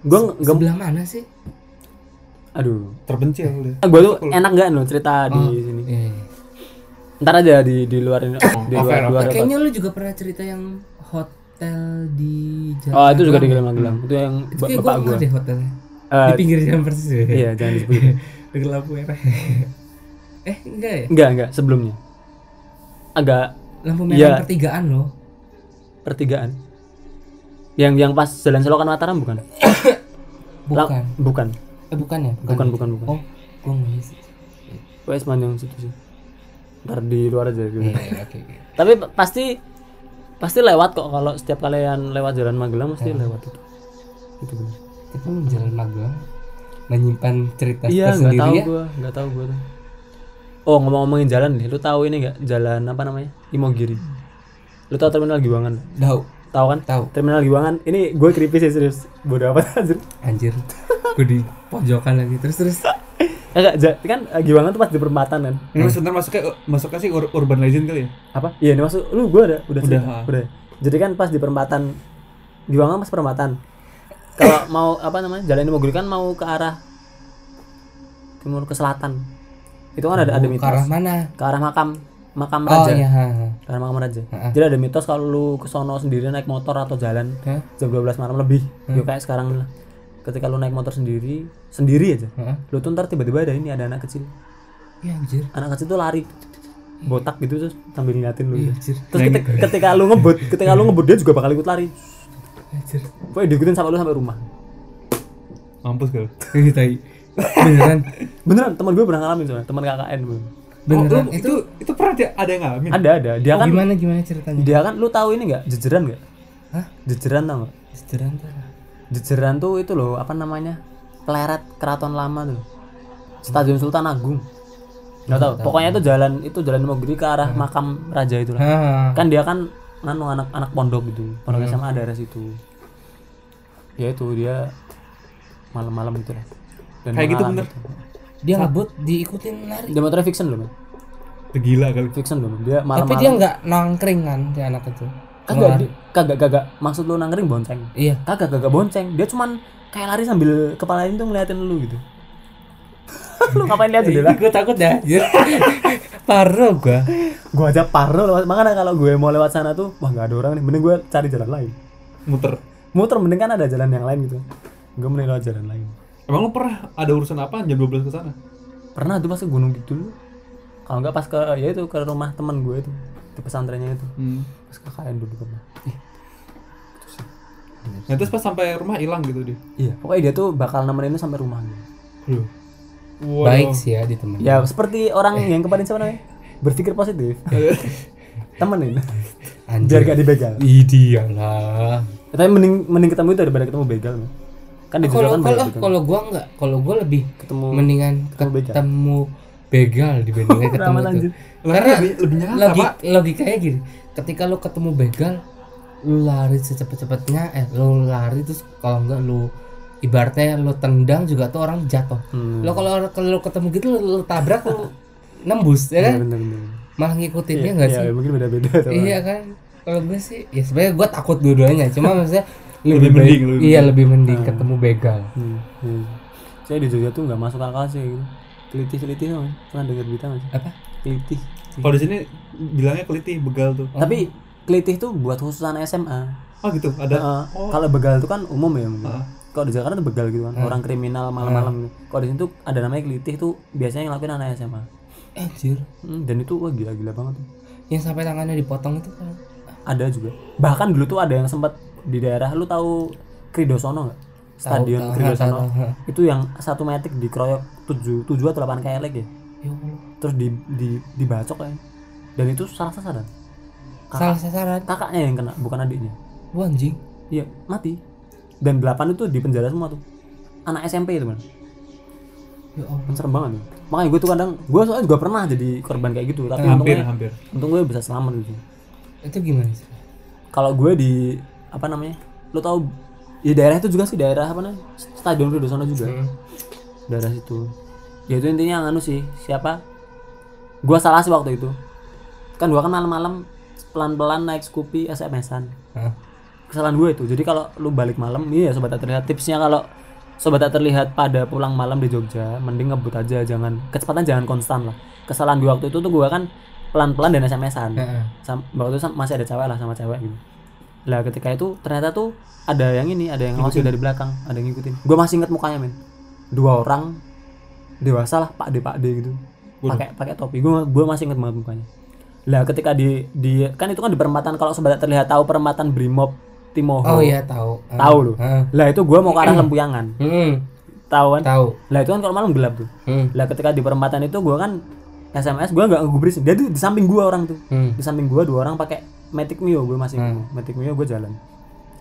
Speaker 3: gue nggak
Speaker 1: sebelah mana sih
Speaker 3: aduh
Speaker 2: Terbenci aku deh.
Speaker 3: gue tuh enak gak lo cerita di sini
Speaker 1: Eh.
Speaker 3: ntar aja di di luar ini di luar, luar apa.
Speaker 1: kayaknya lu juga pernah cerita yang hotel di
Speaker 3: oh
Speaker 1: jalan
Speaker 3: itu juga di Magelang itu yang
Speaker 1: itu
Speaker 3: ba-
Speaker 1: kayak
Speaker 3: bapak
Speaker 1: gua
Speaker 3: gue
Speaker 1: pernah deh hotelnya
Speaker 3: Eh,
Speaker 1: di pinggir jalan persis ya
Speaker 3: iya jangan disebut
Speaker 1: dekat lampu merah eh enggak ya
Speaker 3: enggak enggak sebelumnya agak
Speaker 1: lampu merah
Speaker 3: Iya.
Speaker 1: yang pertigaan loh
Speaker 3: pertigaan yang yang pas jalan selokan Mataram bukan La-
Speaker 1: bukan
Speaker 3: bukan
Speaker 1: eh bukan ya
Speaker 3: bukan bukan bukan
Speaker 1: oh gua nggak ingat sih
Speaker 3: Wes manjang situ sih ntar di luar aja gitu.
Speaker 1: Iya, iya, oke oke.
Speaker 3: tapi pa- pasti pasti lewat kok kalau setiap kalian lewat jalan Magelang pasti
Speaker 1: Iya.
Speaker 3: lewat itu itu benar
Speaker 1: kita mau jalan magelang menyimpan cerita
Speaker 3: iya nggak
Speaker 1: tersendiri
Speaker 3: tahu
Speaker 1: ya
Speaker 3: gua nggak tahu gua tuh oh ngomong-ngomongin jalan nih lu tahu ini nggak jalan apa namanya Imogiri lu tahu terminal Giwangan
Speaker 1: tahu
Speaker 3: tahu kan
Speaker 1: tahu
Speaker 3: terminal Giwangan ini gue creepy sih serius bodoh amat anjir
Speaker 1: anjir gua di pojokan lagi terus terus
Speaker 3: enggak kan eh, Giwangan tuh pas di perempatan kan
Speaker 2: Ini sebentar masuknya masuknya sih ur- urban legend kali ya.
Speaker 3: apa iya ini masuk lu gue ada udah
Speaker 2: Udah,
Speaker 3: cerita?
Speaker 2: ha.
Speaker 3: udah jadi kan pas di perempatan Giwangan pas perempatan kalau mau apa namanya jalan Imogiri kan mau ke arah timur ke selatan itu kan ada ada
Speaker 1: Oh, ke arah
Speaker 3: mitos
Speaker 1: mana
Speaker 3: ke arah makam makam
Speaker 1: oh
Speaker 3: raja
Speaker 1: iya ha, ha.
Speaker 3: Karena makam raja.
Speaker 1: Heeh.
Speaker 3: Jadi ada mitos kalau lu ke sono sendiri naik motor atau jalan
Speaker 1: Hah?
Speaker 3: jam 12 malam lebih. Ya kayak sekarang lah. Ketika lu naik motor sendiri, sendiri aja.
Speaker 1: Heeh.
Speaker 3: Lu tuh ntar tiba-tiba ada ini ada anak kecil.
Speaker 1: iya anjir
Speaker 3: Anak kecil tuh lari botak gitu terus sambil ngeliatin lu.
Speaker 1: iya anjir
Speaker 3: gitu. Terus ketika, ketika lu ngebut, ketika lu ngebut dia juga bakal ikut lari.
Speaker 1: anjir
Speaker 3: Pokoknya diikutin sama lu sampai rumah.
Speaker 2: Mampus kali.
Speaker 1: Ih, Iya, tai. beneran
Speaker 3: Beneran, teman gue pernah ngalamin soalnya, teman KKN gue.
Speaker 1: beneran
Speaker 2: Oh, lu- itu itu pernah dia- ada yang ngalamin.
Speaker 3: Ada ada, dia kan
Speaker 1: Oh, gimana gimana ceritanya
Speaker 3: dia kan lu tahu ini enggak? Jejeran enggak?
Speaker 1: Hah?
Speaker 3: Jejeran tau nggak?
Speaker 1: jejeran tuh
Speaker 3: Jejeran tuh itu loh apa namanya Pleret Keraton Lama tuh Stadion Sultan Agung nggak tahu pokoknya itu jalan itu jalan Mogiri ke arah makam raja itu lah
Speaker 1: Ah,
Speaker 3: kan dia kan anu anak anak pondok gitu pondok SMA daerah situ ya itu dia malam-malam gitu lah dan
Speaker 2: Kayak gitu
Speaker 3: mengalami
Speaker 2: bener.
Speaker 3: itu.
Speaker 1: dia ngebut diikutin lari.
Speaker 3: dia motornya fiction loh Bang.
Speaker 2: Gila kali.
Speaker 3: fiction loh Bang. dia
Speaker 1: Tapi dia
Speaker 3: malam-malam Kan
Speaker 1: nggak nongkring kan si anak itu.
Speaker 3: kagak di- kagak kagak maksud lu nangkering bonceng
Speaker 1: Iya.
Speaker 3: kagak kagak bonceng dia cuman kayak lari sambil kepalanya tuh ngeliatin lu gitu lu ngapain lihat jendela
Speaker 1: gue takut ya. anjir. Parno gua.
Speaker 3: gue aja parno lewat makanya kalau gue mau lewat sana tuh wah nggak ada orang nih mending gue cari jalan lain
Speaker 2: Muter.
Speaker 3: muter mending kan ada jalan yang lain gitu gue mending lewat jalan lain
Speaker 2: Emang lu pernah ada urusan apa jam 12 ke sana?
Speaker 3: pernah tuh pas ke gunung kidul kalau nggak pas ke ya itu ke rumah temen gue itu di pesantrennya itu
Speaker 2: Hmm.
Speaker 3: pas ke KKN dulu pernah
Speaker 2: Nah, terus pas sampai rumah hilang gitu dia.
Speaker 3: iya pokoknya dia tuh bakal nemenin lu sampai rumahnya
Speaker 2: Loh. Wow.
Speaker 1: Baik sih ya di temen.
Speaker 3: ya seperti orang yang kemarin siapa namanya berpikir positif temenin biar
Speaker 1: Anjir.
Speaker 3: gak dibegal
Speaker 1: Idialah.
Speaker 3: Ya, tapi mending mending ketemu itu daripada ketemu begal men. kan di
Speaker 1: Kalau
Speaker 3: kan
Speaker 1: kalau
Speaker 3: banyak begal.
Speaker 1: kalau gua nggak, kalau gua lebih
Speaker 3: ketemu
Speaker 1: mendingan
Speaker 3: ketemu begal.
Speaker 1: ketemu begal dibandingkan ketemu
Speaker 3: Ramah
Speaker 1: itu.
Speaker 3: lanjut.
Speaker 2: Lah,
Speaker 1: Karena
Speaker 2: lebih, lebih nyata,
Speaker 1: Logi,
Speaker 2: Pak.
Speaker 1: logikanya gini, ketika lu ketemu begal, lu lari secepat-cepatnya, eh lu lari terus kalau enggak lu ibaratnya lu tendang juga tuh orang jatuh.
Speaker 3: Hmm.
Speaker 1: Lo kalau kalau lu ketemu gitu lu, lu tabrak lu nembus ya
Speaker 3: Iya,
Speaker 1: kan?
Speaker 3: bener, bener.
Speaker 1: Malah ngikutinnya enggak
Speaker 3: Iya,
Speaker 1: sih?
Speaker 3: mungkin beda-beda tuh.
Speaker 1: Iya kan? Kalau gue sih ya sebenarnya gue takut dua-duanya, cuma maksudnya baik-
Speaker 2: Lebih mending, lebih
Speaker 1: iya lebih mending ketemu begal.
Speaker 3: Hmm, hmm. saya di Jogja tuh nggak masuk akal sih gitu. kelitih kelitih sama pernah dengar berita nggak sih
Speaker 1: apa
Speaker 3: kelitih
Speaker 2: Kalau di sini bilangnya kelitih begal tuh.
Speaker 3: Oh. tapi kelitih tuh buat khususan SMA
Speaker 2: Oh gitu, ada.
Speaker 3: Heeh. kalau begal itu kan umum ya Om.
Speaker 2: Heeh.
Speaker 3: kalau di Jakarta tuh begal gitu kan orang kriminal malam-malam gitu. kalau di sini tuh ada namanya kelitih tuh biasanya ngelakuin anak SMA
Speaker 1: anjir
Speaker 3: Hmm, dan itu wah gila-gila banget tuh.
Speaker 1: yang sampai tangannya dipotong itu kan
Speaker 3: ada juga bahkan dulu tuh ada yang sempat di daerah lu tahu Kridosono nggak stadion
Speaker 1: tahu, Iya,
Speaker 3: Kridosono
Speaker 1: tahu, tahu.
Speaker 3: itu yang satu metik dikeroyok tujuh tujuh atau delapan kelek ya
Speaker 1: ya Allah.
Speaker 3: terus di di dibacok kan dan itu salah sasaran
Speaker 1: salah sasaran
Speaker 3: kakaknya yang kena bukan adiknya
Speaker 1: Wah, anjing
Speaker 3: iya mati dan delapan itu di penjara semua tuh anak SMP itu kan
Speaker 1: ya Allah
Speaker 3: Kan serem banget ya. makanya gue tuh kadang gue soalnya juga pernah jadi korban kayak gitu tapi
Speaker 2: Hampir,
Speaker 3: untungnya
Speaker 2: hampir.
Speaker 3: untung gue bisa selamat gitu
Speaker 1: itu gimana sih
Speaker 3: kalau gue di apa namanya lo tau ya daerah itu juga sih daerah apa namanya stadion Rido sana juga daerah situ ya itu intinya nganu sih siapa gue salah sih waktu itu kan gue kan malam-malam pelan-pelan naik Scoopy SMS-an
Speaker 1: Hah?
Speaker 3: kesalahan gue itu jadi kalau lu balik malam iya sobat tak terlihat tipsnya kalau sobat tak terlihat pada pulang malam di Jogja mending ngebut aja jangan kecepatan jangan konstan lah kesalahan gue waktu itu tuh gue kan pelan-pelan dan SMS-an
Speaker 1: Heeh.
Speaker 3: Sam- waktu itu sam- masih ada cewek lah sama cewek gitu lah ketika itu ternyata tuh ada yang ini ada yang ngawasin dari belakang ada yang ngikutin gue masih inget mukanya men dua orang dewasa lah pak de pak de gitu pakai pakai topi gue gue masih inget banget mukanya lah ketika di di kan itu kan di perempatan kalau sebenarnya terlihat tahu perempatan brimob timoho
Speaker 1: oh iya tahu Ah.
Speaker 3: tahu loh
Speaker 1: Ah.
Speaker 3: lah itu gue mau ke arah lempuyangan
Speaker 1: Mm-mm.
Speaker 3: tahu kan
Speaker 1: tahu
Speaker 3: lah itu kan kalau malam gelap tuh
Speaker 1: Mm.
Speaker 3: lah ketika di perempatan itu gue kan sms gue nggak ngegubris dia tuh di samping gue orang tuh
Speaker 1: Mm.
Speaker 3: di samping gua dua orang pakai Matic Mio gue masih
Speaker 1: Hmm.
Speaker 3: ingat Matic Mio gue jalan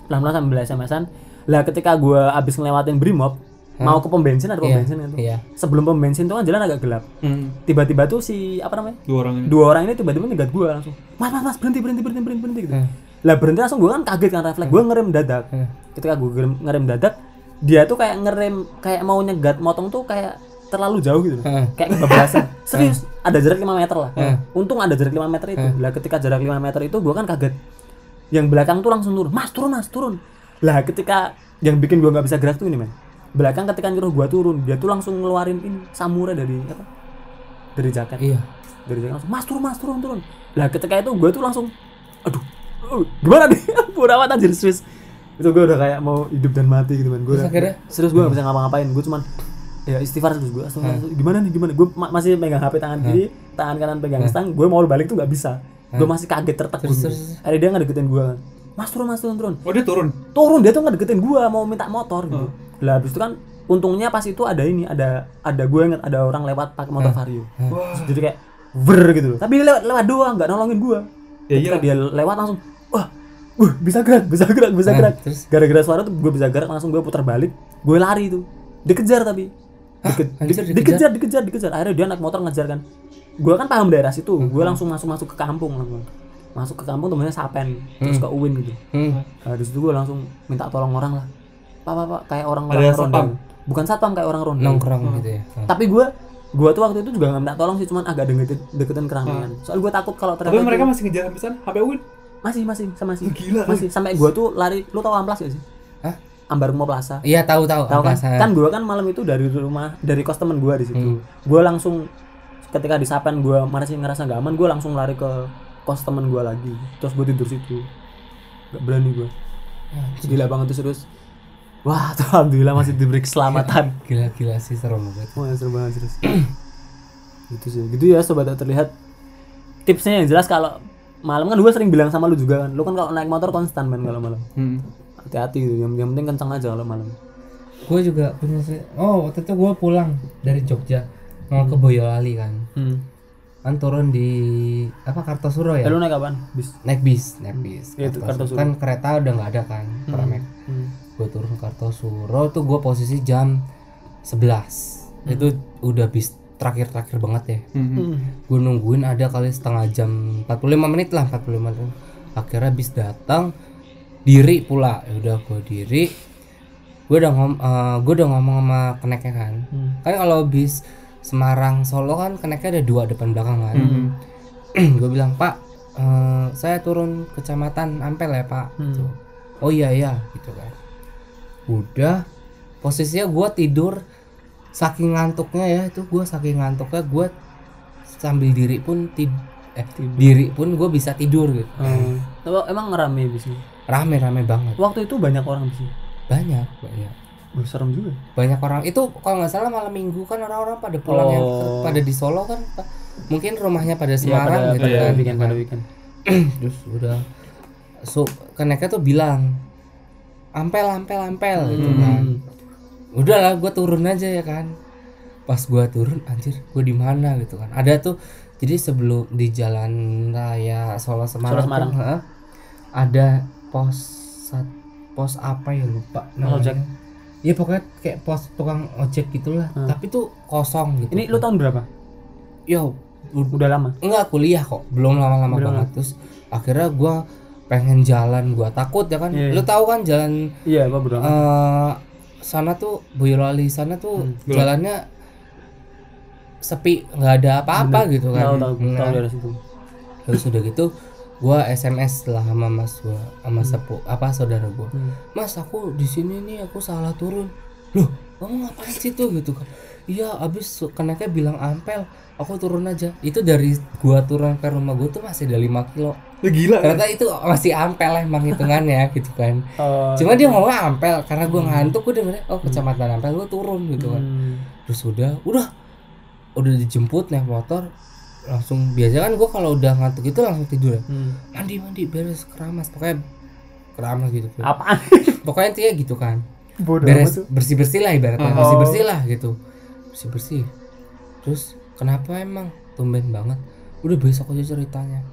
Speaker 3: lama-lama sambil SMS-an lah ketika gua abis ngelewatin Brimob mau ke pom bensin ada pom bensin kan tuh.
Speaker 1: Hmm. iya
Speaker 3: sebelum pom bensin tuh kan jalan agak gelap
Speaker 2: Hmm,
Speaker 3: tiba-tiba tuh si apa namanya
Speaker 1: Hmm.
Speaker 2: dua orang ini.
Speaker 3: dua orang ini tiba-tiba nyegat gue langsung mas mas mas berhenti berhenti berhenti berhenti berhenti gitu
Speaker 1: Hmm.
Speaker 3: lah berhenti langsung gue kan kaget kan refleks gue ngerem dadak
Speaker 1: Hmm.
Speaker 3: ketika gue ngerem, ngerem dadak dia tuh kayak ngerem kayak mau nyegat motong tuh kayak terlalu jauh gitu loh.
Speaker 1: Hmm.
Speaker 3: kayak kebablasan serius ada jarak 5 meter lah
Speaker 1: Hmm.
Speaker 3: untung ada jarak 5 meter itu lah ketika jarak 5 meter itu gue kan kaget yang belakang tuh langsung turun mas turun mas turun lah ketika yang bikin gue nggak bisa gerak tuh ini men belakang ketika nyuruh gue turun dia tuh langsung ngeluarin ini samurai dari apa dari jaket
Speaker 1: iya
Speaker 3: dari jalan langsung mas turun mas turun turun lah ketika itu gue tuh langsung aduh uh, gimana nih bodoh amat anjir Swiss itu gue udah kayak mau hidup dan mati gitu kan gue
Speaker 1: Terus akhirnya?
Speaker 3: serius gue gak bisa ngapa-ngapain gue cuman ya istighfar terus gue gimana nih gimana gue ma- masih megang hp tangan kiri tangan kanan pegang stang gue mau balik tuh nggak bisa gue masih kaget tertegun
Speaker 1: Terus, terus,
Speaker 3: akhirnya dia ngedeketin gue mas turun mas turun turun
Speaker 2: Oh dia turun.
Speaker 3: turun dia tuh ngedeketin gua mau minta motor gitu. Lah habis itu kan untungnya pas itu ada ini ada ada gue inget ada orang lewat pakai motor Vario. Terus jadi kayak ber gitu loh. Tapi dia lewat lewat doang nggak nolongin gua.
Speaker 2: Ya
Speaker 3: Ketika
Speaker 2: iya.
Speaker 3: dia lewat langsung wah wah, bisa gerak bisa gerak bisa
Speaker 1: Hmm,
Speaker 3: gerak.
Speaker 1: terus?
Speaker 3: Gara-gara suara tuh gue bisa gerak langsung gue putar balik gue lari tuh. Dikejar tapi Dike-
Speaker 1: anjir,
Speaker 3: di- dikejar dikejar dikejar akhirnya dia naik motor ngejar kan gue kan paham daerah situ gue langsung masuk masuk ke kampung langsung masuk ke kampung temennya Sapen terus ke Uwin gitu
Speaker 1: Hmm.
Speaker 3: Nah, di situ gue langsung minta tolong orang lah. Pak, pak, pak, kayak orang orang
Speaker 2: Ada
Speaker 3: ronda.
Speaker 2: satpam?
Speaker 3: Bukan satpam kayak orang ronda.
Speaker 1: nongkrong gitu ya Ah.
Speaker 3: Tapi gue gue tuh waktu itu juga gak minta tolong sih, cuman agak deketin, deketin keramaian. Soalnya gue takut kalau ternyata
Speaker 2: Hmm. Tapi mereka
Speaker 3: itu-
Speaker 2: masih ngejar habisan sampai Win.
Speaker 3: masih masih sama sih.
Speaker 2: Gila,
Speaker 3: Masih sampai gue tuh lari, lu tau amplas gak sih?
Speaker 1: Hah?
Speaker 3: Ambar Mo
Speaker 2: Oh,
Speaker 3: Plaza.
Speaker 1: iya tahu tahu
Speaker 3: Tahu kan?
Speaker 2: ya.
Speaker 1: Angkasa.
Speaker 3: Kan gue kan malam itu dari rumah dari kos temen gue di situ.
Speaker 2: Hmm.
Speaker 3: Gue langsung ketika disapen gue masih ngerasa gak aman, gue langsung lari ke kos temen gue lagi. Terus gue tidur situ. Gak berani gue. Gila banget tuh serius. Wah, tuh, alhamdulillah masih diberi keselamatan.
Speaker 1: gila gila sih serem banget
Speaker 3: Wah, seru banget serius. gitu sih. Gitu ya sobat tak terlihat. Tipsnya yang jelas kalau malam kan gue sering bilang sama lu juga kan. Lu kan kalau naik motor konstan men kalau malam.
Speaker 2: Hmm,
Speaker 3: Hati-hati gitu. Yang, yang penting kencang aja kalau malam.
Speaker 1: gue juga punya seri- oh waktu itu gue pulang dari Jogja mau ke Boyolali kan
Speaker 3: Hmm.
Speaker 1: kan turun di apa Kartosuro ya
Speaker 3: Eh, lu naik apaan? Bis.
Speaker 1: naik bis naik bis
Speaker 3: Iya, itu Kartosuro.
Speaker 1: kan kereta udah nggak ada kan Pramek
Speaker 3: Hmm.
Speaker 1: gue turun ke Kartosuro tuh gue posisi jam 11 itu udah bis terakhir terakhir banget ya
Speaker 2: hmm,
Speaker 3: Hmm.
Speaker 1: gue nungguin ada kali setengah jam 45 menit lah 45 menit akhirnya bis datang diri pula ya udah gue diri gue udah ngom eh, gua udah ngomong sama keneknya kan
Speaker 3: Hmm.
Speaker 1: kan kalau bis Semarang Solo kan keneknya ada dua depan belakang
Speaker 2: Hmm,
Speaker 1: kan gue bilang pak eh, saya turun kecamatan Ampel ya pak
Speaker 3: Hmm.
Speaker 1: Gitu. oh iya iya gitu kan udah posisinya gue tidur saking ngantuknya ya itu gue saking ngantuknya gue sambil diri pun tid eh diri pun gue bisa tidur gitu
Speaker 3: Hmm. Eh. Tapi emang rame di sini.
Speaker 1: rame rame banget
Speaker 3: Waktu itu banyak orang di sini.
Speaker 1: banyak banyak
Speaker 3: Wah, serem juga.
Speaker 1: banyak orang itu kalau nggak salah malam minggu kan orang-orang pada pulang yang ke-
Speaker 3: Oh.
Speaker 1: pada di Solo kan pa- mungkin rumahnya pada
Speaker 3: Iya,
Speaker 1: Semarang gitu
Speaker 3: pada
Speaker 1: kan
Speaker 3: weekend, pada weekend.
Speaker 1: terus udah so keneknya tuh bilang ampel ampel ampel gitu kan
Speaker 3: Hmm.
Speaker 1: udah lah gue turun aja ya kan pas gue turun anjir gue di mana gitu kan ada tuh jadi sebelum di jalan raya Solo Semarang,
Speaker 3: Solo Semarang.
Speaker 1: tuh, heeh, ada pos sat- pos apa ya lupa
Speaker 3: Pos ojek.
Speaker 1: Iya pokoknya kayak pos tukang ojek gitulah,
Speaker 3: Hmm.
Speaker 1: tapi tuh kosong gitu.
Speaker 3: Ini lu tahun berapa?
Speaker 1: yo
Speaker 3: Udah lama.
Speaker 1: enggak kuliah kok, belum lama-lama
Speaker 3: Belum.
Speaker 1: banget terus akhirnya gue pengen jalan gue takut ya kan,
Speaker 3: Iya, iya.
Speaker 1: lu tahu kan jalan
Speaker 3: Iya, apa berapa?
Speaker 1: eh sana tuh Boyolali sana tuh
Speaker 3: Hmm,
Speaker 2: gelap.
Speaker 1: jalannya sepi nggak ada apa-apa gitu
Speaker 3: Tahu
Speaker 1: kan
Speaker 3: tahu
Speaker 1: Nah,
Speaker 3: tahu dari situ.
Speaker 1: terus udah gitu gua SMS lah sama mas gua sama sepu apa saudara gua
Speaker 3: Hmm.
Speaker 1: mas aku di sini nih aku salah turun loh kamu ngapain situ gitu kan iya abis kenaknya bilang ampel aku turun aja itu dari gua turun ke rumah gua tuh masih ada 5 kilo
Speaker 2: Ya gila kan?
Speaker 1: ternyata itu masih ampel emang hitungannya gitu kan
Speaker 3: Eh,
Speaker 1: cuma dia ngomong ampel karena gue ngantuk gue dengernya oh kecamatan ampel gue turun gitu kan
Speaker 3: hmm.
Speaker 1: terus udah udah udah dijemput naik motor langsung biasa kan gue kalau udah ngantuk itu langsung tidur ya
Speaker 3: Hmm.
Speaker 1: mandi mandi beres keramas pokoknya keramas gitu kan.
Speaker 3: Apaan?
Speaker 1: pokoknya intinya gitu kan
Speaker 3: Bodoh
Speaker 1: beres bersih bersih lah ibaratnya
Speaker 2: Oh.
Speaker 1: bersih bersih lah gitu bersih bersih terus kenapa emang tumben banget udah besok aja ceritanya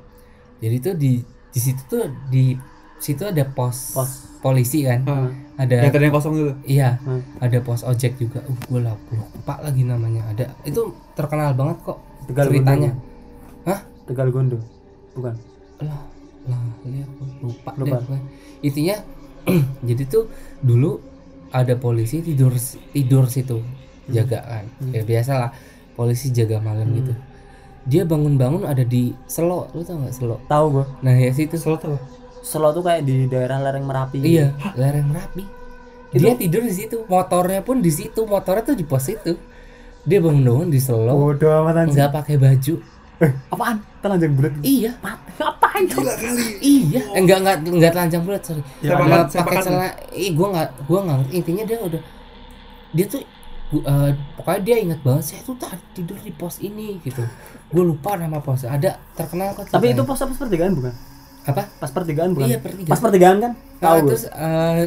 Speaker 1: jadi tuh di di situ tuh di situ ada pos,
Speaker 3: Pos.
Speaker 1: polisi kan
Speaker 2: Ah,
Speaker 1: ada
Speaker 2: yang tadi yang kosong itu.
Speaker 1: Iya,
Speaker 3: Hmm.
Speaker 1: ada pos ojek juga. Uh, gue lah, gua lupa lagi namanya. Ada itu terkenal banget kok
Speaker 3: Tegal
Speaker 1: ceritanya. Hah?
Speaker 3: Hah? Tegal Gondo. Bukan.
Speaker 1: Lah, lah, lihat gua lupa, deh
Speaker 3: Lupa.
Speaker 1: gua. Intinya, jadi tuh dulu ada polisi tidur tidur situ
Speaker 3: Hmm.
Speaker 1: jagaan. Ya biasalah polisi jaga malam gitu. Dia bangun-bangun ada di Selo, lu tau nggak Selo?
Speaker 3: Tahu gua.
Speaker 1: Nah ya situ.
Speaker 2: Solo tuh.
Speaker 3: Selo tuh kayak di daerah lereng Merapi.
Speaker 1: Iya, lereng Merapi. Dia tidur di situ, motornya pun di situ, motornya tuh di pos itu. Dia bangun-bangun di Selo.
Speaker 3: Bodoh amat anjing.
Speaker 1: nggak pakai baju
Speaker 3: Apaan? Telanjang bulat.
Speaker 1: iya
Speaker 3: Mati. Apaan? Gila
Speaker 1: iya Eh, nggak nggak nggak telanjang bulat sorry
Speaker 3: Ya,
Speaker 1: Nggak
Speaker 2: sepakat,
Speaker 1: pakai
Speaker 2: sepakat.
Speaker 1: celana ih gua nggak gua nggak ngerti. intinya dia udah dia tuh gua- eh, pokoknya dia ingat banget saya tuh tadi tidur di pos ini gitu gue lupa nama posnya ada terkenal kok
Speaker 3: Tapi itu
Speaker 1: ceritanya.
Speaker 3: pos pas pertigaan bukan?
Speaker 1: apa
Speaker 3: Pas pertigaan bukan?
Speaker 1: Iya, pertigaan.
Speaker 3: Pas pertigaan kan? Tahu
Speaker 1: Nah,
Speaker 3: gua.
Speaker 1: terus eh,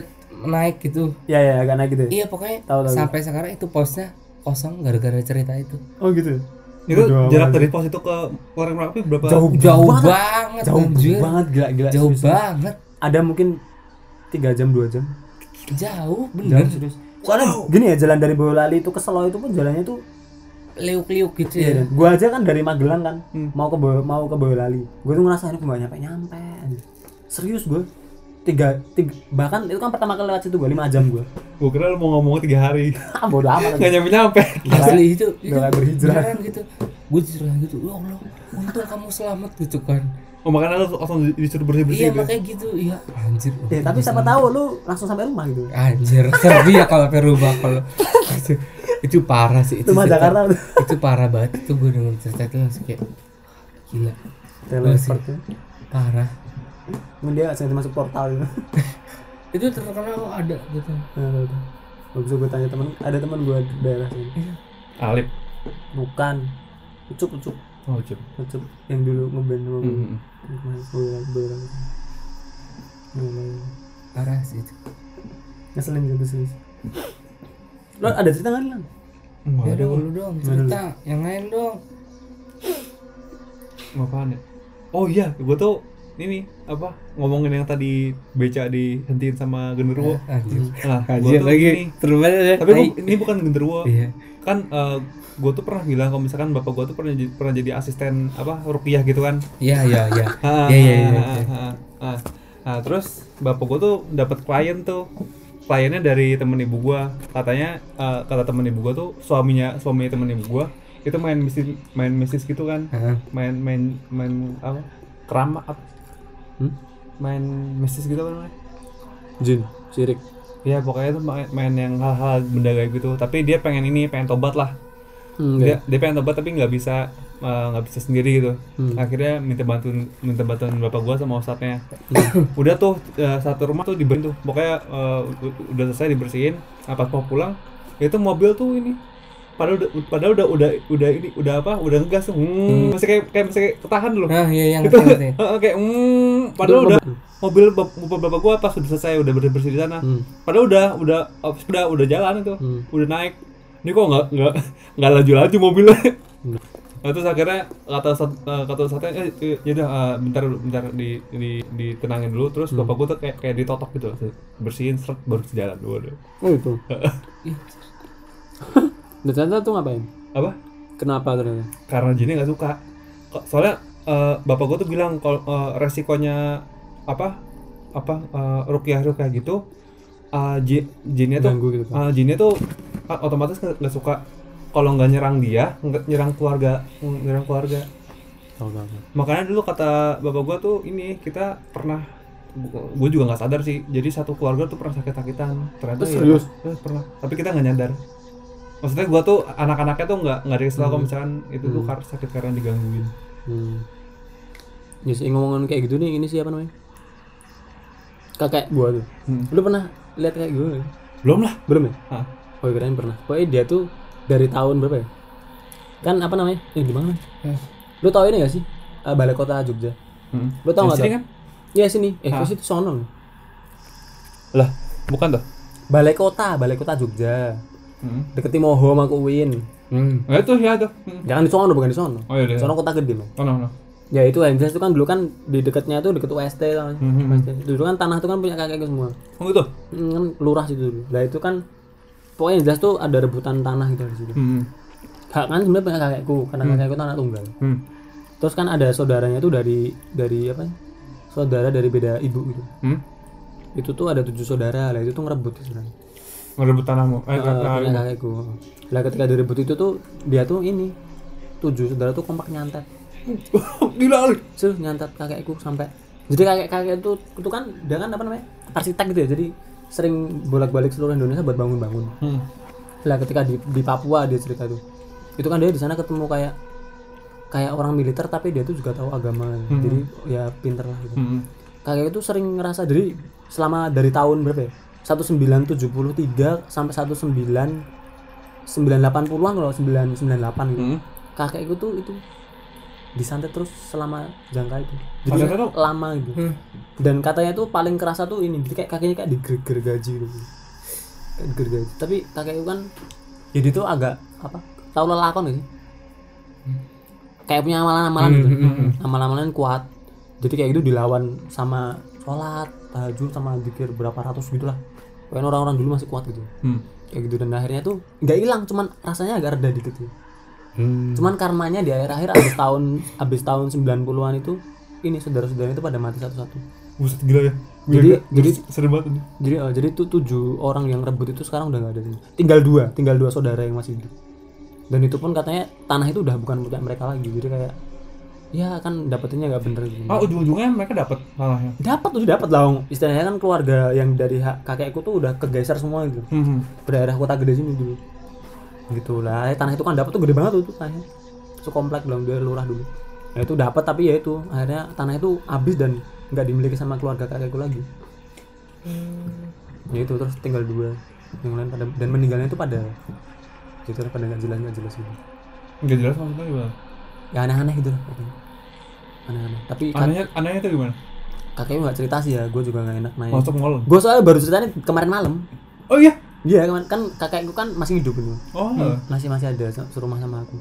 Speaker 1: naik gitu
Speaker 3: Iya iya agak naik gitu. ya?
Speaker 1: iya pokoknya
Speaker 3: Tahu, tahu.
Speaker 1: sampai sekarang itu posnya kosong gara-gara cerita itu
Speaker 3: Oh gitu.
Speaker 2: Itu
Speaker 3: Bodoh amat.
Speaker 2: jarak dari pos itu ke Warung Merapi berapa?
Speaker 3: Jauh
Speaker 1: jauh
Speaker 3: banget.
Speaker 1: banget
Speaker 3: Jauh
Speaker 1: anjir.
Speaker 3: banget gila gila.
Speaker 1: jauh
Speaker 3: Serius.
Speaker 1: banget
Speaker 3: Ada mungkin 3 jam 2 jam.
Speaker 1: jauh bener
Speaker 3: Jauh serius. Soalnya gini ya jalan dari Boyolali itu ke Selo itu pun jalannya tuh
Speaker 1: liuk-liuk gitu
Speaker 3: Iya,
Speaker 1: ya
Speaker 3: dan gua aja kan dari Magelang kan,
Speaker 2: Hmm.
Speaker 3: mau ke Boy- mau ke Boyolali. Gua tuh ngerasa aduh gua nggak nyampe nyampe. Serius gua. Tiga, tiga, bahkan itu kan pertama kali lewat situ gua 5 jam gua.
Speaker 2: Gue kira lu mau ngomong tiga hari.
Speaker 3: Ah bodo amat.
Speaker 2: Gak nyampe-nyampe.
Speaker 1: asli itu itu
Speaker 3: Udah kayak berhijrah.
Speaker 1: beneran gitu gue disuruh gitu ya allah untung kamu selamat gitu kan
Speaker 2: Oh, makanya lu langsung disuruh bersih-bersih
Speaker 1: iya
Speaker 2: gitu.
Speaker 1: makanya gitu iya anjir
Speaker 3: Ya, tapi siapa tahu lu langsung sampai rumah gitu.
Speaker 1: anjir sedih ya kalau perubah kalau itu, itu parah Iya, sih itu
Speaker 3: Rumah
Speaker 1: cerita-
Speaker 3: Jakarta.
Speaker 1: itu parah banget itu gue denger cerita itu langsung kayak gila
Speaker 3: Teleport. tuh.
Speaker 1: parah
Speaker 3: Mungkin dia sengaja masuk portal gitu.
Speaker 1: itu terkenal ada gitu
Speaker 3: Nah, tahu, tahu. Bagus gua tanya teman, ada teman gua di daerah sini.
Speaker 2: Alip.
Speaker 3: Bukan. Ucup, ucup,
Speaker 2: Oh, cuy.
Speaker 3: ucup yang dulu ngeband sama gua.
Speaker 2: Mm-mm.
Speaker 3: Kemarin, Boyolali, Boyolali. Boyolali.
Speaker 1: parah sih itu
Speaker 3: ngeselin gitu serius lo ada cerita nggak lang
Speaker 1: ya
Speaker 2: Waduh,
Speaker 1: dulu dong cerita yang lain dong
Speaker 2: apaan ya? Oh iya, gue tuh ini nih, apa ngomongin yang tadi beca dihentiin sama genderuwo.
Speaker 1: anjir
Speaker 2: Nah, gue
Speaker 1: anjir
Speaker 2: tuh
Speaker 1: Iya. lagi
Speaker 2: ini,
Speaker 1: terus ya
Speaker 2: tapi gua, ini bukan genderuwo.
Speaker 1: iya
Speaker 2: Kan gue tuh pernah bilang kalau misalkan bapak gue tuh pernah jadi, pernah jadi asisten apa rupiah gitu kan.
Speaker 1: iya iya iya
Speaker 2: Ah,
Speaker 1: Iya, iya, iya,
Speaker 2: ah, ah, ah, ah. Nah, terus bapak gue tuh dapat klien tuh kliennya dari temen ibu gua katanya eh, kata temen ibu gua tuh suaminya suaminya temen ibu gua itu main bisnis main bisnis gitu kan
Speaker 1: Heeh.
Speaker 2: main main main apa kerama apa
Speaker 3: Hmm?
Speaker 2: main mistis gitu apa namanya
Speaker 3: jin sirik
Speaker 2: ya kan, pokoknya tuh main, main yang hal-hal benda kayak gitu tapi dia pengen ini pengen tobat lah
Speaker 3: Hmm,
Speaker 2: dia, dia pengen tobat tapi nggak bisa eh, nggak bisa sendiri gitu akhirnya minta bantuan minta bantuan bapak gua sama ustadznya udah tuh eh, satu rumah tuh dibantu pokoknya eh, u- udah selesai dibersihin nah, pas mau pulang itu mobil tuh ini padahal udah padahal udah udah udah ini udah apa udah ngegas tuh hmm, masih kayak kayak masih kayak ketahan dulu
Speaker 1: Nah, iya yang ngerti ngerti.
Speaker 2: Heeh, kayak Gitu. hmm, padahal udah mobil bap- mobil bapak gua pas udah selesai udah bersih-bersih di sana.
Speaker 1: Hmm.
Speaker 2: Padahal udah udah ops, udah udah jalan itu. Udah naik. Ini kok nggak nggak nggak laju-laju mobilnya. Nah, terus akhirnya kata ustad- eh, kata ustadznya eh, eh, yaudah eh, bentar dulu, bentar di, di ditenangin dulu terus
Speaker 1: Hmm.
Speaker 2: bapak gua tuh kayak kayak ditotok gitu bersihin seret baru jalan Waduh.
Speaker 3: Oh itu. Dan ternyata tuh ngapain?
Speaker 2: apa
Speaker 3: Kenapa ternyata?
Speaker 2: karena jinnya nggak suka Ko- soalnya eh, bapak gue tuh bilang kalau eh, resikonya apa apa rupiah rupiah gitu eh, ji- jinnya tuh
Speaker 3: Ganggu gitu kan.
Speaker 2: eh, jinnya tuh eh, otomatis nggak nggak suka kalau nggak nyerang dia nggak nyerang keluarga mm, nyerang keluarga
Speaker 3: Tahu tahu. tahu.
Speaker 2: makanya dulu kata bapak gua tuh ini kita pernah gue juga nggak sadar sih jadi satu keluarga tuh pernah sakit sakitan ternyata
Speaker 3: Eh,
Speaker 2: ya,
Speaker 3: serius?
Speaker 2: eh, pernah tapi kita nggak nyadar maksudnya gua tuh anak-anaknya tuh nggak nggak dikasih tahu kalau misalkan itu tuh kar- sakit karena digangguin
Speaker 3: Hmm. Ya sih ngomongin kayak gitu nih ini siapa namanya? Kakek gua tuh.
Speaker 2: Hmm.
Speaker 3: Lu pernah lihat kayak gua? nggak?
Speaker 2: belum lah
Speaker 3: Belum ya?
Speaker 2: Hah?
Speaker 3: Oh keren pernah. Pokoknya dia tuh dari tahun berapa ya? Kan apa namanya? Eh di mana?
Speaker 1: Eh.
Speaker 3: Lu tau ini gak sih? Eh, balai kota Jogja.
Speaker 2: Hmm.
Speaker 3: Lu tau
Speaker 2: Yang
Speaker 3: nggak?
Speaker 2: sini
Speaker 3: Tok?
Speaker 2: kan
Speaker 3: Iya sini. Eh terus itu sono.
Speaker 2: lah bukan tuh
Speaker 3: Balai kota, balai kota Jogja.
Speaker 2: hmm.
Speaker 3: Deket Timoho sama Uin.
Speaker 1: Hmm.
Speaker 2: Nah, itu ya tuh Hmm.
Speaker 3: Jangan di sono, bukan di sono.
Speaker 2: oh iya deh
Speaker 3: Sono kota gede, Bang.
Speaker 2: oh no, no.
Speaker 3: Ya itu Hendras itu kan dulu kan di dekatnya itu deket UST kan.
Speaker 2: Hmm, hmm,
Speaker 3: UST. Dulu kan tanah itu kan punya kakek gue semua.
Speaker 2: oh gitu
Speaker 3: Hmm, kan lurah situ dulu. Nah itu kan pokoknya Hendras tuh ada rebutan tanah gitu di situ.
Speaker 2: hmm.
Speaker 3: Kak kan sebenarnya punya kakekku, karena kakekku tuh anak tunggal.
Speaker 2: Hmm.
Speaker 3: Terus kan ada saudaranya itu dari dari apa? ya? Saudara dari beda ibu gitu.
Speaker 2: Hmm.
Speaker 3: Itu tuh ada tujuh saudara lah itu tuh ngerebut sebenarnya.
Speaker 2: ngerebut tanahmu
Speaker 3: Eh,
Speaker 2: eh, nah,
Speaker 3: punya kakekku. Lah ketika direbut itu tuh dia tuh ini tujuh saudara tuh kompak nyantet.
Speaker 2: gila Ali.
Speaker 3: Sel nyantet kakekku sampai jadi kakek kakek itu itu kan dia kan apa namanya arsitek gitu ya jadi sering bolak-balik seluruh Indonesia buat bangun-bangun
Speaker 2: hmm.
Speaker 3: lah ketika di, di Papua dia cerita tuh itu kan dia di sana ketemu kayak kayak orang militer tapi dia tuh juga tahu agama jadi ya pinter lah gitu.
Speaker 2: Hmm.
Speaker 3: kakek itu sering ngerasa dari selama dari tahun berapa ya 1973 sampai 19 980-an kalau 998 gitu
Speaker 2: Hmm.
Speaker 3: kakekku tuh itu disantet terus selama jangka itu jadi
Speaker 2: Santetnya tuh?
Speaker 3: lama gitu dan katanya tuh paling kerasa tuh ini jadi kayak kakinya kayak digerger gaji gitu kayak digerger gaji tapi kakekku kan jadi tuh agak apa tahu lelakon gak sih kayak punya amalan-amalan gitu amalan-amalan kuat jadi kayak gitu dilawan sama sholat tahajud sama dikir berapa ratus gitu lah Pokoknya orang-orang dulu masih kuat gitu
Speaker 2: Hmm.
Speaker 3: kayak gitu dan akhirnya tuh nggak hilang cuman rasanya agak reda dikit gitu
Speaker 1: Hmm.
Speaker 3: cuman karmanya di akhir-akhir abis tahun abis tahun 90-an itu ini saudara-saudara itu pada mati satu-satu
Speaker 2: Buset gila ya. Gila,
Speaker 3: Jadi-
Speaker 2: gila.
Speaker 3: jadi-
Speaker 2: serem banget ini.
Speaker 3: jadi eh, jadi itu tujuh orang yang rebut itu sekarang udah nggak ada lagi. tinggal dua tinggal dua saudara yang masih hidup dan itu pun katanya tanah itu udah bukan punya mereka lagi jadi kayak ya kan dapetinnya nggak bener gitu.
Speaker 2: Ah ujung-ujungnya mereka dapat tanahnya.
Speaker 3: dapat udah dapat lah Ong. istilahnya kan keluarga yang dari hak kakekku tuh udah kegeser semua gitu
Speaker 2: Hmm.
Speaker 3: daerah kota gede sini dulu gitu lah tanah itu kan dapat tuh gede banget tuh, tuh tanahnya itu komplek dong dia lurah dulu nah itu dapat tapi ya itu akhirnya tanah itu habis dan nggak dimiliki sama keluarga kakekku lagi ya itu terus tinggal dua yang lain pada dan meninggalnya itu pada gitu lah, pada nggak jelas nggak jelas gitu
Speaker 2: Gak jelas maksudnya gimana?
Speaker 3: ya aneh-aneh gitu lah pokoknya. aneh-aneh tapi kak,
Speaker 2: Anehnya, anehnya itu gimana?
Speaker 3: kakekku nggak cerita sih ya gue juga nggak enak nanya
Speaker 2: Masuk mall.
Speaker 3: gue soalnya baru ceritanya kemarin malam
Speaker 2: Hmm. Oh iya.
Speaker 3: iya kan kan kakekku kan masih hidup gitu
Speaker 2: Oh.
Speaker 3: masih masih ada se- serumah sama aku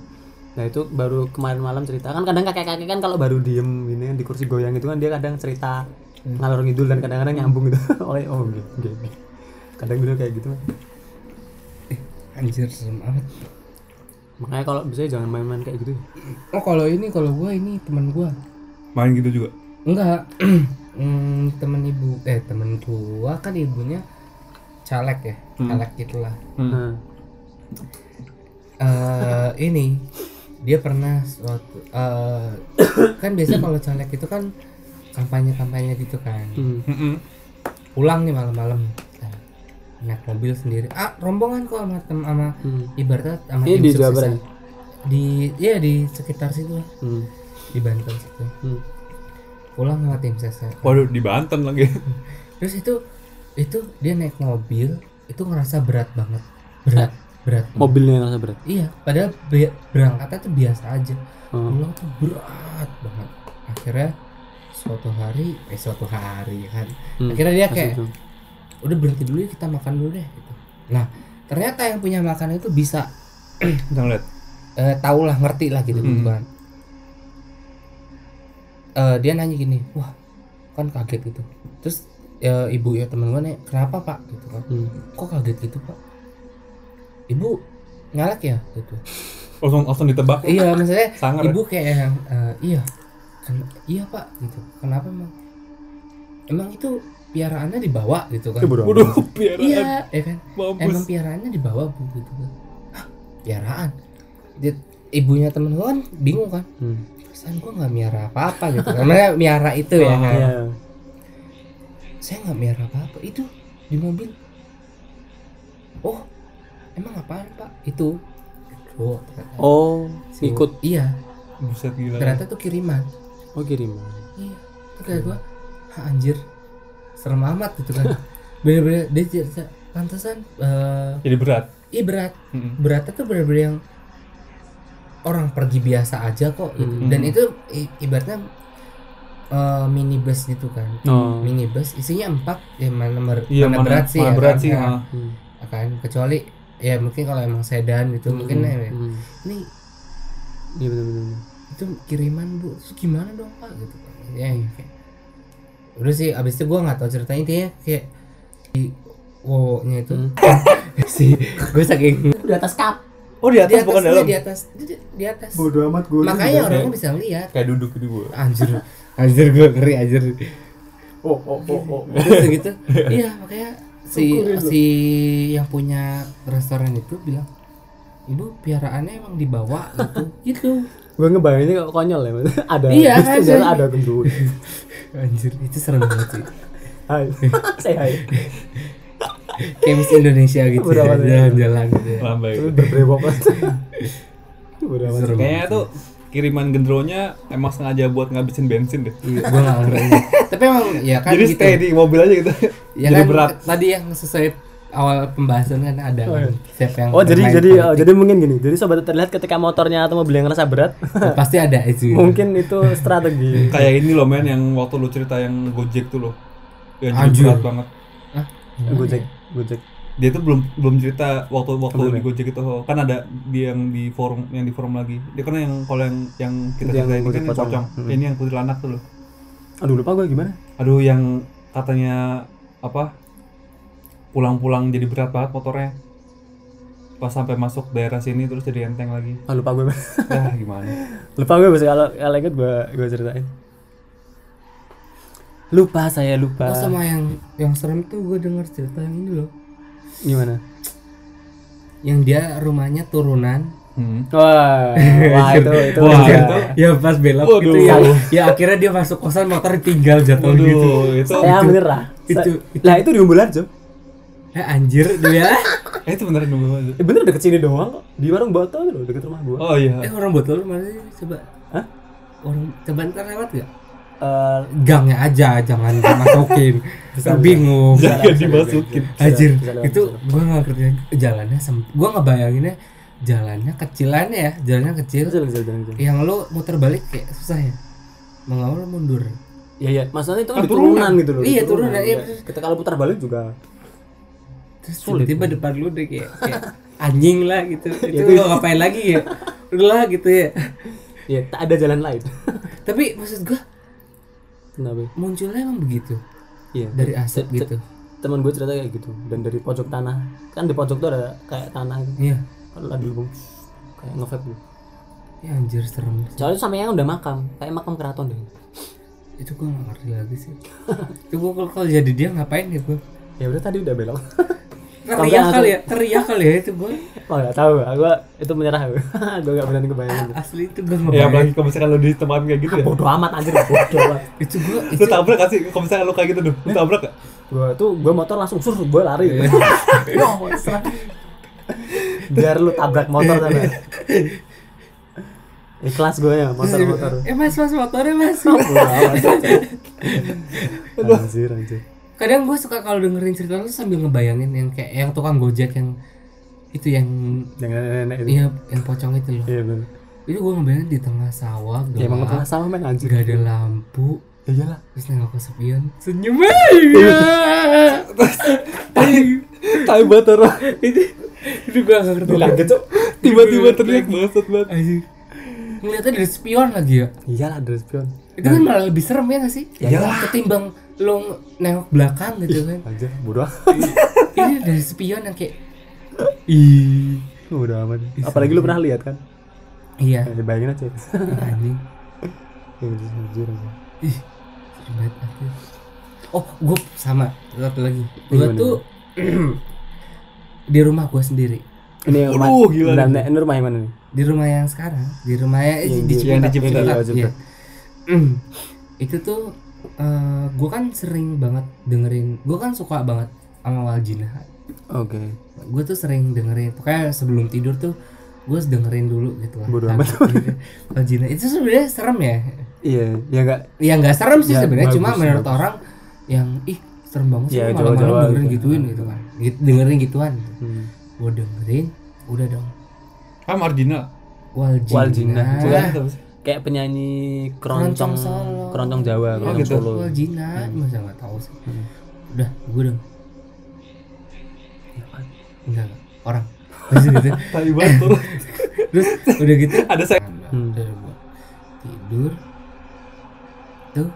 Speaker 3: nah itu baru kemarin malam cerita kan kadang kakek kakek kan kalau baru diem gini kan di kursi goyang itu kan dia kadang cerita
Speaker 1: Hmm.
Speaker 3: ngalor ngidul dan kadang-kadang nyambung gitu oleh oh oke oke, oke. kadang dulu kayak gitu
Speaker 1: Anjir serem amat.
Speaker 3: makanya kalau bisa jangan main-main kayak gitu
Speaker 1: Oh kalau ini kalau gua ini teman gua.
Speaker 2: Main gitu juga.
Speaker 1: Enggak. Hmm, temen ibu eh temen gua kan ibunya caleg ya.
Speaker 3: Hmm.
Speaker 1: Caleg gitulah.
Speaker 3: Nah,
Speaker 1: eh ini dia pernah suatu eh, kan biasa kalau caleg itu kan kampanye kampanye gitu kan
Speaker 3: hmm.
Speaker 2: Mm-mm.
Speaker 1: pulang nih malam-malam Nah, naik mobil sendiri ah rombongan kok sama tem sama
Speaker 3: Hmm.
Speaker 1: ibaratnya sama
Speaker 3: Ini
Speaker 1: tim
Speaker 3: di
Speaker 1: sukses
Speaker 3: Jawa Barat?
Speaker 1: ya. di iya di sekitar situ lah
Speaker 3: Hmm.
Speaker 1: di Banten situ
Speaker 3: Hmm.
Speaker 1: pulang sama tim suksesnya
Speaker 2: Waduh di Banten lagi.
Speaker 1: terus itu itu dia naik mobil itu ngerasa berat banget berat berat
Speaker 3: Mobilnya yang rasa berat.
Speaker 1: iya padahal be- berangkatnya tuh biasa aja
Speaker 3: Hmm.
Speaker 1: pulang tuh berat banget akhirnya suatu hari eh suatu hari kan
Speaker 3: Hmm.
Speaker 1: akhirnya dia
Speaker 3: Masuk
Speaker 1: kayak
Speaker 3: tuh.
Speaker 1: udah berhenti dulu ya, kita makan dulu deh gitu. nah ternyata yang punya makan itu bisa
Speaker 2: Jangan lihat.
Speaker 1: eh, tau lah ngerti lah gitu
Speaker 2: Hmm.
Speaker 1: bukan Eh, dia nanya gini wah kan kaget gitu terus ya, ibu ya temen gue nanya kenapa pak gitu kan
Speaker 3: Hmm.
Speaker 1: kok kaget gitu pak ibu ngalak ya gitu
Speaker 2: Langsung langsung ditebak.
Speaker 1: iya maksudnya
Speaker 2: Sangar. ya.
Speaker 1: ibu kayak yang eh, iya Ken- iya pak gitu kenapa emang emang itu piaraannya dibawa gitu kan
Speaker 3: Itu bodo amat.
Speaker 2: Waduh biar
Speaker 1: iya ya kan emang
Speaker 2: mampus.
Speaker 1: piaraannya dibawa bu gitu kan Hah, piaraan Dia- ibunya temen gue kan bingung kan
Speaker 3: Hmm.
Speaker 1: perasaan gue nggak miara apa apa gitu karena miara itu ya
Speaker 2: Ah,
Speaker 1: kan
Speaker 3: Iya.
Speaker 1: saya nggak miara apa apa itu di mobil oh emang apaan pak itu oh, ternyata.
Speaker 3: Oh, ikut.
Speaker 1: iya
Speaker 2: Buset gila.
Speaker 1: ternyata tuh kiriman
Speaker 3: Oh, kiriman.
Speaker 1: iya itu kayak gue "Hah, anjir serem amat gitu kan bener-bener dia cerita pantesan eh
Speaker 2: Jadi berat.
Speaker 1: ih berat
Speaker 2: Mm-mm.
Speaker 1: beratnya tuh bener-bener yang orang pergi biasa aja kok gitu.
Speaker 3: Hmm.
Speaker 1: dan itu i- ibaratnya eh, minibus gitu kan
Speaker 3: Oh.
Speaker 1: minibus isinya empat ya mana, mer-
Speaker 2: Iya
Speaker 1: mana
Speaker 2: mana
Speaker 1: berat sih
Speaker 2: mana
Speaker 1: ya
Speaker 2: berat
Speaker 1: kan?
Speaker 2: sih.
Speaker 1: Ya,
Speaker 2: ah.
Speaker 3: Hmm.
Speaker 1: kan? kecuali ya mungkin kalau emang sedan gitu mungkin ya,
Speaker 3: Hmm.
Speaker 1: ini
Speaker 3: Iya benar-benar.
Speaker 1: itu kiriman bu Terus gimana dong pak gitu kan ya ya, kayak. udah sih abis itu gua nggak tahu ceritanya intinya kayak di wowoknya itu
Speaker 2: Hmm.
Speaker 1: si gue saking
Speaker 3: Di atas kap.
Speaker 2: Oh
Speaker 1: di
Speaker 2: di
Speaker 1: atas
Speaker 2: atas, bukan dalam.
Speaker 1: di atas di, di atas
Speaker 3: Bodoh amat gue.
Speaker 1: makanya orangnya bisa lihat
Speaker 2: Kayak duduk di gua.
Speaker 1: anjir anjir gue ngeri anjir
Speaker 3: Oh, oh, oh, oh.
Speaker 1: terus gitu iya makanya si si yang punya restoran itu bilang ibu piaraannya emang dibawa gitu gitu
Speaker 3: Gue ngebayanginnya kok konyol ya. Mas. ada.
Speaker 1: Iya, kan,
Speaker 3: Sejarah
Speaker 1: jadi.
Speaker 3: ada kembung.
Speaker 1: anjir itu serem banget sih
Speaker 3: Hai. Say hai.
Speaker 1: kayak Miss Indonesia gitu ya,
Speaker 3: Udah, udah.
Speaker 1: jalan-jalan gitu ya.
Speaker 2: Lambai.
Speaker 3: Terus berbrebok. Bodoh amat.
Speaker 1: serem
Speaker 2: Kayaknya tuh kiriman gendronya emang sengaja buat ngabisin bensin deh.
Speaker 1: iya, gue gak ngerti tapi emang ya kan
Speaker 2: Jadi
Speaker 1: gitu
Speaker 2: stay di mobil aja gitu.
Speaker 1: ya
Speaker 2: jadi
Speaker 1: kan
Speaker 2: berat.
Speaker 1: tadi yang sesuai awal pembahasan kan ada
Speaker 3: Oh, iya.
Speaker 1: kan, siapa yang
Speaker 3: Oh jadi
Speaker 1: bermain Ya,
Speaker 3: jadi oh,
Speaker 1: politik.
Speaker 3: jadi mungkin gini. Jadi sobat terlihat ketika motornya atau mobilnya ngerasa berat,
Speaker 1: pasti ada itu
Speaker 3: mungkin itu strategi.
Speaker 2: Kayak ini loh men yang waktu lu cerita yang Gojek tuh loh. Ya jadi
Speaker 1: Anjir.
Speaker 2: berat banget.
Speaker 1: Hah?
Speaker 3: Gojek, Gojek.
Speaker 2: Dia tuh belum belum cerita waktu waktu
Speaker 3: Belum
Speaker 2: di
Speaker 3: ya?
Speaker 2: Gojek itu oh, kan ada dia yang di forum yang di forum lagi. Dia kan yang kalau yang yang kita
Speaker 3: Yang
Speaker 2: ceritain ini
Speaker 3: Gojek
Speaker 2: kan yang
Speaker 3: pocong.
Speaker 2: pocong.
Speaker 3: Hmm.
Speaker 2: Ini yang kuntilanak tuh loh.
Speaker 3: Aduh lupa gue gimana?
Speaker 2: Aduh yang katanya apa? Pulang-pulang jadi berat banget motornya. Pas sampai masuk daerah sini terus jadi enteng lagi.
Speaker 3: Ah lupa gue.
Speaker 2: Dah gimana?
Speaker 3: lupa gue bisa kalau kalau inget gue gue ceritain. Lupa saya lupa.
Speaker 1: Oh, sama yang yang serem tuh gue dengar cerita yang ini loh
Speaker 3: Gimana?
Speaker 1: yang dia rumahnya turunan
Speaker 2: Hmm.
Speaker 3: Wah, wah itu itu.
Speaker 2: Wah,
Speaker 3: udah.
Speaker 2: itu.
Speaker 1: ya pas belok
Speaker 2: Waduh.
Speaker 1: gitu ya ya akhirnya dia masuk kosan motor ditinggal jatuh gitu
Speaker 2: Waduh, itu
Speaker 3: Saya menyerah. Sa-
Speaker 1: Itu- itu.
Speaker 3: Lah itu di Umbularjo.
Speaker 1: ya anjir dia
Speaker 2: eh, itu beneran nunggu aja.
Speaker 3: Eh, bener deket sini doang kok. Di warung botol loh deket rumah gue.
Speaker 2: Oh iya.
Speaker 1: eh orang botol mana sih coba
Speaker 3: Hah?
Speaker 1: orang coba ntar lewat gak
Speaker 3: Eh,
Speaker 1: gangnya aja jangan masukin bingung
Speaker 2: Jangan dimasukin.
Speaker 1: anjir
Speaker 3: Bisa lewat,
Speaker 1: itu gue nggak ngerti jalannya sem- gue nggak bayanginnya jalannya kecilannya ya jalannya kecil
Speaker 3: jalan jalan jalan. jalan.
Speaker 1: yang lo muter balik kayak susah ya mau nggak mau lo mundur
Speaker 3: Iya iya, maksudnya itu kan di
Speaker 2: turunan.
Speaker 3: turunan gitu loh. di
Speaker 1: Iya, turunan, iya.
Speaker 3: Kita kalau putar balik juga
Speaker 1: terus tiba-tiba depan lu deh kayak, kayak anjing lah gitu itu
Speaker 3: Itu-
Speaker 1: lo ngapain lagi ya udah lah gitu ya
Speaker 3: ya tak ada jalan lain.
Speaker 1: tapi maksud gua
Speaker 3: Kenapa?
Speaker 1: munculnya emang begitu
Speaker 3: Iya.
Speaker 1: dari asap
Speaker 3: Te- te-
Speaker 1: gitu
Speaker 3: Teman gue cerita kayak gitu dan dari pojok tanah. Kan di pojok tuh ada kayak tanah gitu.
Speaker 1: iya
Speaker 3: Kalau ada lubang kayak ngevape gitu.
Speaker 1: ya anjir serem
Speaker 3: Soalnya sampe yang udah makam, kayak makam keraton deh.
Speaker 1: itu gua nggak ngerti lagi sih itu gua kalau- kalau jadi dia ngapain ya gua
Speaker 3: Ya udah tadi udah belok.
Speaker 1: teriak kali ya teriak kali ya itu gue
Speaker 3: Oh nggak tahu, aku itu menyerah gue. gue nggak berani kebayangin.
Speaker 1: asli itu gue
Speaker 2: ya apalagi kalau misalkan lu di tempat kayak gitu ya
Speaker 3: Bodoh amat anjir, bodoh amat.
Speaker 1: itu gue
Speaker 2: lu tabrak gak sih kalau misalkan lu kayak gitu tuh lu tabrak gak
Speaker 3: Gue tuh gue motor langsung sur, gue lari. Yo, serah. Biar lu tabrak motor sana.
Speaker 2: Iya.
Speaker 3: Ikhlas gue ya motor-motor.
Speaker 1: eh mas mas motornya mas
Speaker 3: Bodoh amat. Anjir anjir.
Speaker 1: kadang gue suka kalau dengerin cerita lu sambil ngebayangin yang kayak yang tukang gojek yang itu yang
Speaker 3: Jangan nenek itu.
Speaker 1: iya yang pocong itu loh
Speaker 3: Iya benar.
Speaker 1: itu gue ngebayangin di tengah sawah
Speaker 3: Ya emang
Speaker 1: gelap
Speaker 3: ngepelas sama men anjir.
Speaker 1: gak ada lampu
Speaker 3: Iyalah.
Speaker 1: terus nengok ke sepion senyum eh, iya. aja
Speaker 3: Tai bater.
Speaker 1: itu itu gue gak ngerti
Speaker 3: Bilang gitu.
Speaker 2: tiba-tiba teriak banget banget
Speaker 1: Anjing. Ngeliatnya dari spion lagi ya.
Speaker 3: Iyalah dari spion.
Speaker 1: Itu kan malah lebih serem ya gak sih?
Speaker 3: Iyalah.
Speaker 1: Ketimbang lo nengok belakang gitu kan.
Speaker 3: Anjir, bodoh.
Speaker 1: Ini dari spion yang kayak
Speaker 3: Ih, udah aman. Apalagi lu pernah lihat kan?
Speaker 1: iya
Speaker 3: Ya, bayangin aja.
Speaker 1: anjing.
Speaker 3: Ya, anjir, anjir.
Speaker 1: Ih, serem banget aku. Oh, gue sama satu lagi. Gue
Speaker 3: Gimana?
Speaker 1: tuh di rumah gue sendiri.
Speaker 3: Ini yang rumah,
Speaker 2: Aduh, gila.
Speaker 3: Bentar, ini rumah yang mana nih?
Speaker 1: Di rumah yang sekarang, di rumah yang, eh,
Speaker 3: Yang
Speaker 1: di
Speaker 3: di-
Speaker 1: Ciputat.
Speaker 2: yang di Ciputat.
Speaker 1: Ciputat,
Speaker 3: Iya, Ciputat.
Speaker 1: iya. Itu tuh gue kan sering banget dengerin, gue kan suka banget sama Waljina
Speaker 3: Oke.
Speaker 1: gue tuh sering dengerin pokoknya sebelum tidur tuh gue dengerin dulu gitu lah
Speaker 3: Bodo
Speaker 1: Nah, Wal Jina. itu sebenarnya serem ya
Speaker 3: Iya, ya enggak.
Speaker 1: ya nggak serem sih
Speaker 3: Ya,
Speaker 1: sebenarnya
Speaker 3: bagus,
Speaker 1: cuma menurut
Speaker 3: bagus.
Speaker 1: orang yang ih serem banget sih
Speaker 3: Ya,
Speaker 1: lu malam-malam
Speaker 3: Jawa-Jawa
Speaker 1: dengerin
Speaker 3: gitu.
Speaker 1: gituin gitu kan Gitu- dengerin gituan
Speaker 3: Hmm.
Speaker 1: gue dengerin udah dong
Speaker 2: ah marginal
Speaker 1: Waljina,
Speaker 3: Wal Jina.
Speaker 1: Wal
Speaker 2: gitu.
Speaker 3: Iya. Kayak penyanyi
Speaker 1: Keroncong
Speaker 3: keroncong
Speaker 1: Solo.
Speaker 3: keroncong Jawa,
Speaker 1: Iya,
Speaker 3: keroncong
Speaker 2: gitu.
Speaker 3: Solo. Hmm.
Speaker 1: Jina. masa nggak tahu sih udah gue dong enggak enggak. orang terus gitu
Speaker 2: tai banget turun
Speaker 1: terus udah gitu
Speaker 2: ada saya
Speaker 3: Hmm.
Speaker 1: Udah gua tidur tuh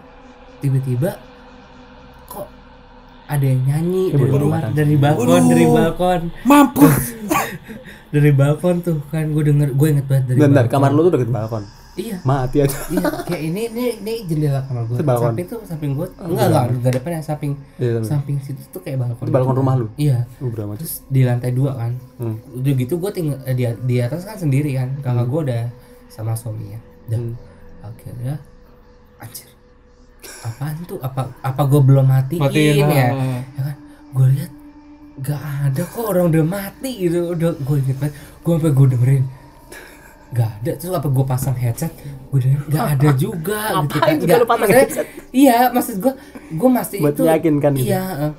Speaker 1: tiba-tiba kok ada yang nyanyi
Speaker 3: Eh,
Speaker 1: dari
Speaker 3: bodo
Speaker 1: rumah
Speaker 3: amat.
Speaker 1: dari balkon
Speaker 2: Waduh.
Speaker 1: dari balkon
Speaker 2: mampus
Speaker 1: dari balkon tuh kan gue denger gue inget banget dari
Speaker 3: Bentar,
Speaker 1: balkon.
Speaker 3: kamar lu tuh deket balkon.
Speaker 1: iya
Speaker 3: Mati aja.
Speaker 1: iya kayak ini ini ini jendela kamar gue
Speaker 3: Itu balkon. Oh,
Speaker 1: samping tuh samping gue enggak enggak enggak depan yang samping
Speaker 3: Iya, tapi.
Speaker 1: samping situ tuh kayak balkon
Speaker 3: Itu balkon rumah lu.
Speaker 1: iya
Speaker 3: Uh, berapa aja.
Speaker 1: terus di lantai dua kan
Speaker 3: Hmm.
Speaker 1: udah gitu gue tinggal eh, di, di atas kan sendiri kan kakak gue udah sama suaminya udah
Speaker 3: Hmm.
Speaker 1: akhirnya anjir apaan tuh apa apa gue belum matiin,
Speaker 2: Matiin,
Speaker 1: ya
Speaker 2: ah.
Speaker 1: ya kan gue lihat gak ada kok orang udah mati gitu udah gue inget banget gue sampai gue dengerin gak ada terus apa gue pasang headset gue dengerin gak ada juga gitu kan
Speaker 3: Ngapain juga
Speaker 1: Nggak,
Speaker 3: lu pasang
Speaker 1: maksudnya- iya maksud gue gue masih
Speaker 3: Buat
Speaker 1: itu
Speaker 3: meyakinkan gitu.
Speaker 1: iya eh.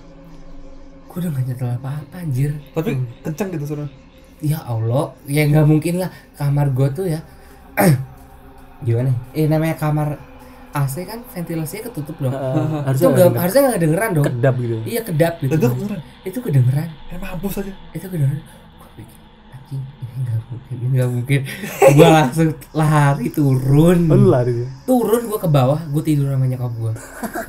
Speaker 1: gue udah gak nyetel apa apa anjir
Speaker 2: tapi kenceng gitu suara
Speaker 1: ya Allah ya nggak mungkin lah kamar gue tuh ya gimana eh namanya kamar AC kan ventilasinya ketutup dong
Speaker 3: Heeh,
Speaker 1: itu
Speaker 3: harusnya
Speaker 1: nggak
Speaker 3: nggak-
Speaker 1: harusnya nggak kedengeran dong
Speaker 3: kedap gitu.
Speaker 1: iya kedap gitu
Speaker 2: itu
Speaker 1: kan.
Speaker 2: kedengeran
Speaker 1: itu kedengeran
Speaker 2: eh mampus aja
Speaker 1: itu kedengeran Gua pikir, anjing, ini nggak mungkin ini nggak mungkin gue langsung lari turun
Speaker 3: Oh, Lu lari. ya?
Speaker 1: turun gue ke bawah gue tidur sama nyokap gue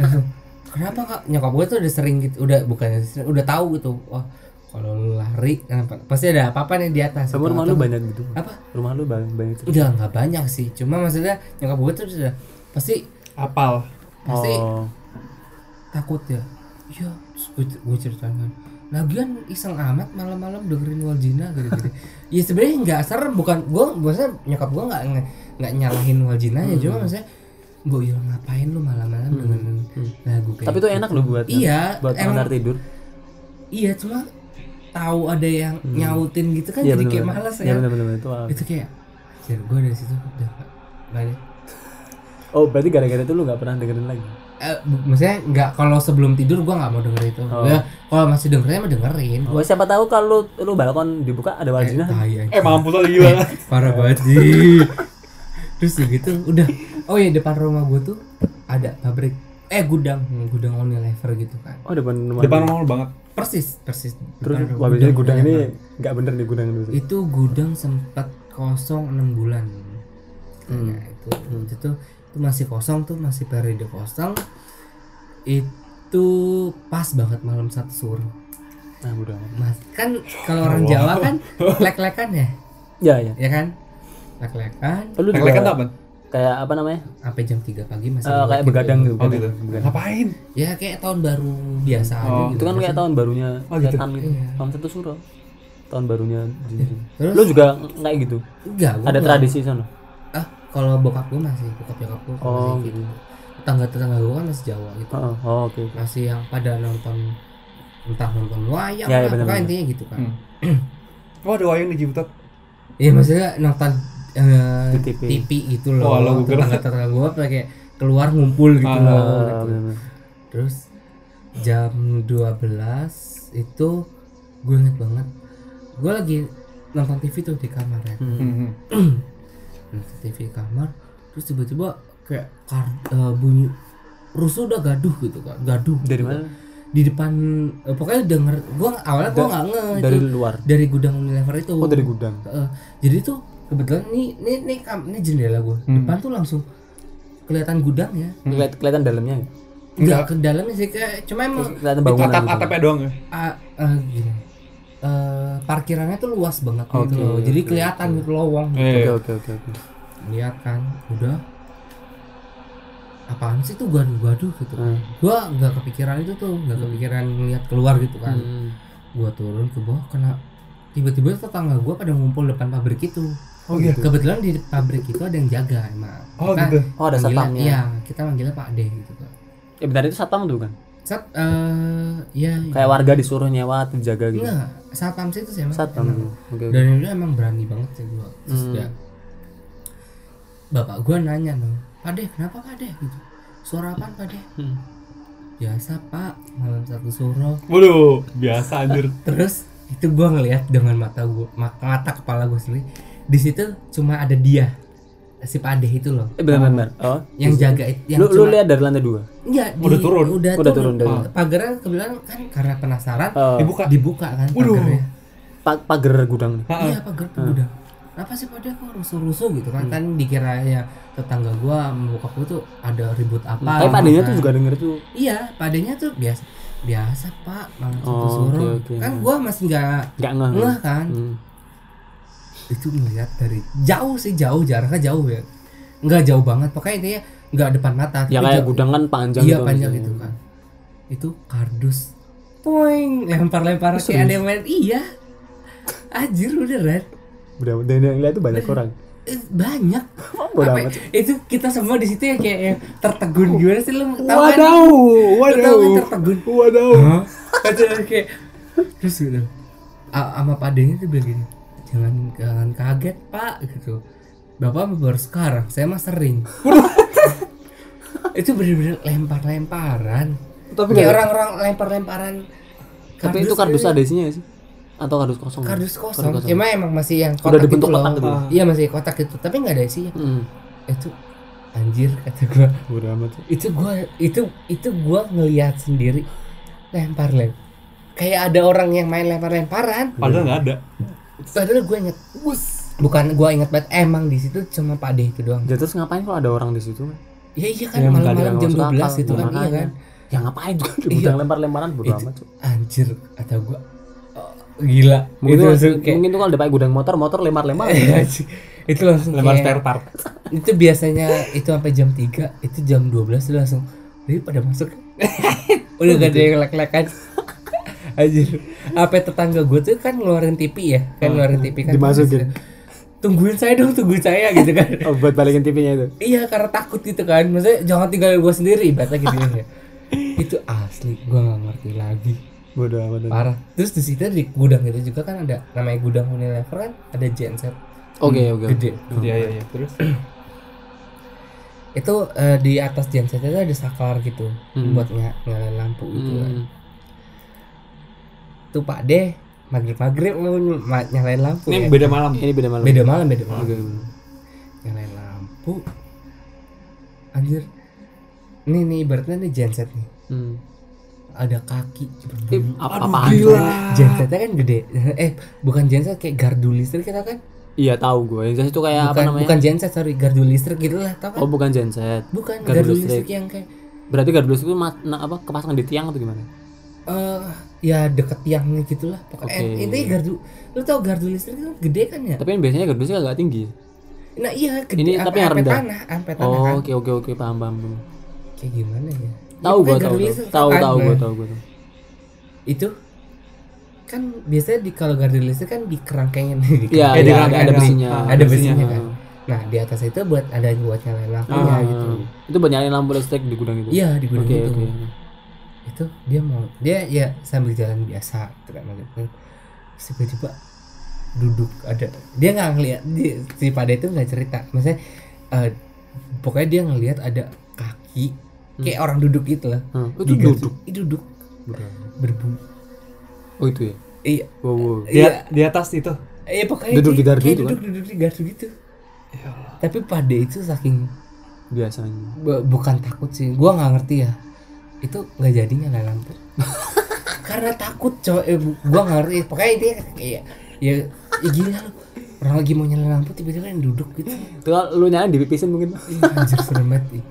Speaker 1: kenapa kak nyokap gue tuh udah sering gitu udah bukan udah tahu gitu wah kalau lu lari kenapa- pasti ada apa-apa nih di atas
Speaker 3: Sama rumah lu
Speaker 1: Atau-
Speaker 3: banyak gitu.
Speaker 1: apa
Speaker 3: Rumah lu banyak banyak cerita.
Speaker 1: udah nggak banyak sih cuma maksudnya nyokap gue tuh sudah pasti
Speaker 2: apal
Speaker 1: pasti
Speaker 3: Oh.
Speaker 1: takut ya iya gue ceritain kan lagian iseng amat malam-malam dengerin Waljina gitu-gitu ya sebenarnya nggak serem bukan gue biasanya nyokap gue nggak nge- nggak nyalahin Waljina ya
Speaker 3: Hmm.
Speaker 1: cuma maksudnya gue ya ngapain lu malam-malam dengerin lagu kayak
Speaker 3: Hmm. Tapi itu
Speaker 1: gitu?"
Speaker 3: enak loh buat
Speaker 1: Iya,
Speaker 3: buat
Speaker 1: emang-
Speaker 3: pengantar tidur.
Speaker 1: iya cuma tahu ada yang nyautin gitu kan jadi kayak
Speaker 3: bener-bener.
Speaker 1: malas
Speaker 3: Hmm. Iya
Speaker 1: ya
Speaker 3: benar-benar itu. awal.
Speaker 1: itu kayak jadi gue dari situ udah nggak ada
Speaker 3: Oh, berarti gara-gara itu lu nggak pernah dengerin lagi.
Speaker 1: Eh, bu- maksudnya nggak kalau sebelum tidur gua nggak mau denger itu Ya, kalau masih dengerin mah dengerin
Speaker 3: Oh, siapa tahu kalau lu, lu balkon dibuka ada waljina.
Speaker 1: Tai aja.
Speaker 2: eh mampus aja gila
Speaker 1: parah banget sih terus udah gitu udah oh ya depan rumah gua tuh ada pabrik eh gudang Hmm, gudang Unilever gitu kan
Speaker 3: Oh, depan rumah. Iya,
Speaker 2: depan rumah lu banget
Speaker 1: persis persis
Speaker 3: Terus
Speaker 1: depan
Speaker 3: wah biasanya gudang ini
Speaker 1: Unilever.
Speaker 3: nggak bener nih gudang itu.
Speaker 1: itu gudang sempat kosong enam bulan
Speaker 3: Hmm.
Speaker 1: nah itu itu tuh itu masih kosong tuh masih periode kosong itu pas banget malam satu suruh
Speaker 3: Nah, gudang.
Speaker 1: Mas, kan kalau orang Jawa kan lek-lekan ya,
Speaker 3: Ya, ya.
Speaker 1: ya kan? Lek-lekan.
Speaker 3: Oh, Lu juga
Speaker 2: lek-lekan tuh apa
Speaker 3: kayak apa namanya
Speaker 1: sampai jam 3 pagi masih
Speaker 3: Eh,
Speaker 1: lewat
Speaker 3: kayak
Speaker 1: gitu.
Speaker 3: begadang gitu
Speaker 2: Oh gitu.
Speaker 3: Begadang.
Speaker 2: Ngapain?
Speaker 1: ya kayak tahun baru biasa aja
Speaker 2: Oh.
Speaker 1: gitu
Speaker 3: itu kan kayak tahun barunya
Speaker 2: Oh, gitu.
Speaker 3: setan gitu tahun satu suro tahun barunya jin-jin.
Speaker 1: Terus?
Speaker 3: lu juga kayak gitu
Speaker 1: enggak gua
Speaker 3: ada
Speaker 1: nggak-
Speaker 3: tradisi sana
Speaker 1: ah kalau bokap gue masih bokap nyokap gue
Speaker 3: Oh,
Speaker 1: masih gitu tetangga tetangga gue kan masih Jawa gitu
Speaker 3: Heeh. oh oke oke.
Speaker 1: masih yang pada nonton entah nonton wayang
Speaker 3: Ya,
Speaker 1: lah,
Speaker 3: ya, benar,
Speaker 1: pokoknya
Speaker 3: benar.
Speaker 1: intinya gitu kan
Speaker 2: Hmm. Oh ada wayang di Cibutet.
Speaker 1: Iya maksudnya nonton eh,
Speaker 3: Di TV.
Speaker 1: TV. gitu loh.
Speaker 2: Oh, lo Google.
Speaker 1: tetangga tetangga gue pakai keluar ngumpul gitu
Speaker 2: Ah,
Speaker 1: loh.
Speaker 3: Ah,
Speaker 1: gitu.
Speaker 3: bener-bener.
Speaker 1: Terus jam 12 itu gue inget banget. Gue lagi nonton TV tuh di kamar ya.
Speaker 2: Hmm.
Speaker 1: Nonton TV di kamar. Terus tiba-tiba kayak kar- eh, bunyi rusuh udah gaduh gitu kan. Gaduh.
Speaker 3: dari
Speaker 1: gitu.
Speaker 3: mana
Speaker 1: Di depan eh, pokoknya denger gue awalnya gue nggak nge
Speaker 3: dari
Speaker 1: itu
Speaker 3: luar
Speaker 1: dari gudang Unilever itu.
Speaker 3: oh dari gudang
Speaker 1: Heeh. jadi tuh kebetulan nih nih nih, kam- nih jendela gue
Speaker 3: Hmm.
Speaker 1: depan tuh langsung kelihatan gudang ya
Speaker 3: Kelihat- kelihatan Hmm. dalamnya ya?
Speaker 1: nggak ke dalamnya sih kayak cuma emang
Speaker 3: kelihatan bangunan
Speaker 2: Hmm. Atap
Speaker 3: gitu.
Speaker 2: atapnya doang ya.
Speaker 1: ah, ah, gini Eh, parkirannya tuh luas banget
Speaker 3: Oke,
Speaker 1: gitu loh jadi
Speaker 3: oke,
Speaker 1: kelihatan gitu lowong
Speaker 3: oke
Speaker 2: Iya.
Speaker 3: oke oke oke
Speaker 1: lihat kan udah apaan sih tuh gaduh-gaduh gitu
Speaker 3: Hmm.
Speaker 1: gua nggak kepikiran itu tuh nggak kepikiran ngeliat keluar gitu kan
Speaker 3: Hmm.
Speaker 1: gua turun ke bawah kena tiba-tiba tetangga gua pada ngumpul depan pabrik itu
Speaker 2: Oh gitu.
Speaker 1: kebetulan di pabrik itu ada yang jaga emang
Speaker 2: Oh
Speaker 1: Kita
Speaker 2: gitu.
Speaker 3: oh ada
Speaker 1: manggilnya-
Speaker 3: satpamnya
Speaker 1: iya kita manggilnya Pak D gitu kan
Speaker 3: ya bentar itu satpam tuh kan
Speaker 1: sat eh ya
Speaker 3: kayak warga disuruh nyewa atau jaga gitu
Speaker 1: enggak satpam sih itu sih emang
Speaker 3: satpam
Speaker 1: emang.
Speaker 3: oke oke
Speaker 1: dan itu emang berani banget sih gua terus
Speaker 3: Hmm.
Speaker 1: dia bapak gua nanya dong Pak D kenapa Pak D gitu suara apaan Pak D
Speaker 3: Hmm.
Speaker 1: biasa Pak malam satu suro
Speaker 2: Waduh, biasa anjir.
Speaker 1: terus itu gua ngelihat dengan mata gua ma- mata kepala gua sendiri di situ cuma ada dia si Pak D itu loh
Speaker 3: eh bentar bentar, bentar oh
Speaker 1: yang jaga it- yang
Speaker 3: lu lu
Speaker 1: cuma-
Speaker 3: lihat dari lantai dua
Speaker 1: Enggak,
Speaker 2: Udah turun?
Speaker 1: Udah,
Speaker 3: Udah
Speaker 1: turun.
Speaker 3: turun dari-
Speaker 1: Ah. Pagarnya kebetulan kan karena penasaran
Speaker 3: Eh,
Speaker 2: Dibuka.
Speaker 1: dibuka kan
Speaker 2: Waduh.
Speaker 1: pagarnya.
Speaker 3: pa- pagar gudang nih
Speaker 2: Heeh.
Speaker 1: Iya, pagar udah. Kenapa sih pada kok rusuh-rusuh gitu
Speaker 3: Hmm.
Speaker 1: kan? Kan dikira ya tetangga gua membuka gua tuh ada ribut apa.
Speaker 3: tapi
Speaker 1: gitu
Speaker 3: padanya
Speaker 1: kan.
Speaker 3: tuh juga denger tuh
Speaker 1: Iya, padanya tuh biasa biasa Pak malam
Speaker 3: Oh,
Speaker 1: satu suruh.
Speaker 3: oke, oke.
Speaker 1: Kan gua masih nggak
Speaker 3: nggak ngeh
Speaker 1: ngeh kan.
Speaker 3: Hmm.
Speaker 1: Itu ngeliat dari jauh sih jauh jaraknya jauh ya. Nggak jauh banget. Pokoknya intinya nggak depan mata.
Speaker 3: ya
Speaker 1: tapi
Speaker 3: kayak
Speaker 1: jauh.
Speaker 3: gudang kan panjang
Speaker 1: iya
Speaker 3: gitu
Speaker 1: panjang
Speaker 3: misalnya.
Speaker 1: itu kan itu kardus poing lempar-lempar kayak ada yang main iya anjir udah red
Speaker 3: udah dan yang lihat tuh banyak orang
Speaker 1: Eh, banyak
Speaker 3: Bodo
Speaker 1: Apa- ya?
Speaker 3: amat. Oh.
Speaker 1: itu kita semua di situ ya kayak yang tertegun gimana sih lu tahu kan Lu
Speaker 3: Wadaw,
Speaker 1: tahu kan
Speaker 3: wadaw,
Speaker 1: tertegun
Speaker 3: wadaw.
Speaker 1: Hah? Aja kayak terus gitu A- sama padanya tuh bilang gini jangan jangan kaget pak gitu bapak mah baru sekarang saya mah sering itu bener-bener lempar-lemparan
Speaker 3: Tapi
Speaker 1: kayak
Speaker 3: nggak-
Speaker 1: orang-orang lempar-lemparan
Speaker 3: Iya.
Speaker 1: gitu.
Speaker 3: Tapi itu kardus ada isinya nggak sih? Atau kardus kosong?
Speaker 1: kardus kosong Ya, emang emang masih yang kotak
Speaker 3: Udah dibentuk
Speaker 1: gitu loh.
Speaker 3: kotak gitu.
Speaker 1: iya masih kotak gitu tapi nggak ada isinya
Speaker 3: Hmm.
Speaker 1: itu anjir kata gua
Speaker 3: Bodo amat. sih.
Speaker 1: itu gua itu itu gua ngelihat sendiri lempar lem kayak ada orang yang main lempar-lemparan
Speaker 2: Padahal nggak ada.
Speaker 1: padahal gua inget bukan gua inget banget emang di situ cuma Pak D itu doang
Speaker 3: Ya terus ngapain kalau ada orang di situ?
Speaker 1: ya iya kan
Speaker 3: Ya, nggak ada
Speaker 1: malam-malam
Speaker 3: yang
Speaker 1: jam
Speaker 3: masuk
Speaker 1: 12
Speaker 3: akal,
Speaker 1: itu kan iya
Speaker 3: makanya.
Speaker 1: kan
Speaker 3: Ya ngapain juga di
Speaker 1: Iya.
Speaker 3: gudang lempar-lemparan bodo
Speaker 1: Itu-
Speaker 3: amat. cuy.
Speaker 1: anjir kata gua oh, gila
Speaker 3: Mungkin
Speaker 1: itu
Speaker 3: tuh,
Speaker 1: langsung kayak
Speaker 3: mungkin tuh kalau dipakai gudang motor, motor lempar-lempar.
Speaker 1: Iya. itu langsung
Speaker 2: Lempar
Speaker 1: kayak-
Speaker 2: spare part.
Speaker 1: itu biasanya itu sampai jam 3 itu jam 12 udah langsung jadi pada masuk udah gak ada yang lek-lekan anjir apa tetangga gue tuh kan ngeluarin TV ya kan ngeluarin TV kan
Speaker 3: Oh, dimasukin.
Speaker 1: tungguin saya dong tungguin saya gitu kan
Speaker 3: Oh, buat balikin TV-nya itu.
Speaker 1: iya karena takut gitu kan maksudnya jangan tinggalin gue sendiri ibaratnya gitu ya itu asli gue gak ngerti lagi
Speaker 3: Bodo amat.
Speaker 1: parah terus di situ di gudang itu juga kan ada namanya gudang Unilever kan ada genset
Speaker 3: Oke, oke. oke.
Speaker 1: gede
Speaker 2: Iya iya iya. Terus
Speaker 1: itu eh, di atas genset itu ada saklar gitu
Speaker 3: Hmm.
Speaker 1: buat ny- nyalain lampu gitu kan.
Speaker 3: Hmm.
Speaker 1: Tuh Pak De maghrib maghrib mau ny- ma- nyalain lampu
Speaker 2: ini
Speaker 1: ya.
Speaker 2: beda malam.
Speaker 3: Ah, Ini beda malam. Hmm.
Speaker 1: Beda malam beda malam.
Speaker 3: Oke.
Speaker 1: Nyalain lampu. Anjir. Nih nih ibaratnya nih genset nih.
Speaker 3: Hmm.
Speaker 1: Ada kaki
Speaker 3: Ini
Speaker 1: berbunyi.
Speaker 3: apa- apaan
Speaker 2: gila.
Speaker 3: tuh?
Speaker 1: Gensetnya kan gede. Eh bukan genset kayak gardu listrik kita kan.
Speaker 3: Iya, tahu gue. Yang jelas itu kayak Ya, apa
Speaker 1: bukan
Speaker 3: namanya?
Speaker 1: bukan genset sorry gardu listrik gitu lah tau kan.
Speaker 3: Oh, bukan genset.
Speaker 1: bukan
Speaker 3: gardu
Speaker 1: gardu, listrik.
Speaker 3: listrik.
Speaker 1: yang kayak
Speaker 3: Berarti kardus itu mas- na- apa kepasang di tiang atau gimana?
Speaker 1: eh ya deket tiangnya gitulah pokoknya eh,
Speaker 3: Oke.
Speaker 1: ini gardu lu tau gardu listrik itu gede kan ya
Speaker 3: Tapi yang biasanya kardusnya agak tinggi.
Speaker 1: Nah iya gede,
Speaker 3: Ini tapi yang
Speaker 1: ampe- ampe
Speaker 3: rendah?
Speaker 1: tanah, ampe tanah kan.
Speaker 3: Oh, oke oke oke paham paham. paham.
Speaker 1: Kayak gimana ya?
Speaker 3: Tahu
Speaker 1: Ya, pokoknya
Speaker 3: gua tahu.
Speaker 1: gardunya
Speaker 3: tahu.
Speaker 1: itu
Speaker 3: Tahu
Speaker 1: kan,
Speaker 3: tahu
Speaker 1: nah,
Speaker 3: gua tahu gua tahu.
Speaker 1: Itu kan biasanya di kalau garden listrik kan di kerangkengin di
Speaker 3: Iya,
Speaker 2: Eh,
Speaker 1: kerangkeng,
Speaker 3: iya,
Speaker 2: dengar,
Speaker 1: kan?
Speaker 3: ada ada
Speaker 2: dengar.
Speaker 3: besinya.
Speaker 2: Ah,
Speaker 1: ada besinya
Speaker 3: besinya.
Speaker 1: kan. Nah, di atas itu buat ada yang buat nyalain lampunya
Speaker 3: Ah,
Speaker 1: gitu.
Speaker 3: Itu buat nyalain lampu listrik di gudang itu.
Speaker 1: Iya, di gudang
Speaker 3: Oke
Speaker 1: itu.
Speaker 3: oke.
Speaker 1: Itu dia mau dia ya sambil jalan biasa gitu kan maksudnya. Terus tiba-tiba duduk ada dia nggak ngeliat dia, si pada itu nggak cerita maksudnya eh, pokoknya dia ngelihat ada kaki kayak orang duduk gitu lah
Speaker 3: Hmm, Itu
Speaker 1: Di gardu-
Speaker 3: duduk.
Speaker 1: Ih, duduk berbu
Speaker 3: Oh itu ya.
Speaker 1: iya
Speaker 3: Wow, wow.
Speaker 2: Di, di atas itu.
Speaker 1: iya pokoknya
Speaker 3: Duduk
Speaker 1: dia
Speaker 3: di gardu
Speaker 1: kayak
Speaker 3: itu kan?
Speaker 1: duduk duduk di gardu gitu tapi pada itu saking
Speaker 3: Biasanya.
Speaker 1: bu- bukan takut sih gua nggak ngerti ya itu nggak jadi nyalain lampu karena takut coy Eh, bu- gua nggak ngerti pokoknya dia kayak ya, ya gila lu orang lagi mau nyalain lampu tiba-tiba yang duduk gitu
Speaker 3: Itu kalau lu nyalain di pipisin mungkin.
Speaker 1: Ih, anjir serem banget ih.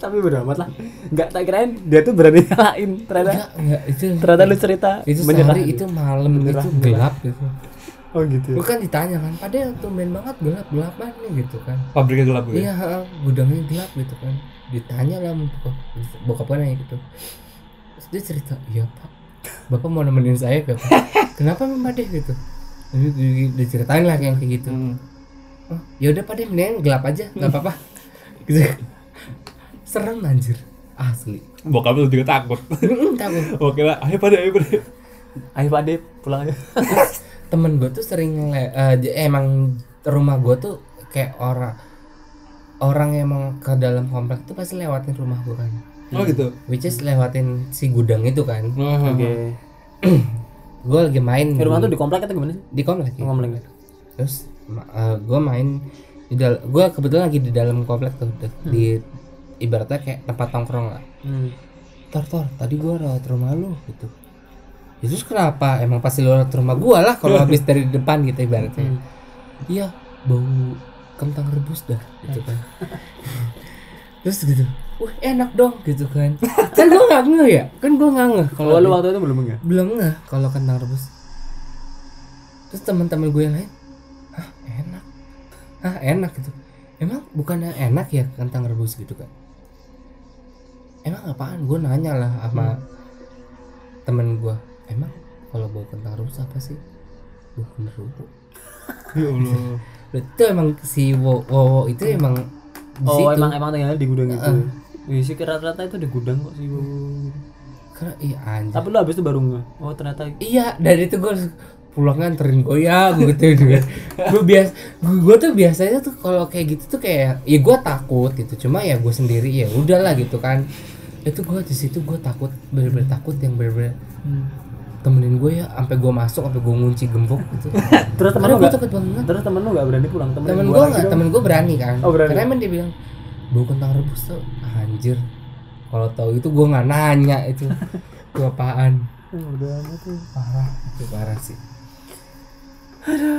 Speaker 3: Tapi bodo amat lah. Enggak tak kirain dia tuh berani nyalain. Ternyata
Speaker 1: enggak enggak itu
Speaker 3: ternyata lu cerita
Speaker 1: itu
Speaker 3: menyerah.
Speaker 1: sehari itu malam
Speaker 3: Menyerah,
Speaker 1: itu
Speaker 3: menyerah.
Speaker 1: gelap gitu
Speaker 3: Oh gitu.
Speaker 1: bukan ditanya kan pada tumben banget gelap gelapan nih gitu kan
Speaker 2: Pabriknya gelap gitu.
Speaker 1: Iya, heeh, gudangnya gelap gitu kan. Ditanya lah sama bokap, bokapnya nanya gitu. Terus dia cerita, iya pak, bapak mau nemenin saya gak pak? Kenapa memang deh gitu? Jadi di- diceritain lah yang kayak gitu.
Speaker 2: Hmm.
Speaker 1: Oh, ya udah pak deh, mendingan gelap aja, nggak apa-apa. Gitu. Serem anjir, asli.
Speaker 2: Bokap lu juga takut.
Speaker 1: Mm-mm, Takut.
Speaker 2: Oke lah, ayo pada, ayo pada.
Speaker 3: Ayo Pak Dep, pulang aja.
Speaker 1: Temen gue tuh sering le- eh, j- emang rumah gue tuh kayak orang orang yang mau ke dalam komplek tuh pasti lewatin rumah gue kan.
Speaker 2: Oh gitu.
Speaker 1: which is lewatin si gudang itu kan
Speaker 3: Oke.
Speaker 1: gue lagi main
Speaker 3: Eh, Hmm. Rumah tuh
Speaker 1: di,
Speaker 3: di komplek atau gimana sih?
Speaker 1: di komplek ya.
Speaker 3: Ngomong lagi.
Speaker 1: terus gue main di dal gue kebetulan lagi di dalam komplek tuh dek- di ibaratnya kayak tempat tongkrong lah
Speaker 3: Hmm.
Speaker 1: tor tor tadi gue lewat rumah lu gitu ya, terus kenapa emang pasti lu lewat rumah gue lah kalau habis dari depan gitu ibaratnya
Speaker 3: Hmm.
Speaker 1: iya bau kentang rebus dah gitu kan terus gitu wah enak dong gitu kan kan gue nggak ngeh ya kan gue nggak ngeh
Speaker 3: Kalau
Speaker 1: kalau
Speaker 3: lu waktu itu belum enggak?
Speaker 1: belum ngeh kalau kentang rebus terus teman-teman gue yang lain hah enak hah enak gitu emang bukannya enak ya kentang rebus gitu kan emang apaan gue nanya lah sama
Speaker 3: Hmm.
Speaker 1: temen gue emang kalau bawa kentang rebus apa sih Bau kentang rebus
Speaker 2: Ya Allah.
Speaker 1: itu emang si Wo- Wowo itu emang di
Speaker 3: Hmm. Oh,
Speaker 1: situ.
Speaker 3: emang emang ternyata di gudang itu.
Speaker 1: Heeh.
Speaker 3: Iya sih rata-rata itu di gudang kok sih. Bu.
Speaker 1: Karena, iya anjir.
Speaker 3: Tapi lu habis itu baru nggak? Oh ternyata
Speaker 1: Iya, dari itu gue pulang nganterin goyang gitu gitu. gue bias gue tuh biasanya tuh kalau kayak gitu tuh kayak ya gue takut gitu. Cuma ya gue sendiri ya udahlah gitu kan. Itu gue di situ gue takut bener-bener takut yang bener-bener
Speaker 3: Hmm.
Speaker 1: temenin gue ya sampai gue masuk sampai gue ngunci gembok gitu.
Speaker 3: terus temen
Speaker 1: Karena
Speaker 3: lu
Speaker 1: gue
Speaker 3: nggak
Speaker 1: takut banget.
Speaker 3: terus temen lu nggak berani pulang temen,
Speaker 1: Temen
Speaker 3: gua
Speaker 1: gue
Speaker 3: lagi
Speaker 1: nggak,
Speaker 3: dong.
Speaker 1: temen gue berani kan.
Speaker 3: Oh, berani.
Speaker 1: Karena emang dia bilang bau kentang rebus tuh anjir. Kalau tahu itu gue nggak nanya itu. Itu apaan?
Speaker 3: Hmm, udah amat tuh
Speaker 1: Parah, itu parah sih.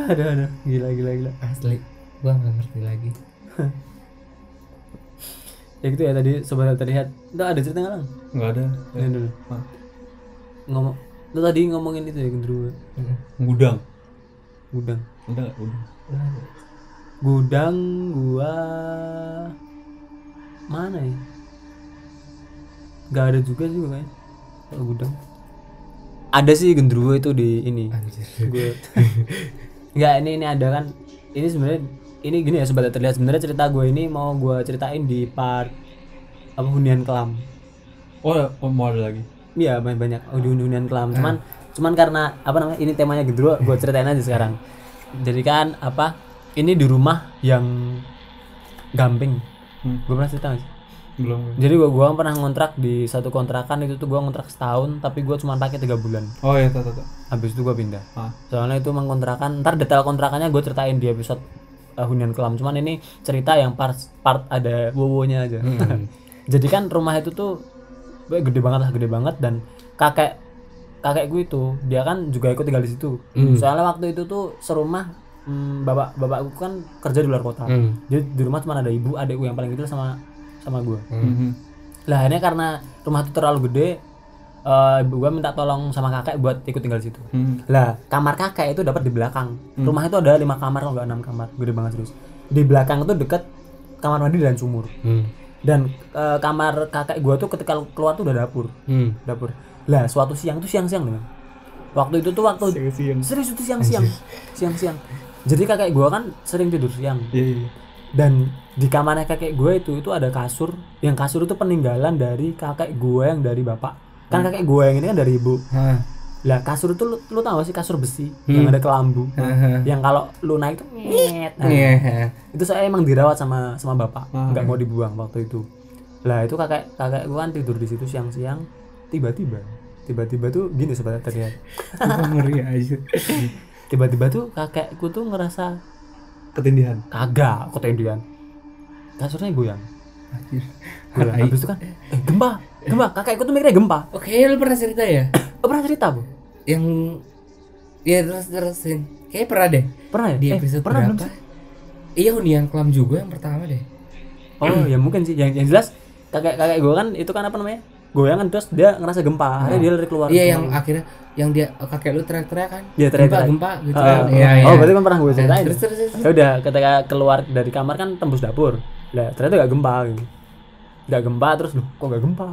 Speaker 3: ada ada gila gila gila
Speaker 1: asli gua nggak ngerti lagi
Speaker 3: ya gitu ya tadi sobat terlihat itu ada cerita nggak lang
Speaker 1: Iya.
Speaker 2: Nggak ada.
Speaker 3: Ini dulu
Speaker 2: Hah.
Speaker 3: ngomong lu tadi ngomongin itu ya gendruwo
Speaker 2: Gudang.
Speaker 3: gudang
Speaker 2: Ada nggak gudang?
Speaker 3: gudang gua mana ya nggak ada juga sih gua kayaknya kalau gudang ada sih gendruwo itu di ini
Speaker 1: anjir
Speaker 3: gue nggak ini ini ada kan ini sebenarnya ini gini ya sobat terlihat sebenarnya cerita gue ini mau gue ceritain di part apa hunian kelam
Speaker 2: Oh, oh, mau ada lagi.
Speaker 3: iya banyak banyak oh, di hunian kelam cuman cuman karena apa namanya ini temanya gitu gue ceritain aja sekarang jadi kan apa ini di rumah yang gamping
Speaker 2: Hmm.
Speaker 3: gue pernah cerita nggak sih?
Speaker 2: Belum.
Speaker 3: jadi gue gua pernah ngontrak di satu kontrakan itu tuh gue ngontrak setahun tapi gue cuma pakai tiga bulan
Speaker 2: Oh ya, tahu tahu.
Speaker 3: habis itu gue pindah
Speaker 2: Ah.
Speaker 3: soalnya itu mengkontrakan ntar detail kontrakannya gue ceritain di episode uh, hunian kelam cuman ini cerita yang part part ada wowonya aja jadi kan rumah itu tuh weh, gede banget lah gede banget dan kakek kakek gue itu dia kan juga ikut tinggal di situ soalnya waktu itu tuh serumah mm, bapak bapak gue kan kerja di luar kota
Speaker 1: Hmm.
Speaker 3: jadi di rumah cuma ada ibu adik gue yang paling kecil sama sama gue
Speaker 2: Mhm.
Speaker 3: lah akhirnya karena rumah itu terlalu gede eh, ibu gue minta tolong sama kakek buat ikut tinggal di situ
Speaker 2: Mhm.
Speaker 3: lah kamar kakek itu dapat di belakang rumah itu ada lima kamar kalau nggak enam kamar gede banget terus di belakang tuh deket kamar mandi dan sumur
Speaker 1: Hmm.
Speaker 3: dan eh, kamar kakek gua tuh ketika keluar tuh udah dapur
Speaker 1: Hmm.
Speaker 3: dapur lah suatu siang tuh siang-siang nih waktu itu tuh waktu
Speaker 2: Siang-siang.
Speaker 3: serius itu siang-siang siang-siang jadi kakek gua kan sering tidur siang
Speaker 2: Iya, iya.
Speaker 3: dan di kamarnya kakek gue itu itu ada kasur yang kasur itu peninggalan dari kakek gue yang dari bapak kan
Speaker 2: Hmm.
Speaker 3: kakek gue yang ini kan dari ibu
Speaker 1: Hah.
Speaker 3: lah kasur itu lu, lu tahu gak sih kasur besi yang
Speaker 2: Hmm.
Speaker 3: ada kelambu
Speaker 1: Aha.
Speaker 3: yang kalau lu naik tuh nyet. Nah,
Speaker 1: Iya.
Speaker 3: itu saya emang dirawat sama sama bapak
Speaker 2: Ah.
Speaker 3: nggak mau dibuang waktu itu lah itu kakek kakek gue kan tidur di situ siang-siang tiba-tiba tiba-tiba tuh gini sebenarnya terlihat
Speaker 2: Ngeri aja.
Speaker 3: tiba-tiba tuh kakekku tuh ngerasa
Speaker 2: Ketindihan.
Speaker 3: kagak ketindian kasurnya goyang
Speaker 2: Anjir.
Speaker 3: Gue bilang, habis itu kan eh, gempa gempa kakakku tuh mikirnya gempa
Speaker 1: Oke, lu pernah cerita ya?
Speaker 3: Eh, pernah cerita bu
Speaker 1: Yang ya terus terusin. Kayaknya pernah deh.
Speaker 3: pernah ya
Speaker 1: Di
Speaker 3: Eh,
Speaker 1: episode
Speaker 3: pernah belum
Speaker 1: berapa?
Speaker 3: sih?
Speaker 1: Iya, hunian kelam juga yang pertama deh.
Speaker 3: oh ya mungkin sih yang, yang jelas kakek kakek gue kan itu kan apa namanya goyangan terus dia ngerasa gempa akhirnya dia lari keluar gitu.
Speaker 1: Iya, yang akhirnya yang dia kakek lu teriak-teriak kan?
Speaker 3: Iya, teriak-teriak.
Speaker 1: Gempa, gempa gitu
Speaker 3: Ah,
Speaker 1: kan. Iya,
Speaker 3: oh
Speaker 1: iya.
Speaker 3: berarti kan pernah gue ceritain
Speaker 1: Terus, terus, terus.
Speaker 3: ya udah ketika keluar dari kamar kan tembus dapur lah ternyata gak gempa gitu gak gempa terus loh kok gak gempa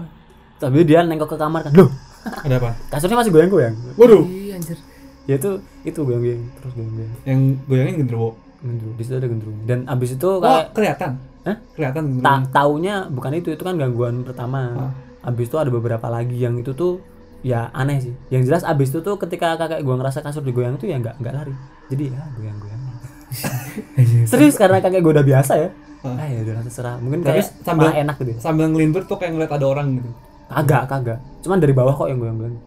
Speaker 3: tapi dia nengok ke kamar kan loh
Speaker 2: Ada apa?
Speaker 3: kasurnya masih goyang goyang
Speaker 2: Waduh.
Speaker 1: Iya, anjir.
Speaker 3: ya itu itu goyang goyang terus goyang goyang
Speaker 2: Yang goyangin genderuwo.
Speaker 3: gendrung di situ ada gendrung dan abis itu
Speaker 2: Wah,
Speaker 3: kayak
Speaker 2: kelihatan.
Speaker 3: Hah?
Speaker 2: Kelihatan
Speaker 3: ta
Speaker 2: genderuwo.
Speaker 3: taunya bukan itu itu kan gangguan pertama abis itu ada beberapa lagi yang itu tuh ya aneh sih yang jelas abis itu tuh ketika kakek gua ngerasa kasur digoyang tuh ya nggak nggak lari jadi ya goyang goyang
Speaker 2: Eh, iya,
Speaker 3: serius karena kakek gua udah biasa ya ah ya udah terserah mungkin
Speaker 2: Tapi
Speaker 3: kayak
Speaker 2: sambil-
Speaker 3: malah enak gitu ya.
Speaker 2: Sambil ngelintur tuh kayak ngeliat ada orang gitu.
Speaker 3: kagak kagak cuman dari bawah kok yang goyang goyang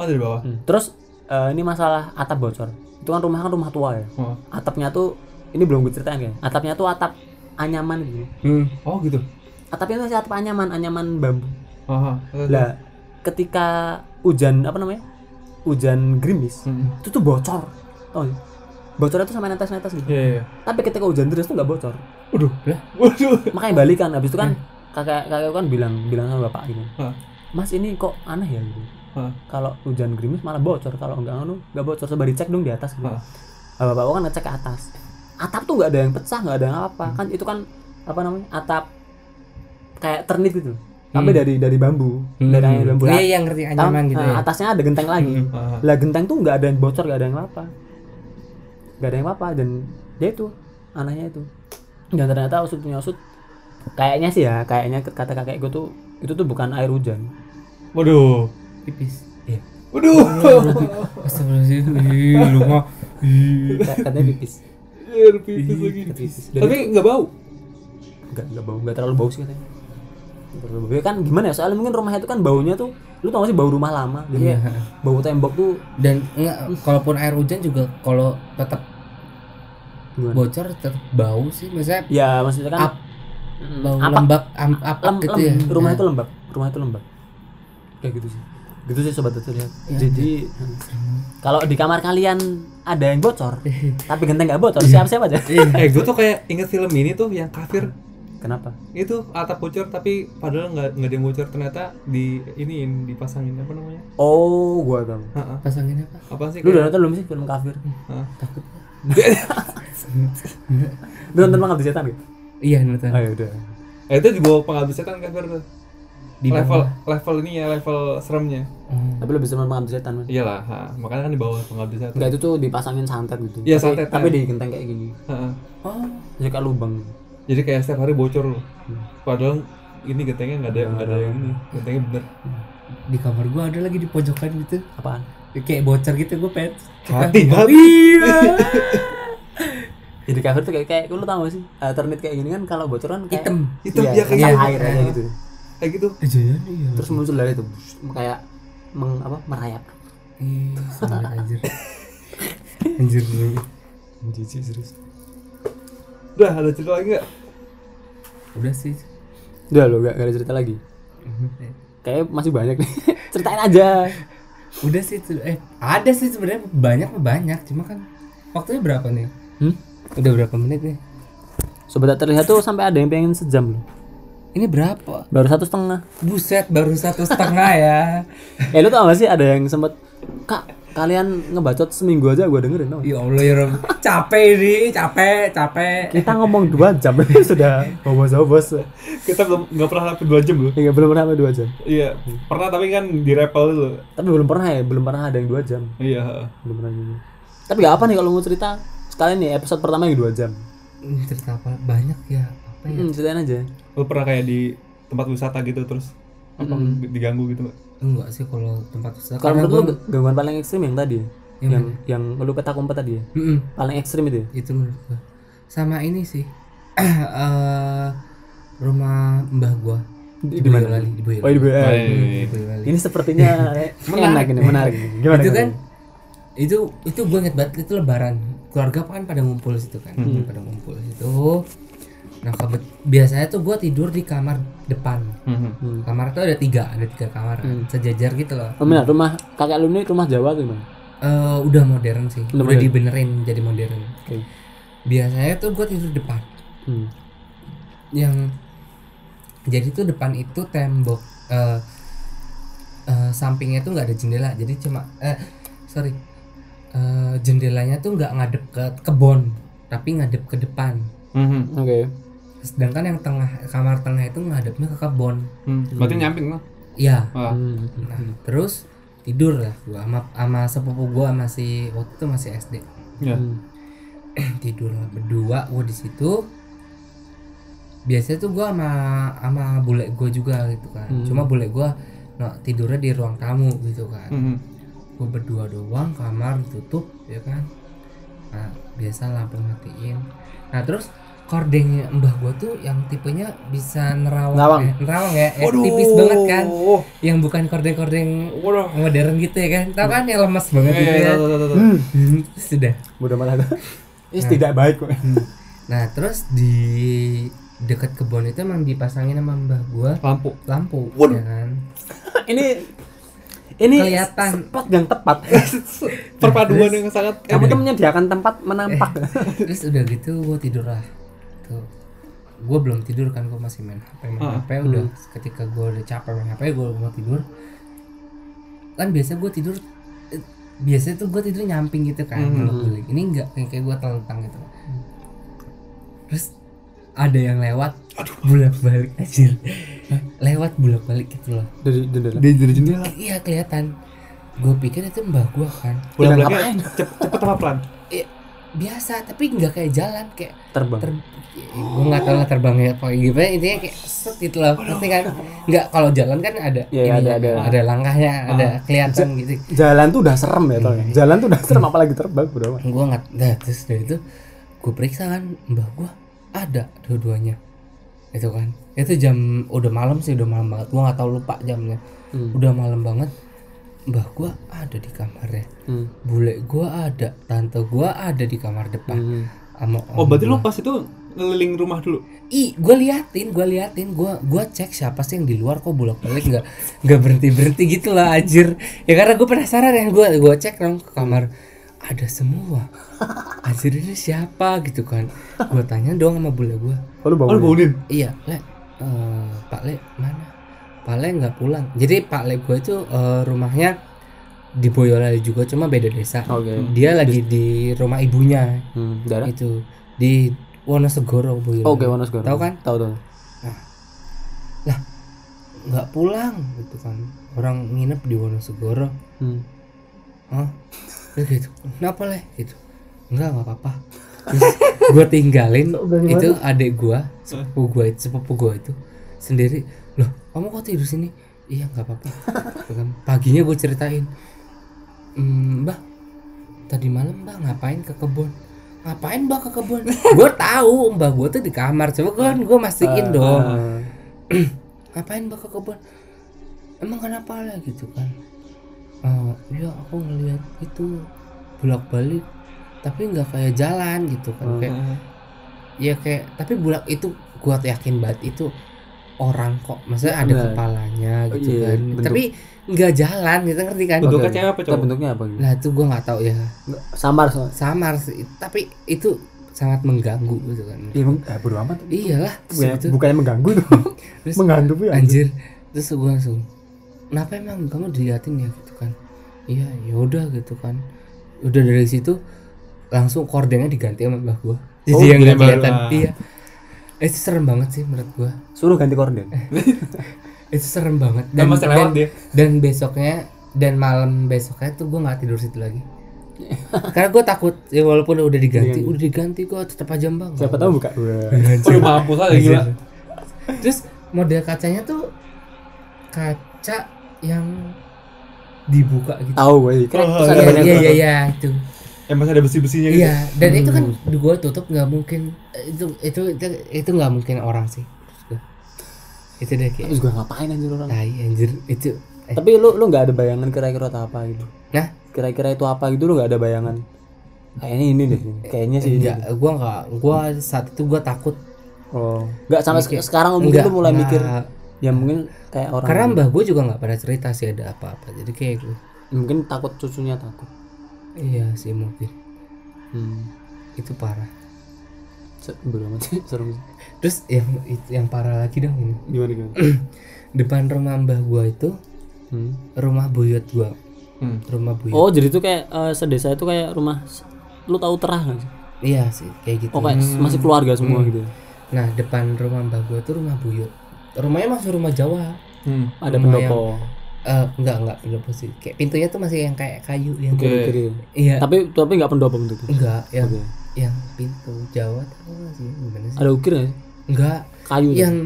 Speaker 2: Oh, dari bawah.
Speaker 3: terus eh, ini masalah atap bocor itu kan rumah kan rumah tua ya
Speaker 2: Oh.
Speaker 3: atapnya tuh ini belum gue ceritain ya atapnya tuh atap anyaman gitu
Speaker 1: Hmm.
Speaker 2: Oh, gitu. Ah,
Speaker 3: atapnya tuh Ah, masih atap anyaman anyaman bambu
Speaker 2: Aha.
Speaker 3: lah ketika hujan apa namanya hujan gerimis
Speaker 2: Mm-mm.
Speaker 3: itu tuh bocor oh bocornya tuh sama netes netes gitu
Speaker 2: Iya, iya, iya.
Speaker 3: tapi ketika hujan deras tuh nggak bocor
Speaker 2: Waduh. Waduh.
Speaker 3: makanya balikan habis itu kan
Speaker 1: Iya.
Speaker 3: kakek kakek kan bilang bilang sama bapak gitu
Speaker 2: Hah.
Speaker 3: mas ini kok aneh ya gitu
Speaker 2: Hah.
Speaker 3: kalau hujan gerimis malah bocor kalau nggak anu nggak bocor coba dicek dong di atas gitu
Speaker 2: Hah.
Speaker 3: Nah, bapak gua kan ngecek ke atas atap tuh nggak ada yang pecah nggak ada yang apa
Speaker 1: Hmm.
Speaker 3: kan itu kan apa namanya atap kayak ternit gitu tapi dari dari bambu dari
Speaker 1: Hmm.
Speaker 3: angin bambu
Speaker 1: Iya, yang ngerti
Speaker 3: Tam-
Speaker 1: anyaman gitu
Speaker 3: nah,
Speaker 1: ya.
Speaker 3: atasnya ada genteng lagi
Speaker 2: Aha.
Speaker 3: lah genteng tuh nggak ada yang bocor nggak ada yang apa nggak ada yang apa dan dia itu anaknya itu dan ternyata usut punya usut kayaknya sih ya kayaknya kata kakek gue tuh itu tuh bukan air hujan
Speaker 2: Waduh.
Speaker 1: Tipis.
Speaker 2: Waduh.
Speaker 1: Astagfirullahaladzim. Ih, lu mah. Ih.
Speaker 3: Kayak- katanya pipis
Speaker 2: Air pipis Iya, lagi.
Speaker 3: pipis Dan
Speaker 2: Tapi nggak bau.
Speaker 3: nggak nggak bau nggak terlalu bau sih katanya Nggak terlalu bau ya kan gimana ya soalnya mungkin rumahnya itu kan baunya tuh lu tau gak sih bau rumah lama jadi
Speaker 1: Iya.
Speaker 3: kayak bau tembok tuh
Speaker 1: Dan enggak, kalaupun air hujan juga kalau tetap
Speaker 3: gimana?
Speaker 1: bocor tetap bau sih. Maksudnya
Speaker 3: ya maksudnya kan
Speaker 1: Ap- bau
Speaker 3: Apa?
Speaker 1: lembab, am, apek
Speaker 3: lem,
Speaker 1: gitu
Speaker 3: lem-
Speaker 1: ya.
Speaker 3: rumah
Speaker 1: Nah.
Speaker 3: itu lembab rumah itu lembab kayak gitu sih gitu sih sobat tuh lihat
Speaker 1: Iya,
Speaker 3: jadi kalau di kamar kalian ada yang bocor
Speaker 1: Iya.
Speaker 3: tapi genteng nggak bocor siap siap aja
Speaker 2: Eh, gue tuh kayak inget film ini tuh yang kafir
Speaker 3: kenapa
Speaker 2: itu atap bocor tapi padahal nggak nggak ada yang bocor ternyata di ini dipasangin apa namanya
Speaker 3: oh gua tahu
Speaker 2: Ha-ha.
Speaker 1: Pasangin apa?
Speaker 2: apa sih
Speaker 3: lu udah nonton belum sih film kafir
Speaker 2: Ha.
Speaker 3: lu nonton mangap di setan gitu
Speaker 1: Iya, nonton.
Speaker 3: ayo udah
Speaker 2: Eh, itu juga pengabdi setan kafir tuh
Speaker 1: Di
Speaker 2: level level ini ya level seremnya
Speaker 1: Hmm.
Speaker 3: tapi lu bisa nonton mangap di setan mas
Speaker 2: iyalah ha. makanya kan di bawah pengabdi setan
Speaker 3: Enggak itu tuh dipasangin santet gitu Tapi-
Speaker 2: Iya, santet,
Speaker 3: tapi
Speaker 2: ya.
Speaker 3: di genteng kayak gini
Speaker 2: Ha-ha.
Speaker 1: Oh.
Speaker 3: jadi kayak lubang
Speaker 2: jadi kayak setiap hari bocor loh padahal ini gentengnya nggak ada nggak ada yang ini gentengnya bener
Speaker 1: Di kamar gua ada lagi di pojokan gitu.
Speaker 3: apaan
Speaker 1: Kayak bocor gitu gua pengen.
Speaker 2: hati hati
Speaker 1: Iya.
Speaker 3: jadi kafir tuh kayak kayak lu tau gak sih Eh, ternit kayak gini kan kalau bocor kan kayak
Speaker 1: Hitam.
Speaker 2: itu
Speaker 3: Iya,
Speaker 2: ya kayak
Speaker 3: kayak
Speaker 2: gitu.
Speaker 3: air aja gitu
Speaker 2: kayak gitu
Speaker 1: Aja ya. Iya.
Speaker 3: terus muncul dari itu bus, kayak meng, apa merayap
Speaker 1: Ih, sama Iya, anjir. Anjir dulu.
Speaker 3: jijik serius
Speaker 2: udah ada cerita lagi nggak
Speaker 1: Udah sih. Eh,
Speaker 3: udah lo gak, gak ada cerita lagi kayak masih banyak nih ceritain aja
Speaker 1: Udah sih itu- eh ada sih sebenarnya banyak banyak cuma kan waktunya berapa nih?
Speaker 3: hmm?
Speaker 1: Udah berapa menit nih?
Speaker 3: sobat tak terlihat tuh sampai ada yang pengen sejam loh
Speaker 1: Ini berapa?
Speaker 3: baru satu setengah
Speaker 1: Buset baru satu setengah ya.
Speaker 3: eh lu tau gak sih ada yang sempet kak kalian ngebacot seminggu aja gue dengerin tau.
Speaker 1: Ya Allah ya Rob. Capek ini, capek, capek.
Speaker 3: Kita ngomong dua jam sudah bobos-bobos.
Speaker 2: kita belum nggak pernah sampai dua jam loh
Speaker 3: Ya, belum pernah sampai dua jam.
Speaker 2: iya pernah tapi kan di repel dulu
Speaker 3: Tapi belum pernah ya, belum pernah ada yang dua jam.
Speaker 2: iya heeh.
Speaker 3: Belum pernah gitu. Tapi gak apa nih kalau mau cerita sekalian nih episode pertama yang dua jam.
Speaker 1: Ini cerita apa? Banyak ya. Apa ya?
Speaker 3: Hmm, ceritain aja.
Speaker 2: lu pernah kayak di tempat wisata gitu terus apa diganggu gitu Mbak?
Speaker 1: Enggak sih kalau tempat wisata.
Speaker 3: Hmm. Kalau
Speaker 1: Karena
Speaker 3: menurut lu
Speaker 1: gua-
Speaker 3: gangguan paling ekstrim yang tadi ya?
Speaker 1: Yang
Speaker 3: yang yang lu peta kumpet tadi ya?
Speaker 1: Mm-mm.
Speaker 3: Paling ekstrim itu ya?
Speaker 1: itu menurut gua sama ini sih eh rumah mbah gua
Speaker 3: Di- di mana?
Speaker 1: Boyolali di
Speaker 3: Oh,
Speaker 1: Boyolali,
Speaker 3: di BL.
Speaker 1: Di Boyolali.
Speaker 3: Ini sepertinya enak ini, menarik. ini. Gimana?
Speaker 1: itu
Speaker 3: gimana?
Speaker 1: kan itu itu gue inget banget itu lebaran keluarga kan pada ngumpul situ kan
Speaker 3: Hmm.
Speaker 1: pada ngumpul situ nah kebet- biasanya tuh gue tidur di kamar depan
Speaker 2: Mhm.
Speaker 3: Hmm.
Speaker 1: kamar tuh ada tiga ada tiga kamar kan, sejajar gitu loh
Speaker 3: Oh, benar, rumah kakek lu ini rumah Jawa tuh gimana?
Speaker 1: Eh, udah modern sih
Speaker 3: Udah
Speaker 1: udah
Speaker 3: modern.
Speaker 1: dibenerin jadi modern
Speaker 3: Oke.
Speaker 1: biasanya tuh gue tidur depan
Speaker 3: Hmm.
Speaker 1: yang jadi tuh depan itu tembok eh eh, sampingnya tuh nggak ada jendela jadi cuma eh sorry Eh, jendelanya tuh nggak ngadep ke kebon tapi ngadep ke depan
Speaker 2: Mhm.
Speaker 3: Oke.
Speaker 1: sedangkan yang tengah kamar tengah itu ngadepnya ke kebon
Speaker 2: Hmm. berarti nyamping lah
Speaker 1: ya
Speaker 2: Ah.
Speaker 3: Hmm.
Speaker 1: nah terus tidur lah gua sama, sama sepupu gua masih waktu itu masih SD
Speaker 2: Iya.
Speaker 1: Nah. tidur berdua gue di situ biasanya tuh gue sama sama bule gue juga gitu kan
Speaker 3: Hmm.
Speaker 1: cuma bule gue no, tidurnya di ruang tamu gitu kan
Speaker 2: Mhm.
Speaker 1: gue berdua doang kamar tutup ya kan nah, biasa lampu matiin nah terus kordengnya mbah gue tuh yang tipenya bisa nerawang
Speaker 3: Nerawang.
Speaker 1: eh, nerawang ya, ya,
Speaker 2: Waduh. Iya,
Speaker 1: tipis banget kan yang bukan kordeng-kordeng
Speaker 2: Waduh.
Speaker 1: modern gitu ya kan tau kan yang lemes banget
Speaker 2: Iya,
Speaker 1: gitu
Speaker 2: iya,
Speaker 1: ya
Speaker 2: tahu, tahu, tahu, tahu.
Speaker 1: sudah
Speaker 3: Mudah banget. Ini tidak baik kok.
Speaker 1: Nah terus di dekat kebun itu emang dipasangin sama mbah gua
Speaker 2: lampu
Speaker 1: lampu ya kan
Speaker 3: ini ini
Speaker 1: Kelihatan.
Speaker 3: spot yang tepat.
Speaker 2: perpaduan yang sangat
Speaker 3: Kamu tuh menyediakan tempat menampak.
Speaker 1: Eh. terus udah gitu gua tidur lah tuh gua belum tidur kan gua masih main hp main
Speaker 2: Ah,
Speaker 1: hp udah ketika gua udah capek main hp gua mau tidur kan biasa gua tidur eh, biasanya tuh gua tidur nyamping gitu kan
Speaker 2: Mhm.
Speaker 1: bolak-balik. ini enggak kayak kayak gua telentang gitu terus ada yang lewat bolak balik anjir lewat bolak balik gitu loh
Speaker 3: Dari jendela.
Speaker 2: dari dari jendela
Speaker 1: Iya kelihatan. Gue pikir itu mbah gue kan.
Speaker 2: boleh
Speaker 3: Udah
Speaker 2: boleh
Speaker 3: ngapain?
Speaker 2: cepet apa pelan
Speaker 1: Eh, biasa tapi nggak kayak jalan kayak
Speaker 3: Terbang.
Speaker 1: ter gue nggak tahu lah terbangnya apa gimana intinya kayak set gitu loh pasti kan nggak kalau jalan kan ada
Speaker 3: Iya,
Speaker 1: ininya,
Speaker 3: ada- Ah. ada.
Speaker 1: langkahnya ada kelihatan gitu
Speaker 3: Jalan tuh udah serem ya, tau ya. Jalan tuh udah serem apalagi terbang, bro.
Speaker 1: gue nggak nah, terus dari itu gue periksa kan mbah gue ada dua-duanya itu kan itu jam udah malam sih udah malam banget gue nggak tahu lupa jamnya
Speaker 3: Hmm.
Speaker 1: udah malam banget mbah gue ada di kamarnya
Speaker 3: Hmm.
Speaker 1: bule gua ada tante gua ada di kamar depan
Speaker 3: Hmm.
Speaker 1: sama om
Speaker 2: oh berarti lu
Speaker 1: gua.
Speaker 2: pas itu ngeliling rumah dulu
Speaker 1: ih gua liatin gua liatin gua gua cek siapa sih yang di luar kok bolak balik nggak nggak berhenti berhenti gitu lah anjir ya karena gua penasaran ya gua gua cek dong ke kamar ada semua anjir ini siapa gitu kan gua tanya dong sama bule gua
Speaker 3: Oh, lu
Speaker 2: oh
Speaker 3: bangun.
Speaker 2: lu bangunin
Speaker 1: iya le eh, pak le mana pak le nggak pulang jadi pak le gua itu eh, rumahnya di Boyolali juga cuma beda desa
Speaker 3: Oke.
Speaker 1: dia lagi di rumah ibunya
Speaker 3: Hmm. Darah.
Speaker 1: itu di Wonosegoro bu
Speaker 3: Oh, Oke, Wonosegoro.
Speaker 1: tahu kan
Speaker 3: Tahu tahu.
Speaker 1: nggak pulang gitu kan orang nginep di Wonosegoro
Speaker 3: Hmm.
Speaker 1: Hah? Terus gitu kenapa leh gitu enggak nggak apa-apa terus gue tinggalin itu adik gua sepupu gua itu sepupu gua itu sendiri loh kamu kok tidur sini iya nggak apa-apa Gitu kan. paginya gue ceritain "Mm, mbah tadi malam mbah ngapain ke kebun ngapain mbah ke kebun gue tahu mbah gua tuh di kamar coba gue gue mastiin dong
Speaker 3: Ah.
Speaker 1: ngapain mbak ke kebun emang kenapa lah gitu kan Eh, iya aku ngelihat itu bolak balik tapi nggak kayak jalan gitu kan kayak
Speaker 3: Hmm.
Speaker 2: Nah,
Speaker 1: ya kayak tapi bulak itu gua yakin banget itu orang kok maksudnya ada
Speaker 3: Benar.
Speaker 1: kepalanya gitu
Speaker 3: Iya,
Speaker 1: kan
Speaker 3: bentuk-
Speaker 1: tapi nggak jalan gitu ngerti kan
Speaker 2: Bentuk- Bentuknya
Speaker 3: Oke.
Speaker 2: cewek apa cowok?
Speaker 3: Bentuknya apa gitu?
Speaker 1: nah itu gua nggak tahu ya
Speaker 3: Nggak, Nah, Samar soalnya.
Speaker 1: samar sih tapi itu sangat mengganggu gitu kan
Speaker 3: Iya, meng- ah, bodo amat.
Speaker 1: iyalah terus
Speaker 3: Bukannya,
Speaker 1: gitu.
Speaker 3: bukannya mengganggu tuh.
Speaker 1: Terus-
Speaker 3: mengganggu ya.
Speaker 1: anjir terus gue langsung kenapa emang kamu diliatin ya gitu kan iya yaudah gitu kan udah dari situ langsung kordennya diganti sama mbah gua jadi yang nggak
Speaker 2: jadi baru,
Speaker 1: kelihatan
Speaker 2: ah.
Speaker 1: iya Eh, itu serem banget sih menurut gua
Speaker 3: Suruh ganti korden.
Speaker 1: itu serem banget
Speaker 2: Dan masih lewat dia.
Speaker 1: dan besoknya dan malam besoknya tuh gue nggak tidur situ lagi karena gue takut ya walaupun udah diganti udah diganti gue tetap aja bang
Speaker 3: Siapa tahu buka.
Speaker 2: Udah mampus aja gila.
Speaker 1: terus model kacanya tuh kaca yang dibuka gitu
Speaker 3: Tahu gue sih. Krek, terus ada
Speaker 1: iya
Speaker 3: banyak
Speaker 1: iya iya
Speaker 3: keluar.
Speaker 1: iya, itu
Speaker 2: Emang ada besi-besinya gitu.
Speaker 1: iya dan itu kan gue tutup nggak mungkin eh, itu itu itu itu nggak mungkin orang sih Terus gua- itu deh kayak
Speaker 3: Eh, Terus gue ngapain anjir orang.
Speaker 1: tai anjir itu eh,
Speaker 3: Tapi lu lu nggak ada bayangan kira-kira itu apa gitu.
Speaker 1: nah
Speaker 3: Kira-kira itu apa gitu lu nggak ada bayangan. Kayaknya ini deh. Kayaknya sih ini.
Speaker 1: Enggak, gua enggak. Gua saat itu gua takut.
Speaker 3: Oh. Nggak sampai se- sekarang mungkin
Speaker 1: Enggak,
Speaker 3: lu mulai
Speaker 1: enggak.
Speaker 3: mikir ya mungkin kayak orang
Speaker 1: Karena mbah gua juga nggak pernah cerita sih ada apa-apa. Jadi kayak gua
Speaker 3: mungkin takut cucunya takut.
Speaker 1: Iya sih mungkin.
Speaker 3: Hmm.
Speaker 1: Itu parah.
Speaker 3: Se- Bodo amat sih, serem sih.
Speaker 1: Terus yang itu- yang parah lagi dong ini.
Speaker 3: Gimana gimana?
Speaker 1: Depan rumah mbah gua itu
Speaker 3: Hmm.
Speaker 1: rumah buyut gua.
Speaker 2: Hmm.
Speaker 1: Rumah buyut.
Speaker 3: Oh, jadi itu kayak eh, sedesa itu kayak rumah lu tahu terah nggak sih?
Speaker 1: Iya sih, kayak gitu.
Speaker 3: Oh, kayak masih keluarga semua gitu.
Speaker 1: Nah, depan rumah mbah gua itu rumah buyut. Rumahnya masih rumah Jawa.
Speaker 2: Hmm.
Speaker 3: Ada
Speaker 1: Rumah
Speaker 3: pendopo.
Speaker 1: Eh, enggak, enggak pendopo sih. Kayak pintunya tuh masih yang kayak kayu yang
Speaker 2: Oke.
Speaker 3: Kiri.
Speaker 1: Iya.
Speaker 3: gitu. Tapi tapi nggak pendopo bentuknya.
Speaker 1: Enggak, yang
Speaker 3: Oke.
Speaker 1: yang pintu Jawa tuh sih gimana sih?
Speaker 3: Ada ukir nggak sih?
Speaker 1: Enggak,
Speaker 3: Kayu. gitu.
Speaker 1: yang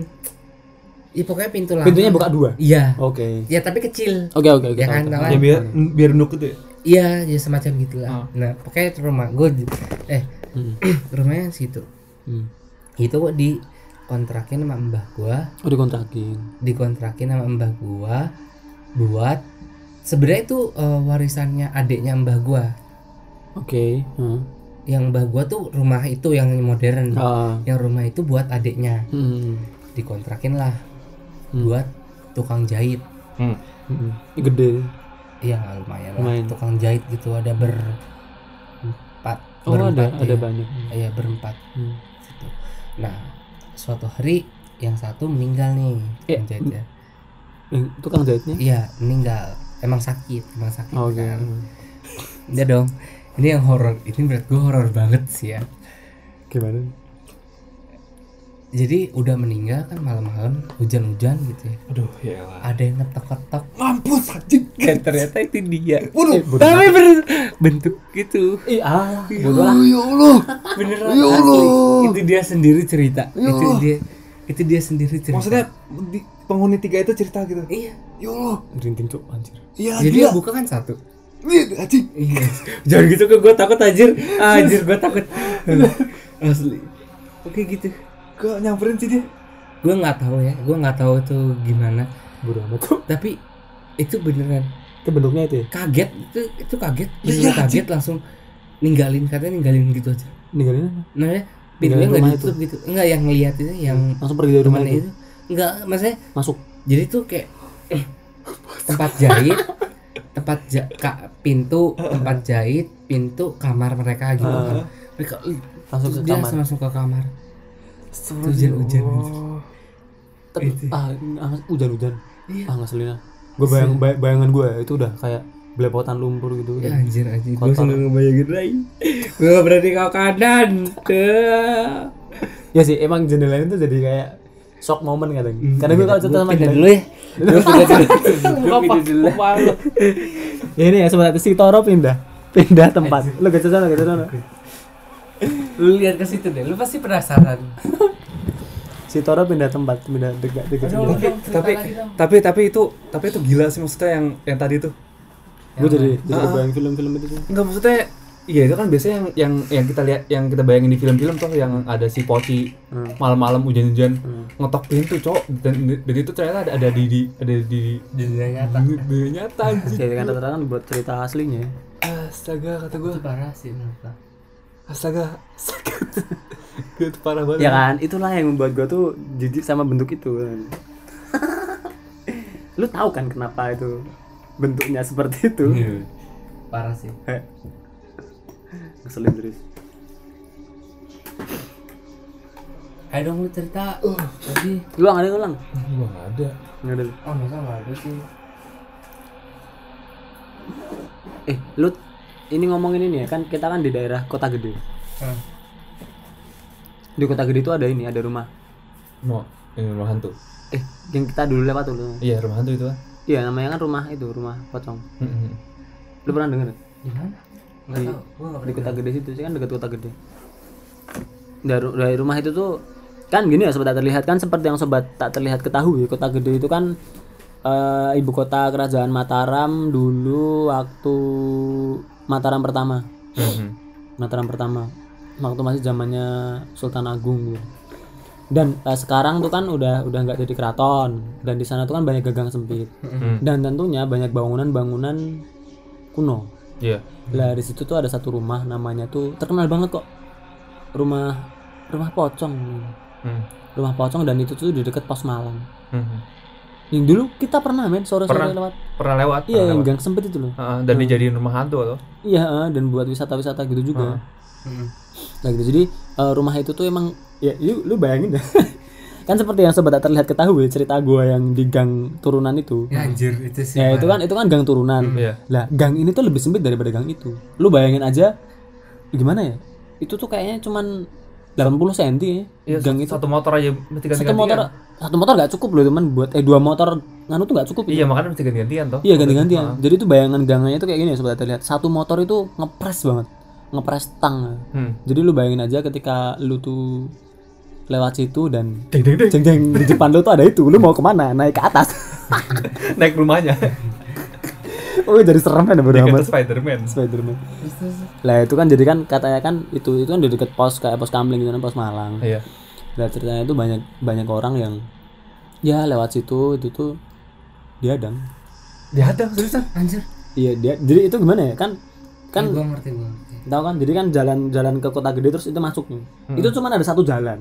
Speaker 1: ya pokoknya pintu lama
Speaker 3: Pintunya buka dua.
Speaker 1: iya
Speaker 3: Oke.
Speaker 1: ya tapi kecil
Speaker 3: Oke oke oke.
Speaker 1: ya
Speaker 3: tahu,
Speaker 1: kan
Speaker 3: tahu.
Speaker 1: tau
Speaker 2: Ya
Speaker 1: kan?
Speaker 2: biar biar nuk gitu ya.
Speaker 1: iya ya semacam gitulah
Speaker 3: Oh.
Speaker 2: Ah.
Speaker 1: nah pokoknya itu rumah gue eh
Speaker 3: Hmm.
Speaker 1: rumahnya situ
Speaker 3: Hmm.
Speaker 1: itu gue dikontrakin sama mbah gue
Speaker 3: Oh dikontrakin.
Speaker 1: dikontrakin sama mbah gue buat sebenarnya itu eh, warisannya adiknya mbah gue
Speaker 3: Oke. Hmm.
Speaker 1: yang mbah gue tuh rumah itu yang modern
Speaker 3: Ah.
Speaker 1: yang rumah itu buat adiknya
Speaker 3: Hmm.
Speaker 1: dikontrakin lah
Speaker 3: Hmm.
Speaker 1: buat tukang jahit
Speaker 3: Hmm. Gede.
Speaker 1: Iya lumayan lah.
Speaker 3: Lumayan.
Speaker 1: Tukang jahit gitu ada ber empat.
Speaker 3: Oh ada
Speaker 1: berempat
Speaker 3: ada
Speaker 1: ya.
Speaker 3: banyak.
Speaker 1: Iya berempat.
Speaker 3: Hmm.
Speaker 1: Gitu. Nah suatu hari yang satu meninggal nih
Speaker 3: Eh,
Speaker 1: tukang jahitnya.
Speaker 3: Yang tukang jahitnya.
Speaker 1: Iya meninggal. Emang sakit, emang sakit.
Speaker 3: Oke.
Speaker 1: kan. Iya dong. Ini yang horor. Ini menurut gue horor banget sih ya.
Speaker 3: Gimana?
Speaker 1: Jadi udah meninggal kan malam-malam hujan-hujan gitu ya.
Speaker 2: Aduh, ya lah.
Speaker 1: Ada yang ngetok-ngetok.
Speaker 2: Mampus anjing.
Speaker 1: Dan ternyata
Speaker 2: ya.
Speaker 1: itu dia.
Speaker 2: Waduh.
Speaker 3: Eh,
Speaker 1: Tapi ber- bentuk gitu.
Speaker 3: Ih ah. Bodoh lah.
Speaker 2: Ya Allah.
Speaker 1: beneran asli. itu dia sendiri cerita itu dia itu dia sendiri cerita
Speaker 2: Maksudnya di penghuni tiga itu cerita gitu.
Speaker 1: iya
Speaker 2: Ya Allah.
Speaker 3: Merinding cuk anjir.
Speaker 2: Iya
Speaker 1: jadi
Speaker 2: gila.
Speaker 1: yang buka kan satu
Speaker 2: Iya, anjing.
Speaker 1: iya jangan gitu ke gue takut anjir anjir gue takut asli oke gitu
Speaker 2: Gak nyamperin sih dia.
Speaker 1: gue nggak tahu ya gue nggak tahu itu gimana
Speaker 3: Bodoh amat cuk.
Speaker 1: tapi itu beneran
Speaker 3: Itu bentuknya itu ya.
Speaker 1: kaget itu itu kaget
Speaker 3: Iya,
Speaker 1: beneran kaget langsung ninggalin katanya ninggalin gitu aja
Speaker 3: Ninggalin apa?
Speaker 1: nah ya, pintunya
Speaker 3: Ninggalin
Speaker 1: nggak
Speaker 3: rumah
Speaker 1: ditutup gitu nggak yang ngeliat itu yang
Speaker 3: Langsung pergi dari rumah
Speaker 1: temannya
Speaker 3: itu.
Speaker 1: itu nggak maksudnya
Speaker 3: Masuk.
Speaker 1: jadi tuh kayak eh, tempat jahit tempat ja ka- pintu tempat jahit pintu kamar mereka gitu kan mereka ih,
Speaker 3: Langsung
Speaker 1: terus
Speaker 3: ke
Speaker 1: dia
Speaker 3: kamar.
Speaker 1: langsung ke kamar hujan-hujan gitu.
Speaker 3: Tapi
Speaker 1: Itu.
Speaker 3: ah, ah, hujan-hujan.
Speaker 1: Iya.
Speaker 3: Ah ngeselin Gue bayang bay- bayangan gue itu udah kayak belepotan lumpur gitu.
Speaker 1: Ya,
Speaker 3: gitu.
Speaker 1: anjir anjir gue
Speaker 3: Kotor.
Speaker 1: selalu ngebayangin lagi gue berarti kau kanan Tuh.
Speaker 3: Ya sih emang jendelanya itu jadi kayak shock moment kadang. Karena gue kalau cerita
Speaker 1: Gua
Speaker 3: sama
Speaker 1: pindah
Speaker 3: jendela-
Speaker 1: dulu ya gue pindah dulu
Speaker 3: Kan
Speaker 1: Gua pindah dulu.
Speaker 3: Ya, ini ya sebenarnya si Toro pindah pindah tempat. Lu gak sana, gak sana.
Speaker 1: lu lihat ke situ deh lu pasti penasaran
Speaker 3: Si Toro pindah tempat, pindah dekat dekat.
Speaker 1: Aduh,
Speaker 3: sini.
Speaker 1: Dong, cerita
Speaker 2: tapi
Speaker 1: lagi dong.
Speaker 2: tapi tapi itu tapi itu gila sih maksudnya yang yang tadi tuh.
Speaker 3: Gue jadi jadi kebayang film-film itu. sih.
Speaker 2: Enggak maksudnya Iya itu kan biasanya yang yang yang kita lihat yang kita bayangin di film-film tuh yang ada si poci malam-malam hujan-hujan ngetok pintu cowok dan, dan itu ternyata ada ada di, di ada di
Speaker 1: dunia nyata
Speaker 2: di dunia nyata anjing.
Speaker 3: Jadi kan terang buat cerita aslinya.
Speaker 2: Astaga kata gue
Speaker 1: itu parah sih menurut gua.
Speaker 2: astaga sakit. Itu parah banget.
Speaker 3: Ya kan, itulah yang membuat gue tuh jijik sama bentuk itu. Lu tahu kan kenapa itu bentuknya seperti itu?
Speaker 2: Iya.
Speaker 1: parah sih
Speaker 3: Heh. Ngeselin terus.
Speaker 1: ayo dong lu cerita tadi
Speaker 3: Ulang, ada ulang.
Speaker 2: Gua nggak ada.
Speaker 3: Nggak ada.
Speaker 1: oh masa nggak ada sih
Speaker 3: eh lu ini ngomongin ini ya kan kita kan di daerah kota gede
Speaker 2: Hah.
Speaker 3: di kota gede itu ada ini ada rumah
Speaker 2: mau ini rumah hantu
Speaker 3: eh yang kita dulu lewat dulu
Speaker 2: iya rumah hantu itu kan
Speaker 3: iya namanya kan rumah itu rumah pocong
Speaker 2: Mm-mm.
Speaker 3: lu pernah denger
Speaker 1: di mana nggak
Speaker 3: Di-
Speaker 1: tahu gua nggak
Speaker 3: di kota gede situ sih kan dekat kota gede dari, dari rumah itu tuh kan gini ya sobat tak terlihat kan seperti yang sobat tak terlihat ketahui kota gede itu kan eh, ibu kota kerajaan Mataram dulu waktu Mataram pertama
Speaker 1: Mhm.
Speaker 2: Mm-mm.
Speaker 3: Mataram pertama waktu masih zamannya Sultan Agung gitu. dan eh, sekarang tuh kan udah udah nggak jadi keraton dan di sana tuh kan banyak gagang sempit
Speaker 2: Mm.
Speaker 1: Mhm.
Speaker 3: dan tentunya banyak bangunan-bangunan kuno
Speaker 2: iya
Speaker 3: lah di situ tuh ada satu rumah namanya tuh terkenal banget kok. Rumah rumah pocong.
Speaker 2: Mm.
Speaker 3: Rumah pocong dan itu tuh di dekat pos Malang.
Speaker 2: Mm-mm.
Speaker 3: Yang dulu kita pernah main sore-sore
Speaker 2: Pernah.
Speaker 3: lewat.
Speaker 2: pernah lewat
Speaker 3: Iya,
Speaker 2: pernah
Speaker 3: yang
Speaker 2: lewat.
Speaker 3: gang sempit itu loh.
Speaker 2: Heeh, dan dijadiin rumah hantu loh
Speaker 3: Iya, eh, dan buat wisata-wisata gitu juga.
Speaker 2: Hmm.
Speaker 3: Nah, gitu. Jadi eh, rumah itu tuh emang ya lu, lu bayangin dah. kan seperti yang sobat tak terlihat ketahui cerita gua yang di gang turunan itu.
Speaker 1: Ya, anjir itu sih
Speaker 3: Ya itu kan itu kan gang turunan.
Speaker 2: iya
Speaker 3: Lah, gang ini tuh lebih sempit daripada gang itu. Lu bayangin aja gimana ya? Itu tuh kayaknya cuman 80 cm ya.
Speaker 2: Iya,
Speaker 3: gang
Speaker 2: satu-
Speaker 3: itu
Speaker 2: satu motor aja mesti ganti
Speaker 3: satu motor satu motor gak cukup loh teman buat eh dua motor nganu tuh gak cukup itu.
Speaker 2: iya Ah. makanya mesti ganti-gantian toh
Speaker 3: Iya ganti-gantian. Jadi tuh bayangan gangnya tuh kayak gini ya sobat terlihat. Satu motor itu ngepres banget. Ngepres tang.
Speaker 2: Hmm.
Speaker 3: Jadi lu bayangin aja ketika lu tuh lewat situ dan
Speaker 2: Deng, deng, deng.
Speaker 3: jeng jeng di depan lu tuh ada itu. Lu mau kemana? Naik ke atas.
Speaker 2: naik rumahnya
Speaker 3: oh jadi serem kan bodo amat.
Speaker 2: kata Spiderman
Speaker 3: Spiderman. Lah itu kan jadi kan katanya kan itu itu kan di dekat pos kayak pos Kamling gitu kan pos Malang.
Speaker 2: iya
Speaker 3: Lah ceritanya itu banyak banyak orang yang ya lewat situ itu tuh diadang.
Speaker 2: dia ada seriusan
Speaker 1: anjir
Speaker 3: Iya dia jadi itu gimana ya kan
Speaker 1: kan
Speaker 3: kan
Speaker 1: gua ngerti gua ngerti
Speaker 2: Iya.
Speaker 3: tahu kan jadi kan jalan-jalan ke kota gede terus itu masuk nih.
Speaker 2: Hmm.
Speaker 3: Itu cuman ada satu jalan.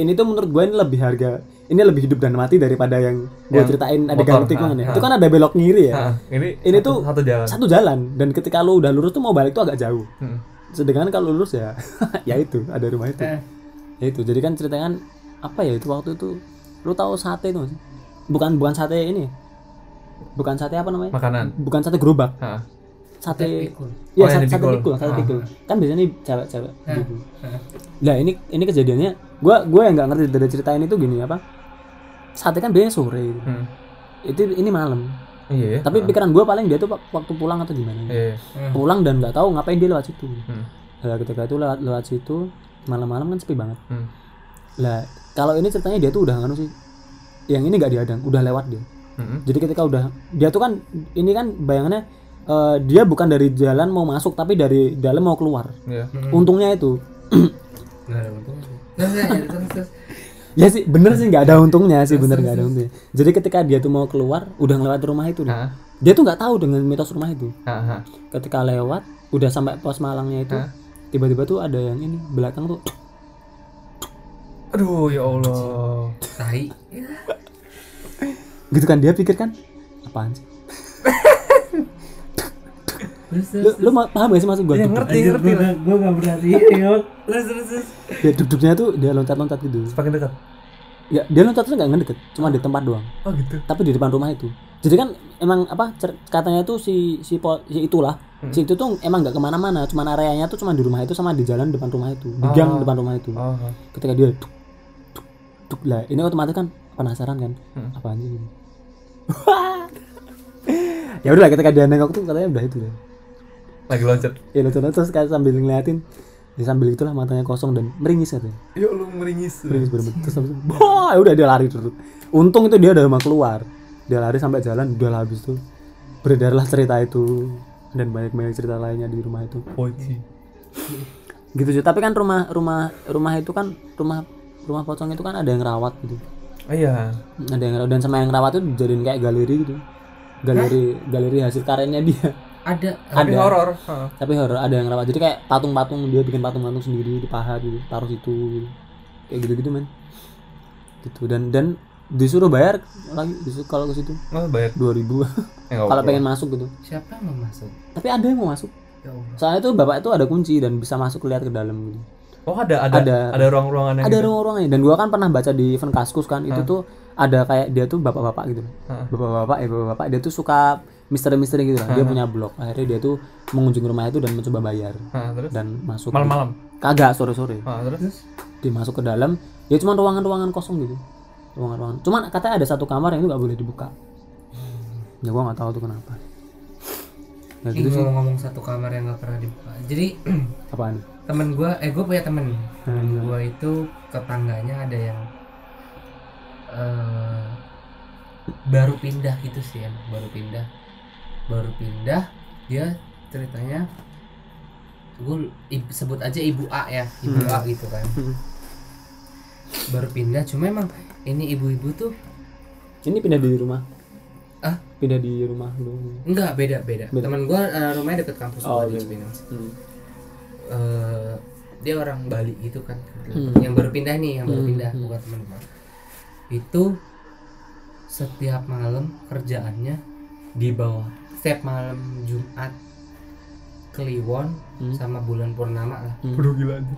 Speaker 3: Ini tuh menurut gue ini lebih harga ini lebih hidup dan mati daripada yang gue
Speaker 2: Yang
Speaker 3: ceritain ada
Speaker 2: motor, Ah.
Speaker 3: gang tikungan
Speaker 2: ha,
Speaker 3: ya.
Speaker 2: ha.
Speaker 3: Itu kan ada belok kiri ya.
Speaker 2: Iya. Heeh, ini
Speaker 3: Ini
Speaker 2: satu-
Speaker 3: tuh-
Speaker 2: satu jalan
Speaker 3: Satu jalan dan ketika lu udah lurus tuh mau balik tuh agak jauh.
Speaker 2: Hmm.
Speaker 3: sedangkan kalau lulus ya ya itu ada rumah itu
Speaker 1: Eh.
Speaker 3: ya itu jadi kan ceritanya kan apa ya itu waktu itu lu tahu sate itu nggak sih? bukan bukan sate ini bukan sate apa namanya
Speaker 2: makanan
Speaker 3: bukan sate gerobak
Speaker 2: Heeh.
Speaker 1: Sate
Speaker 3: sate
Speaker 1: pikul.
Speaker 3: ya
Speaker 2: Oh, yang
Speaker 3: sate, sate
Speaker 2: dipikul.
Speaker 3: pikul sate
Speaker 2: Ah.
Speaker 3: pikul kan biasanya cewek-cewek
Speaker 1: Ah.
Speaker 3: pikul.
Speaker 1: Ah.
Speaker 3: nah ini ini kejadiannya gua gua yang nggak ngerti dari cerita ini tuh gini apa sate kan biasanya sore gitu.
Speaker 2: Hmm.
Speaker 3: itu ini malam
Speaker 2: iya ya.
Speaker 3: tapi pikiran gua paling dia tuh wak- waktu pulang atau gimana
Speaker 2: iya
Speaker 3: pulang dan nggak tahu ngapain dia lewat situ
Speaker 2: Hmm.
Speaker 3: Nah, ketika itu lewat lewat situ malam-malam kan sepi banget.
Speaker 2: Hmm.
Speaker 3: Lah, kalau ini ceritanya dia tuh udah nganu sih. Yang ini nggak diadang, udah lewat dia.
Speaker 2: Hmm.
Speaker 3: Jadi ketika udah dia tuh kan ini kan bayangannya eh, dia bukan dari jalan mau masuk tapi dari dalam mau keluar.
Speaker 2: Iya.
Speaker 3: Untungnya itu.
Speaker 1: Nggak ada untungnya. Nggak, nggak, ya, terus, terus.
Speaker 3: ya sih, bener sih nggak ada untungnya Iya, sih, bener nggak ada untungnya. Jadi ketika dia tuh mau keluar, udah lewat rumah itu. dia.
Speaker 2: Heeh.
Speaker 3: Dia tuh nggak tahu dengan mitos rumah itu.
Speaker 2: Heeh.
Speaker 3: Ketika lewat, udah sampai pos Malangnya itu,
Speaker 2: Hah?
Speaker 3: tiba-tiba tuh ada yang ini belakang tuh
Speaker 2: Aduh ya Allah.
Speaker 1: Tai. Ya.
Speaker 3: gitu kan dia pikir kan apaan sih
Speaker 1: Terus terus.
Speaker 3: lu, lu ma- paham gak sih maksud gue
Speaker 2: Iya ngerti
Speaker 1: Anjir,
Speaker 2: ngerti.
Speaker 1: gua nggak- gua nggak berani. Yuk. Terus terus terus.
Speaker 3: ya duduknya tuh dia loncat-loncat gitu
Speaker 2: Semakin dekat.
Speaker 3: ya dia loncat tuh nggak ngedeket cuma di tempat doang
Speaker 2: Oh gitu.
Speaker 3: tapi di depan rumah itu jadi kan emang apa cer- katanya tuh si si, po, si itulah
Speaker 2: Hmm.
Speaker 3: si itu tuh emang nggak kemana-mana cuman areanya tuh cuman di rumah itu sama di jalan depan rumah itu di gang
Speaker 2: Ah.
Speaker 3: depan rumah itu
Speaker 2: Oh.
Speaker 3: ketika dia tuk, tuk, tuk, lah ini otomatis kan penasaran kan
Speaker 2: Hmm.
Speaker 3: apaan sih ini? ya udahlah ketika dia nengok tuh katanya udah itu deh
Speaker 2: Lagi loncat.
Speaker 3: ya loncat-loncat terus kayak sambil ngeliatin ya sambil itulah matanya kosong dan meringis katanya
Speaker 2: Ya Allah meringis.
Speaker 3: Terus bener-bener. Terus habis itu, "Wah," ya udah dia lari dulu. Untung itu dia udah mau keluar. Dia lari sampai jalan udah lah habis tuh. Beredarlah cerita itu dan banyak-banyak cerita lainnya di rumah itu.
Speaker 2: Poci.
Speaker 3: Gitu sih. Tapi kan rumah rumah rumah itu kan rumah rumah pocong itu kan ada yang rawat gitu.
Speaker 2: Oh iya.
Speaker 3: Ada yang rawat dan sama yang rawat itu dijadiin kayak galeri gitu. Galeri galeri hasil karyanya dia.
Speaker 1: Ada. eh,
Speaker 2: Tapi horor. Heeh.
Speaker 3: Tapi horor ada yang rawat. Jadi kayak patung-patung dia bikin patung-patung sendiri dipahat gitu, taruh situ gitu. Kayak gitu-gitu men. Gitu dan dan disuruh bayar lagi disuruh kalau ke situ
Speaker 2: Nggak bayar.
Speaker 3: 2000
Speaker 2: Eh, ya, nggak
Speaker 3: kalau
Speaker 2: apa-apa.
Speaker 3: pengen masuk gitu
Speaker 1: Siapa yang mau masuk?
Speaker 3: tapi ada yang mau masuk
Speaker 1: Ya Allah.
Speaker 3: soalnya tuh bapak itu ada kunci dan bisa masuk lihat ke dalam gitu
Speaker 2: Oh ada ada ada,
Speaker 3: Ada.
Speaker 2: ruang-ruangan yang gitu.
Speaker 3: ada ruang-ruangnya dan gua kan pernah baca di event kaskus kan itu tuh ada kayak dia tuh bapak-bapak gitu
Speaker 2: Heeh.
Speaker 3: bapak-bapak ya bapak-bapak dia tuh suka misteri-misteri gitu lah dia punya blog akhirnya dia tuh mengunjungi rumah itu dan mencoba bayar
Speaker 2: Hah, terus
Speaker 3: dan masuk gitu.
Speaker 2: malam-malam
Speaker 3: kagak sore-sore
Speaker 2: Hah, terus
Speaker 3: dia masuk ke dalam ya cuma ruangan-ruangan kosong gitu ruangan-ruangan cuman katanya ada satu kamar yang itu nggak boleh dibuka ya gua nggak tahu tuh kenapa ya gitu sih
Speaker 1: ngomong satu kamar yang nggak pernah dibuka jadi
Speaker 3: apaan
Speaker 1: temen gue eh gue punya temen temen gue itu tetangganya ada yang eh baru pindah gitu sih Em. baru pindah baru pindah dia ceritanya gue sebut aja ibu A ya ibu A gitu kan
Speaker 3: Hmm.
Speaker 1: baru pindah cuma emang ini ibu-ibu tuh
Speaker 3: ini pindah di rumah
Speaker 1: Ah?
Speaker 3: pindah di rumah dulu
Speaker 1: enggak beda beda,
Speaker 3: Beda.
Speaker 1: temen gue rumahnya deket kampus
Speaker 3: Oh,
Speaker 1: gua di
Speaker 3: iya.
Speaker 1: Cipinang
Speaker 3: hmm.
Speaker 1: eh dia orang Bali gitu kan
Speaker 3: Hmm.
Speaker 1: yang baru pindah nih yang baru
Speaker 3: Hmm,
Speaker 1: pindah
Speaker 3: hmm.
Speaker 1: bukan teman gua. itu setiap malam kerjaannya di bawah setiap malam Jumat Kliwon
Speaker 3: Hmm.
Speaker 1: sama bulan purnama lah
Speaker 2: Waduh gila aja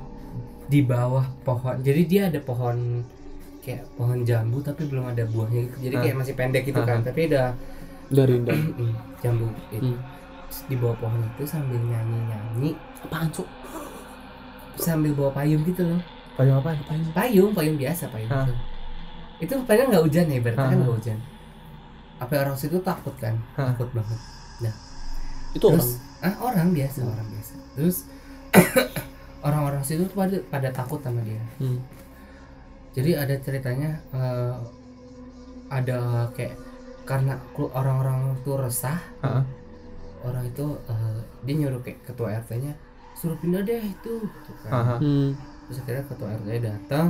Speaker 1: di bawah pohon jadi dia ada pohon kayak pohon jambu tapi belum ada buahnya gitu. jadi
Speaker 3: Ah.
Speaker 1: kayak masih pendek gitu kan tapi ada
Speaker 3: dari indah
Speaker 1: jambu gitu.
Speaker 3: Hmm.
Speaker 1: Terus di bawah pohon itu sambil nyanyi nyanyi
Speaker 3: apaan cuk
Speaker 1: sambil bawa payung gitu loh
Speaker 2: payung apa payung
Speaker 1: payung payung biasa payung gitu.
Speaker 2: Hah.
Speaker 1: itu itu padahal nggak hujan ya berarti kan
Speaker 2: Hah.
Speaker 1: nggak hujan apa orang situ takut kan
Speaker 2: Hah.
Speaker 1: takut banget
Speaker 3: itu orang
Speaker 1: terus ah orang biasa orang biasa terus orang-orang situ tuh pada pada takut sama dia
Speaker 3: hmm.
Speaker 1: jadi ada ceritanya eh, ada kayak karena kelu- orang-orang itu resah
Speaker 2: Hah.
Speaker 1: orang itu eh, dia nyuruh kayak ketua rt-nya suruh pindah deh itu gitu kan.
Speaker 2: Hah.
Speaker 3: Hmm.
Speaker 1: terus akhirnya ketua rt datang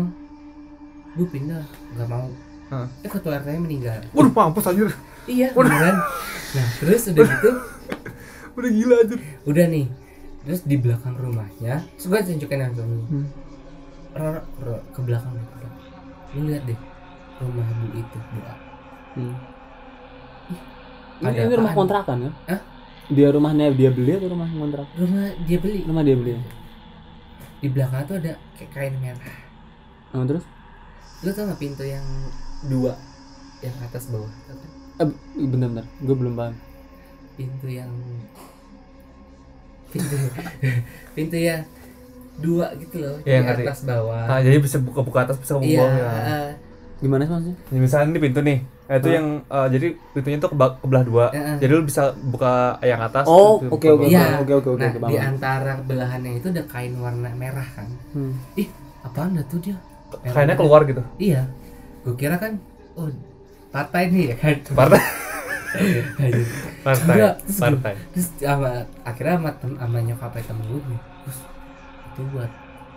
Speaker 1: bu pindah nggak mau
Speaker 2: Hah.
Speaker 1: eh ketua rt meninggal
Speaker 2: Waduh mampus anjir
Speaker 1: iya beneran nah terus udah gitu
Speaker 2: Udah gila anjir
Speaker 1: udah nih terus di belakang rumahnya terus gue tunjukin yang dulu
Speaker 2: Hmm.
Speaker 1: Ror, ror, ke belakang ke belakang. lu lihat deh rumah bu itu bu A.
Speaker 3: Hmm.
Speaker 1: Ada
Speaker 3: Ini, ini rumah
Speaker 1: apaan?
Speaker 3: kontrakan kan?
Speaker 1: Hah?
Speaker 3: Dia rumahnya dia beli atau rumah kontrak?
Speaker 1: rumah dia beli
Speaker 3: Rumah dia beli. ya?
Speaker 1: di belakang tuh ada kayak kain merah
Speaker 3: Nah, terus?
Speaker 1: lu tau gak pintu yang dua yang atas bawah tau kan?
Speaker 3: Eh, bener-bener, gue belum paham.
Speaker 1: pintu yang pintu pintu yang dua gitu loh
Speaker 2: Iya,
Speaker 1: di
Speaker 2: ngerti.
Speaker 1: atas bawah
Speaker 2: Ah, jadi bisa buka buka atas bisa buka
Speaker 1: iya
Speaker 2: bawah ya.
Speaker 1: eh,
Speaker 3: Gimana sih maksudnya?
Speaker 2: Ya, misalnya ini pintu nih. Nah, itu
Speaker 3: Hah? Iya,
Speaker 2: yang eh, jadi pintunya tuh keba- kebelah dua.
Speaker 1: Heeh.
Speaker 2: Jadi lu bisa buka yang atas.
Speaker 3: Oh,
Speaker 2: pintu
Speaker 3: oke
Speaker 2: buka
Speaker 3: oke
Speaker 2: bawah.
Speaker 1: Iya.
Speaker 3: oke oke oke
Speaker 1: nah
Speaker 3: oke
Speaker 1: di
Speaker 3: paham.
Speaker 1: antara belahannya itu ada kain warna merah kan
Speaker 3: Hmm.
Speaker 1: ih apaan dah tuh dia
Speaker 2: Kayaknya keluar gitu.
Speaker 1: iya gue kira kan oh partai nih ya kan
Speaker 2: Partai.
Speaker 1: Anjir.
Speaker 2: Partai.
Speaker 1: Enggak, terus gua-
Speaker 2: Partai.
Speaker 1: terus sama akhirnya sama tem sama nyokapnya temen gue nih, terus itu buat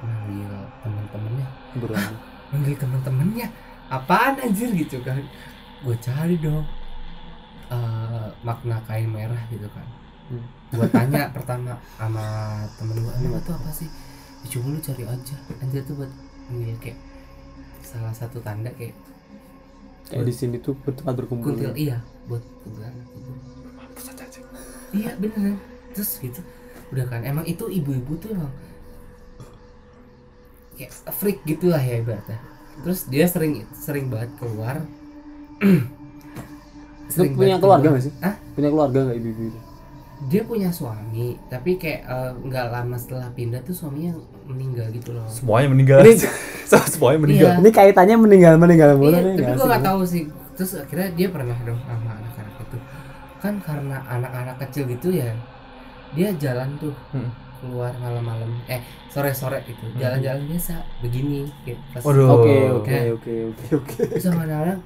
Speaker 1: manggil temen-temennya
Speaker 3: Buruan.
Speaker 1: manggil temen-temennya apaan anjir gitu kan gue cari dong eh, makna kain merah gitu kan
Speaker 3: Hmm.
Speaker 1: gue tanya pertama sama temen gue ini itu apa sih ya, coba lu cari aja anjir tuh buat manggil kayak salah satu tanda kayak
Speaker 3: Kayak di sini tuh tempat berkumpul.
Speaker 1: kuntil iya buat kuntilanak gitu. iya beneran terus gitu udah kan emang itu ibu-ibu tuh emang kayak freak gitulah ya ibaratnya terus dia sering sering banget keluar
Speaker 3: Lu
Speaker 1: banget
Speaker 3: punya keluarga nggak sih?
Speaker 1: Hah?
Speaker 3: Punya keluarga nggak ibu-ibu itu?
Speaker 1: dia punya suami tapi kayak eh, nggak lama setelah pindah tuh suaminya meninggal gitu loh
Speaker 2: Semuanya meninggal.
Speaker 3: Ini-
Speaker 2: So, semuanya meninggal.
Speaker 1: Iya.
Speaker 3: Ini kaitannya meninggal meninggal mulu
Speaker 1: Iya,
Speaker 3: nih
Speaker 1: tapi
Speaker 3: nggak
Speaker 1: gue
Speaker 3: asik.
Speaker 1: gak tahu sih. Terus akhirnya dia pernah dong sama anak-anak itu. Kan karena anak-anak kecil gitu ya, dia jalan tuh
Speaker 2: Hmm.
Speaker 1: keluar malam-malam, eh sore-sore gitu, jalan-jalan biasa, begini. Kayak pas Oh,
Speaker 2: Waduh.
Speaker 3: Oke oke
Speaker 1: Iya.
Speaker 3: oke oke oke.
Speaker 1: Terus sama anak-anak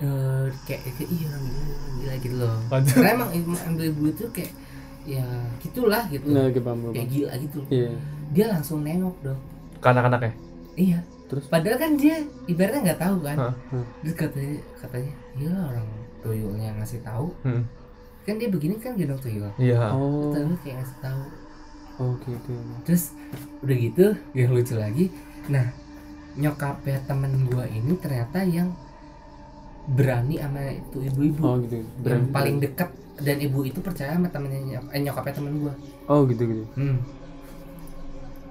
Speaker 1: eh, kayak kayak iya orang gila, orang gila gitu loh.
Speaker 2: Lanjut.
Speaker 1: Karena emang ibu-ibu itu kayak ya gitulah gitu,
Speaker 3: Nah, oke paham paham.
Speaker 1: kayak gila gitu.
Speaker 3: Iya.
Speaker 1: Dia langsung nengok dong.
Speaker 2: Ke anak-anaknya.
Speaker 1: Iya.
Speaker 3: Terus?
Speaker 1: Padahal kan dia ibaratnya nggak tahu kan.
Speaker 2: Hah.
Speaker 3: Hah.
Speaker 1: Terus katanya katanya iya lah orang tuyulnya ngasih tahu.
Speaker 2: Hmm.
Speaker 1: Kan dia begini kan gendong tuyul.
Speaker 2: Iya.
Speaker 3: Oh
Speaker 1: Tuyul kayak ngasih tahu.
Speaker 3: oke oke.
Speaker 1: Terus udah gitu yang lucu lagi. Nah nyokapnya temen gua ini ternyata yang berani sama itu
Speaker 3: Oh
Speaker 1: ibu-ibu
Speaker 3: gitu.
Speaker 1: yang
Speaker 3: Berani.
Speaker 1: paling dekat dan ibu itu percaya sama temennya nyok- eh, nyokapnya temen gua.
Speaker 3: Oh gitu gitu.
Speaker 1: Hmm. Nah,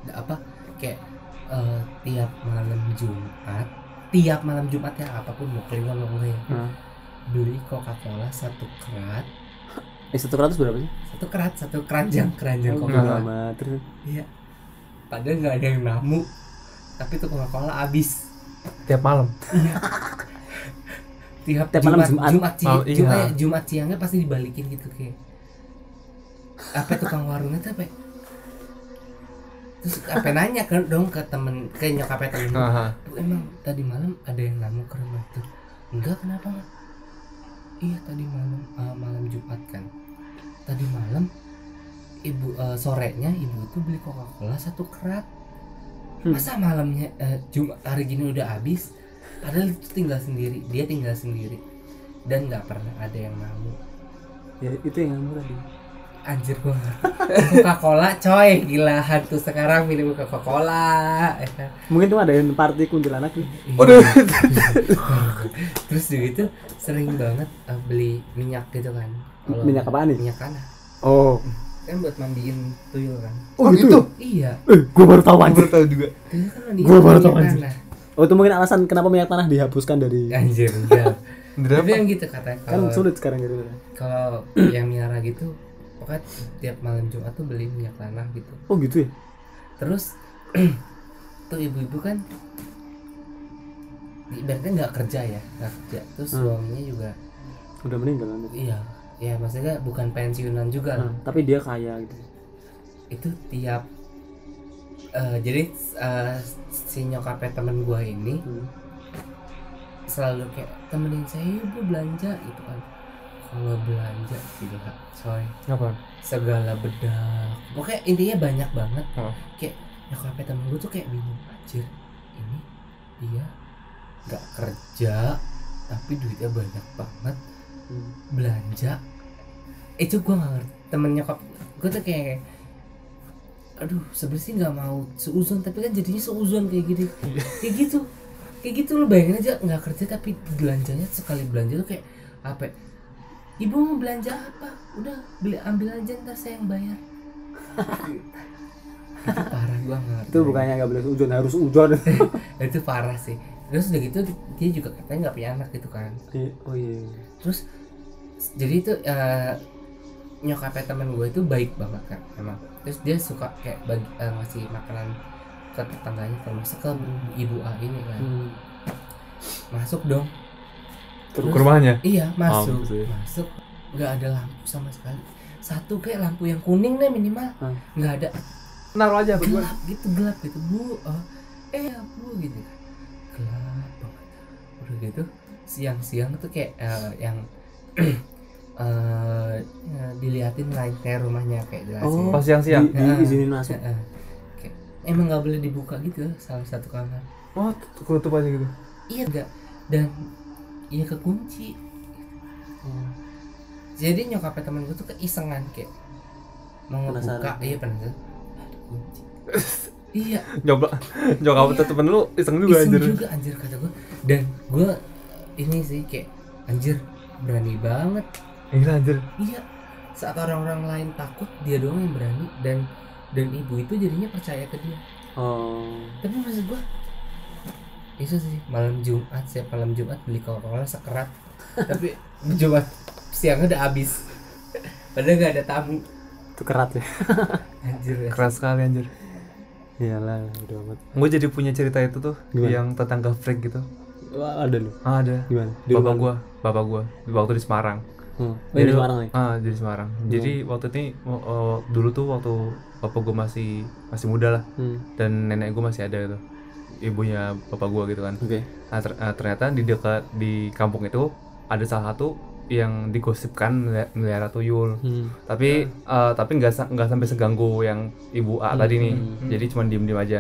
Speaker 1: Nggak apa kayak eh, tiap malam Jumat tiap malam Jumat ya apapun mau keringan mau keringan
Speaker 3: Nah.
Speaker 1: beli Coca Cola satu kerat
Speaker 3: Eh, 100 berapa sih? Oh,
Speaker 1: satu kerat satu keranjang
Speaker 3: Iya, Hmm.
Speaker 1: keranjang Coca Cola
Speaker 3: Lama terus.
Speaker 1: iya padahal nggak ada yang namu tapi tuh Coca Cola habis
Speaker 2: tiap malam
Speaker 1: tiap,
Speaker 3: Tiap malam
Speaker 1: Jumat
Speaker 3: Jumat.
Speaker 1: Jumat, siang
Speaker 2: Oh, iya.
Speaker 1: Jumat, ya, Jumat siangnya pasti dibalikin gitu kayak apa tukang warungnya tuh apa ya? terus apa nanya ke dong ke temen ke nyokapnya temen gua,
Speaker 2: Aha.
Speaker 1: Bu emang tadi malam ada yang namu ke rumah tuh enggak kenapa Mak?" iya tadi malam ah, malam Jumat kan tadi malam ibu eh, sorenya ibu tuh beli Coca Cola satu kerat masa malamnya eh, Jumat hari gini udah habis padahal itu tinggal sendiri dia tinggal sendiri dan nggak pernah ada yang namu
Speaker 3: Ya, itu yang murah deh.
Speaker 1: anjir gua Coca Cola coy gila hantu sekarang minum Coca Cola
Speaker 3: Mungkin tuh ada yang party kuntilanak nih.
Speaker 1: Waduh. Terus juga itu sering banget eh, beli minyak gitu kan. Kalau-
Speaker 3: Minyak apaan nih?
Speaker 1: Minyak tanah.
Speaker 3: Oh.
Speaker 1: Kan buat mandiin tuyul kan.
Speaker 3: Oh, gitu.
Speaker 1: Iya.
Speaker 3: Eh, gua baru tahu anjir.
Speaker 2: baru tahu juga
Speaker 1: Tuyul kan mandiin
Speaker 3: Gua baru tahu,
Speaker 1: minyak
Speaker 3: anjir.
Speaker 1: tanah.
Speaker 3: Oh, itu mungkin alasan kenapa minyak tanah dihapuskan dari
Speaker 1: Anjir, enggak. Tapi
Speaker 2: berapa
Speaker 1: yang gitu katanya
Speaker 3: kan
Speaker 1: kalau
Speaker 3: sulit sekarang gitu.
Speaker 1: kalau yang miara gitu pokoknya tiap malam Jumat tuh beli minyak tanah gitu.
Speaker 3: Oh, gitu ya.
Speaker 1: Terus tuh ibu-ibu kan ibaratnya nggak kerja ya, nggak kerja. Terus
Speaker 3: Hmm.
Speaker 1: suaminya juga
Speaker 3: Udah meninggal kan.
Speaker 1: iya ya maksudnya bukan pensiunan juga
Speaker 3: Nah, tapi dia kaya gitu.
Speaker 1: itu tiap eh, jadi eh, si nyokapnya temen gue ini
Speaker 3: Hmm.
Speaker 1: selalu kayak temenin saya yuk, bu belanja gitu kan kalau belanja gila coy
Speaker 2: apa
Speaker 1: segala bedak pokoknya intinya banyak banget
Speaker 2: Oh.
Speaker 1: kayak nyokapnya temen gue tuh kayak bingung anjir ini dia nggak kerja tapi duitnya banyak banget
Speaker 3: Hmm.
Speaker 1: belanja itu gue nggak ngerti temen nyokap gue tuh kayak aduh sebenarnya sih nggak mau seuzon tapi kan jadinya seuzon kayak gini kayak gitu kayak gitu lu bayangin aja nggak kerja tapi belanjanya sekali belanja tuh kayak apa ya, ibu mau belanja apa udah beli ambil aja ntar saya yang bayar itu parah gue nggak ngerti
Speaker 3: Itu bukannya nggak boleh hujan harus hujan.
Speaker 1: itu parah sih terus udah gitu dia juga katanya nggak punya anak gitu kan
Speaker 3: oh iya.
Speaker 1: terus jadi itu eh, nyokapnya teman gue itu baik banget kan emang terus dia suka kayak bagi, eh, ngasih makanan ke tetangganya termasuk ke ibu A ini kan
Speaker 3: Hmm.
Speaker 1: masuk dong
Speaker 2: ke rumahnya
Speaker 1: iya masuk
Speaker 2: Mampus ya.
Speaker 1: masuk nggak ada lampu sama sekali satu kayak lampu yang kuning deh minimal
Speaker 3: Hmm.
Speaker 1: nggak ada
Speaker 2: naruh aja berdua
Speaker 1: gelap gitu gelap gitu bu oh, eh bu gitu kan gelap banget udah gitu siang-siang tuh kayak eh, yang eh ya, diliatin lightnya rumahnya kayak jelasin
Speaker 2: pas siang siang
Speaker 3: Di, ya? diizinin masuk.
Speaker 1: Heeh. Kayak, emang nggak boleh dibuka gitu salah satu kamar
Speaker 2: oh ketutup aja gitu
Speaker 1: iya enggak dan iya kekunci Hmm. jadi nyokapnya temen gue tuh keisengan kayak mau
Speaker 3: Penasaran.
Speaker 1: ngebuka iya penasaran Ah, dikunci. iya
Speaker 2: nyoba nyoba
Speaker 1: Iya.
Speaker 2: tetep temen lu iseng juga
Speaker 1: Iseng
Speaker 2: anjir
Speaker 1: juga anjir kata gue dan gue ini sih kayak anjir berani banget
Speaker 2: gila anjir
Speaker 1: iya saat orang-orang lain takut dia doang yang berani dan dan ibu itu jadinya percaya ke dia
Speaker 3: Oh.
Speaker 1: tapi maksud gue itu sih malam Jumat siap malam Jumat beli Coca-Cola sekerat tapi Jumat siangnya udah habis padahal gak ada tamu
Speaker 3: Itu kerat ya.
Speaker 1: anjir ya.
Speaker 2: keras sekali anjir
Speaker 3: Iyalah, udah amat.
Speaker 2: gue jadi punya cerita itu tuh
Speaker 3: Gimana?
Speaker 2: yang tetangga freak gitu
Speaker 3: Wah, ada lu.
Speaker 2: ah, ada
Speaker 3: Gimana?
Speaker 2: bapak gua bapak gua waktu di Semarang
Speaker 3: Hmm. Oh, ini Semarang nih.
Speaker 2: ah jadi Semarang jadi waktu ini eh, dulu tuh waktu bapak gua masih masih muda lah
Speaker 3: Hmm.
Speaker 2: dan nenek gua masih ada gitu ibunya bapak gua gitu kan
Speaker 3: Oke.
Speaker 2: Nah, ter- eh, ternyata di dekat di kampung itu ada salah satu yang digosipkan meli- melihara tuyul.
Speaker 3: Hmm.
Speaker 2: Tapi eh, tapi nggak sa- nggak sampai seganggu yang ibu A tadi nih. Jadi cuma diem-diem aja.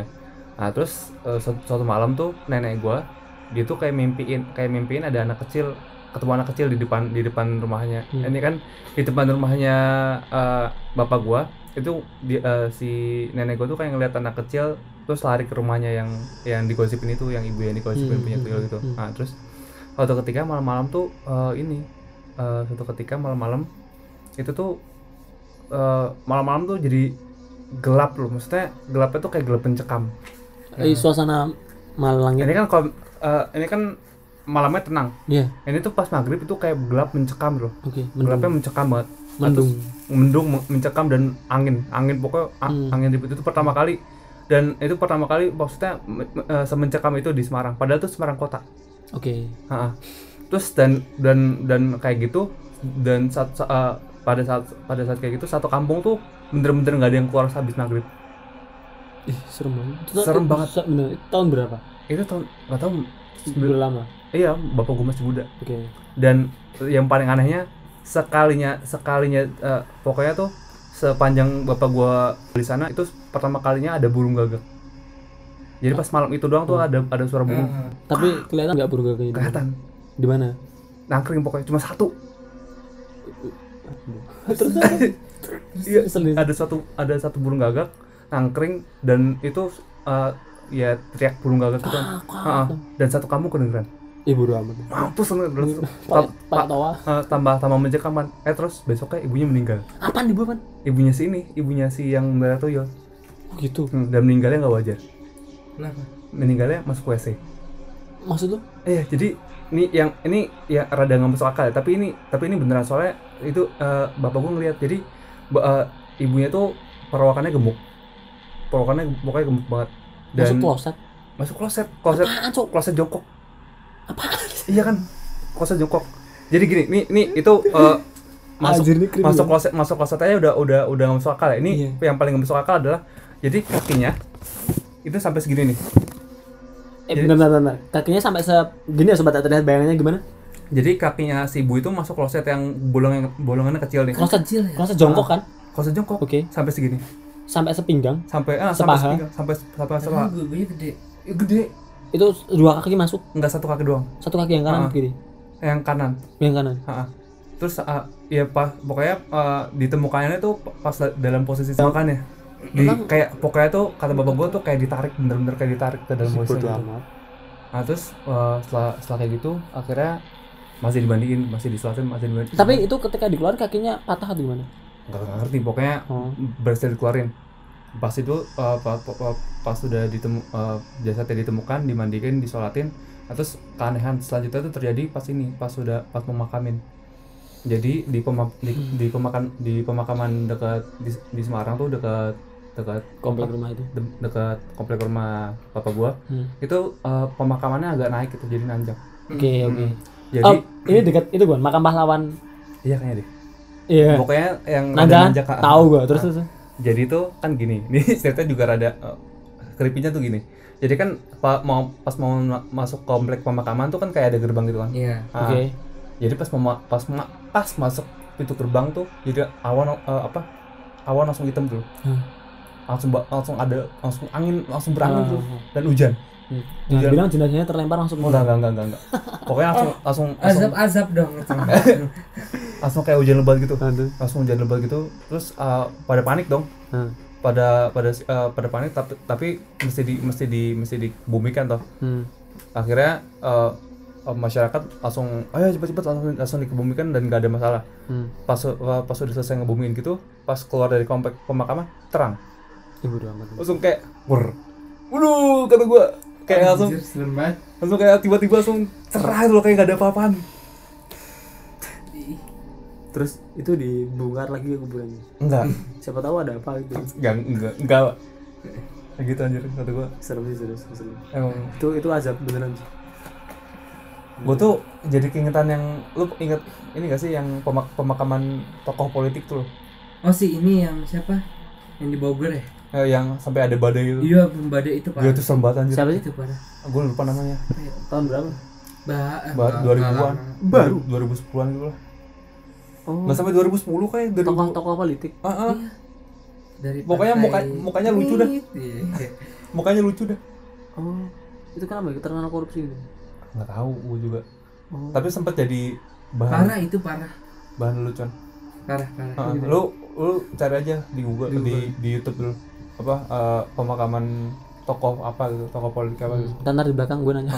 Speaker 2: Nah, terus eh, su- suatu malam tuh nenek gua dia tuh kayak mimpiin kayak mimpiin ada anak kecil ketemu anak kecil di depan di depan rumahnya. Ini kan di depan rumahnya eh, bapak gua itu dia- eh, si nenek gua tuh kayak ngeliat anak kecil terus lari ke rumahnya yang yang digosipin itu yang ibu yang digosipin punya tuyul gitu. Nah, terus suatu ketika malam-malam tuh eh, ini eh, suatu ketika malam-malam itu tuh eh, malam-malam tuh jadi gelap loh maksudnya gelapnya tuh kayak gelap pencekam
Speaker 3: Eh, suasana Malang
Speaker 2: ini
Speaker 3: ya.
Speaker 2: kan kalau eh, eh, ini kan malamnya tenang.
Speaker 3: Iya.
Speaker 2: Ini tuh pas maghrib itu kayak gelap mencekam bro.
Speaker 3: Oke. Mendung.
Speaker 2: Gelapnya mencekam banget.
Speaker 3: Mendung.
Speaker 2: mendung men- mencekam dan angin angin pokoknya a-
Speaker 3: Hmm.
Speaker 2: angin ribut itu pertama kali dan itu pertama kali maksudnya me- me- eh, semencekam itu di Semarang padahal itu Semarang kota
Speaker 3: Oke.
Speaker 2: Ha-ha. terus dan dan dan kayak gitu dan saat, sa- eh, pada saat pada saat kayak gitu satu kampung tuh bener-bener nggak ada yang keluar habis maghrib
Speaker 3: Ih, serem banget. Itu
Speaker 2: Serem
Speaker 3: tahun-
Speaker 2: banget.
Speaker 3: sa- bener. Itu tahun berapa?
Speaker 2: itu tahun nggak tahu
Speaker 3: Belum
Speaker 2: sembil-
Speaker 3: lama.
Speaker 2: iya bapak gue masih muda
Speaker 3: Oke.
Speaker 2: dan yang paling anehnya sekalinya sekalinya eh, pokoknya tuh sepanjang bapak gua di sana itu pertama kalinya ada burung gagak jadi pas malam itu doang tuh ada ada suara burung
Speaker 1: Ah.
Speaker 3: Tapi kelihatan nggak burung gagaknya? di mana?
Speaker 2: kelihatan
Speaker 3: Di mana?
Speaker 2: nangkring pokoknya cuma satu
Speaker 3: Terus apa?
Speaker 2: Iya,
Speaker 3: Selin.
Speaker 2: ada satu ada satu burung gagak nangkring dan itu eh, ya teriak burung gagak gitu
Speaker 3: Ah.
Speaker 2: kan. Heeh. dan satu kamu kedengeran
Speaker 3: Ibu amat.
Speaker 2: mampus lu, terus
Speaker 3: Pak
Speaker 2: tam-
Speaker 3: Pak
Speaker 2: pa-
Speaker 3: Towa.
Speaker 2: eh, tambah tambah mencekam kan eh terus besoknya ibunya meninggal
Speaker 3: Apaan ibu apaan?
Speaker 2: ibunya si ini ibunya si yang merah tuyul
Speaker 3: Oh gitu.
Speaker 2: Hmm, dan meninggalnya nggak wajar
Speaker 1: Kenapa? Kan
Speaker 2: meninggalnya masuk WC
Speaker 3: Maksud lu?
Speaker 2: eh jadi ini yang ini ya rada nggak masuk akal ya, tapi ini tapi ini beneran soalnya itu eh, bapak gue ngeliat jadi ba- eh, ibunya tuh perawakannya gemuk perawakannya gem- pokoknya gemuk banget dan
Speaker 3: Masuk kloset.
Speaker 2: masuk kloset kloset
Speaker 3: Apaan, Cok?
Speaker 2: kloset jongkok
Speaker 3: Apaan?
Speaker 2: iya kan kloset jongkok jadi gini ini ini itu eh, masuk
Speaker 3: Anjir, ini kriminal.
Speaker 2: masuk kloset masuk kloset aja udah udah udah nggak masuk akal ya ini
Speaker 3: Iya.
Speaker 2: yang paling nggak masuk akal adalah jadi kakinya itu sampai segini nih
Speaker 3: Eh, bentar, bentar, bentar. Kakinya sampai se gini ya sobat tak terlihat bayangannya gimana?
Speaker 2: Jadi kakinya si ibu itu masuk kloset yang bolongan bolongannya kecil nih.
Speaker 3: Kloset kecil.
Speaker 1: ya.
Speaker 2: Ah.
Speaker 3: Kloset jongkok kan?
Speaker 2: Kloset jongkok.
Speaker 3: Oke.
Speaker 2: Sampai segini.
Speaker 3: Sampai sepinggang.
Speaker 2: Sampai
Speaker 3: Sepaha.
Speaker 2: ah sampai sepinggang, sampai sampai sepaha.
Speaker 1: Karena gue gue gede.
Speaker 2: Ya, Gede.
Speaker 3: Itu dua kaki masuk,
Speaker 2: Enggak satu kaki doang.
Speaker 3: satu kaki yang kanan
Speaker 2: Ah.
Speaker 3: kiri.
Speaker 2: Yang kanan.
Speaker 3: Yang kanan.
Speaker 2: Ha-ha. Terus ah, ya pas pokoknya ah, ditemukannya tuh pas dalam posisi makannya. Di, kayak pokoknya tuh kata bapak gua tuh kayak ditarik bener-bener kayak ditarik ke dalam posisi.
Speaker 3: Bodoh
Speaker 2: gitu.
Speaker 3: amat.
Speaker 2: Nah, terus ah, setelah setelah kayak gitu akhirnya masih dibandingin, masih diselatin, masih dibandingin.
Speaker 3: Tapi itu ketika dikeluarin kakinya patah atau gimana?
Speaker 2: nggak nggak ngerti pokoknya
Speaker 3: Oh.
Speaker 2: berhasil dikeluarin pas itu uh, pa- pa- pa- pas sudah ditemu uh, jasadnya ditemukan dimandikan disolatin Nah, terus keanehan selanjutnya itu terjadi pas ini pas sudah pas memakamin jadi di pema- di, di pemakan di pemakaman dekat di, di Semarang tuh dekat dekat
Speaker 3: Komplek rumah itu.
Speaker 2: de- dekat komplek rumah papa gua
Speaker 3: Hmm. Oh.
Speaker 2: itu uh, pemakamannya agak naik gitu jadi nanjak
Speaker 3: Oke,
Speaker 2: Hmm.
Speaker 3: oke.
Speaker 2: jadi
Speaker 3: Oh, ini dekat itu gua makam pahlawan.
Speaker 2: iya kayaknya deh
Speaker 3: Iya.
Speaker 2: pokoknya yang rada
Speaker 3: Nanjak
Speaker 2: ah.
Speaker 3: tahu gua. Terus terus.
Speaker 2: jadi tuh kan gini ini ceritanya juga rada eh, creepy-nya tuh gini jadi kan pa- mau pas mau ma- masuk komplek pemakaman tuh kan kayak ada gerbang gitu kan
Speaker 1: Iya.
Speaker 2: Ah,
Speaker 3: Oke.
Speaker 2: jadi pas mema- pas ma- pas masuk pintu gerbang tuh jadi awan eh, apa awan langsung hitam tuh
Speaker 3: Hmm.
Speaker 2: langsung ba- langsung ada langsung angin langsung
Speaker 3: Ah,
Speaker 2: berangin tuh
Speaker 3: ah.
Speaker 2: dan hujan
Speaker 3: Hmm. Jangan
Speaker 2: Hujan.
Speaker 3: bilang jenazahnya terlempar langsung
Speaker 2: oh, enggak enggak enggak enggak, enggak. pokoknya langsung langsung langsung,
Speaker 1: Azab azab dong. itu.
Speaker 2: langsung kayak hujan lebat gitu
Speaker 3: Aduh.
Speaker 2: langsung hujan lebat gitu terus eh, pada panik dong
Speaker 3: Hmm.
Speaker 2: pada pada eh, pada panik tapi, tapi mesti di mesti di mesti dibumikan toh
Speaker 3: Hmm.
Speaker 2: akhirnya eh, eh, masyarakat langsung ayo cepet-cepet langsung langsung dikebumikan dan gak ada masalah
Speaker 3: Hmm.
Speaker 2: pas eh, pas udah selesai ngebumiin gitu pas keluar dari komplek pemakaman terang
Speaker 3: Ibu Ya, amat.
Speaker 2: langsung kayak wur waduh kata gua kayak langsung
Speaker 1: Anjir, serem banget.
Speaker 2: langsung kayak tiba-tiba langsung cerah gitu loh kayak gak ada apa-apaan
Speaker 3: Terus itu dibongkar lagi ya kuburannya.
Speaker 2: enggak
Speaker 3: Siapa tahu ada apa gitu.
Speaker 2: enggak enggak enggak Kayak gitu anjir kata gua
Speaker 3: Serem sih serius, serem.
Speaker 2: emang
Speaker 3: Itu itu azab beneran sih.
Speaker 2: gue tuh jadi keingetan yang lu inget ini gak sih yang pemak- pemakaman tokoh politik tuh loh.
Speaker 1: Oh si ini yang siapa? Yang di Bogor ya?
Speaker 2: Eh, yang sampai ada badai itu
Speaker 1: Iya, pembadai itu parah.
Speaker 2: dia tuh serem banget anjir
Speaker 3: Siapa sih?
Speaker 1: Itu parah.
Speaker 2: gue lupa namanya
Speaker 3: Tahun berapa?
Speaker 1: Ba, eh,
Speaker 2: Ba- 2000-an
Speaker 3: Baru?
Speaker 2: 2010-an gitu lah
Speaker 3: Oh.
Speaker 2: nggak sampai 2010 kayak dari
Speaker 3: Tokoh-tokoh politik.
Speaker 2: ah, ah.
Speaker 1: Dari
Speaker 2: Pokoknya muka-
Speaker 1: partai-
Speaker 2: mukanya lucu dah.
Speaker 1: Iya.
Speaker 2: mukanya lucu dah
Speaker 3: Oh. Itu kenapa ya keterangan korupsi gitu?
Speaker 2: nggak tahu gue juga
Speaker 3: Oh.
Speaker 2: tapi sempat jadi bahan
Speaker 1: Parah itu parah.
Speaker 2: bahan lucuan
Speaker 1: Parah parah.
Speaker 2: Ah,
Speaker 1: Gitu.
Speaker 2: lu lu cari aja di Google di, di, YouTube dulu apa eh, pemakaman tokoh apa gitu tokoh politik apa gitu
Speaker 3: Ntar ntar di belakang gue nanya.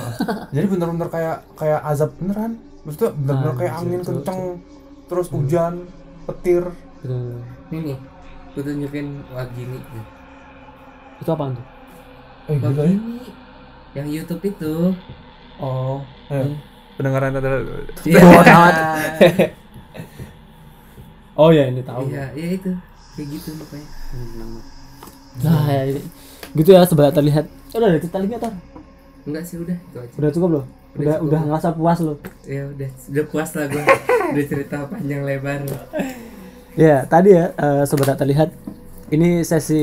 Speaker 2: jadi bener-bener kayak kayak azab beneran maksudnya bener-bener kayak angin kenceng terus hujan petir
Speaker 3: Bener-bener.
Speaker 1: Ini nih, gue tunjukin wagini. nih.
Speaker 3: Itu apaan tuh?
Speaker 2: eh, gila ya.
Speaker 1: Wagini yang YouTube itu
Speaker 4: Oh, eh,
Speaker 2: Iya.
Speaker 4: pendengaran ada
Speaker 1: Iya,
Speaker 3: Bodoh amat.
Speaker 4: Oh ya ini tahu.
Speaker 1: Iya, iya itu. Kayak gitu makanya.
Speaker 3: Nah, ya, ini- gitu ya sebelah terlihat. Udah ada cerita lagi atau?
Speaker 1: Enggak sih udah itu aja.
Speaker 3: Udah cukup loh. Udah
Speaker 1: cukup.
Speaker 3: udah ngerasa puas loh.
Speaker 1: Ya udah, udah puas lah gua. udah cerita panjang lebar.
Speaker 3: Ya, tadi ya eh, sobat tak terlihat ini sesi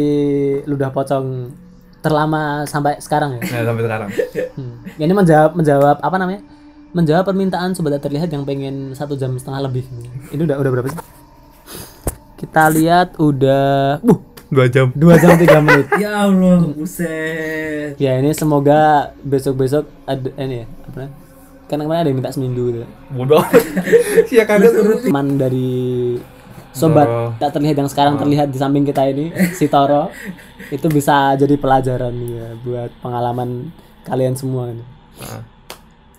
Speaker 3: ludah pocong terlama sampai sekarang ya.
Speaker 2: Nah, sampai sekarang.
Speaker 3: Hmm. Ini menjawab menjawab apa namanya? Menjawab permintaan sobat tak terlihat yang pengen satu jam setengah lebih. Ini udah udah berapa sih? Kita lihat udah buh
Speaker 2: Dua jam.
Speaker 3: dua jam tiga menit.
Speaker 1: Ya Allah, buset.
Speaker 3: Ya ini semoga besok besok ada ini ya apa? namanya? Kan kemarin ada yang minta seminggu gitu.
Speaker 2: Bodoh. Sih ya kaget.
Speaker 3: Teman dari sobat
Speaker 2: Toro.
Speaker 3: tak terlihat yang sekarang terlihat di samping kita ini si Toro itu bisa jadi pelajaran ya buat pengalaman kalian semua ini.
Speaker 2: Ah,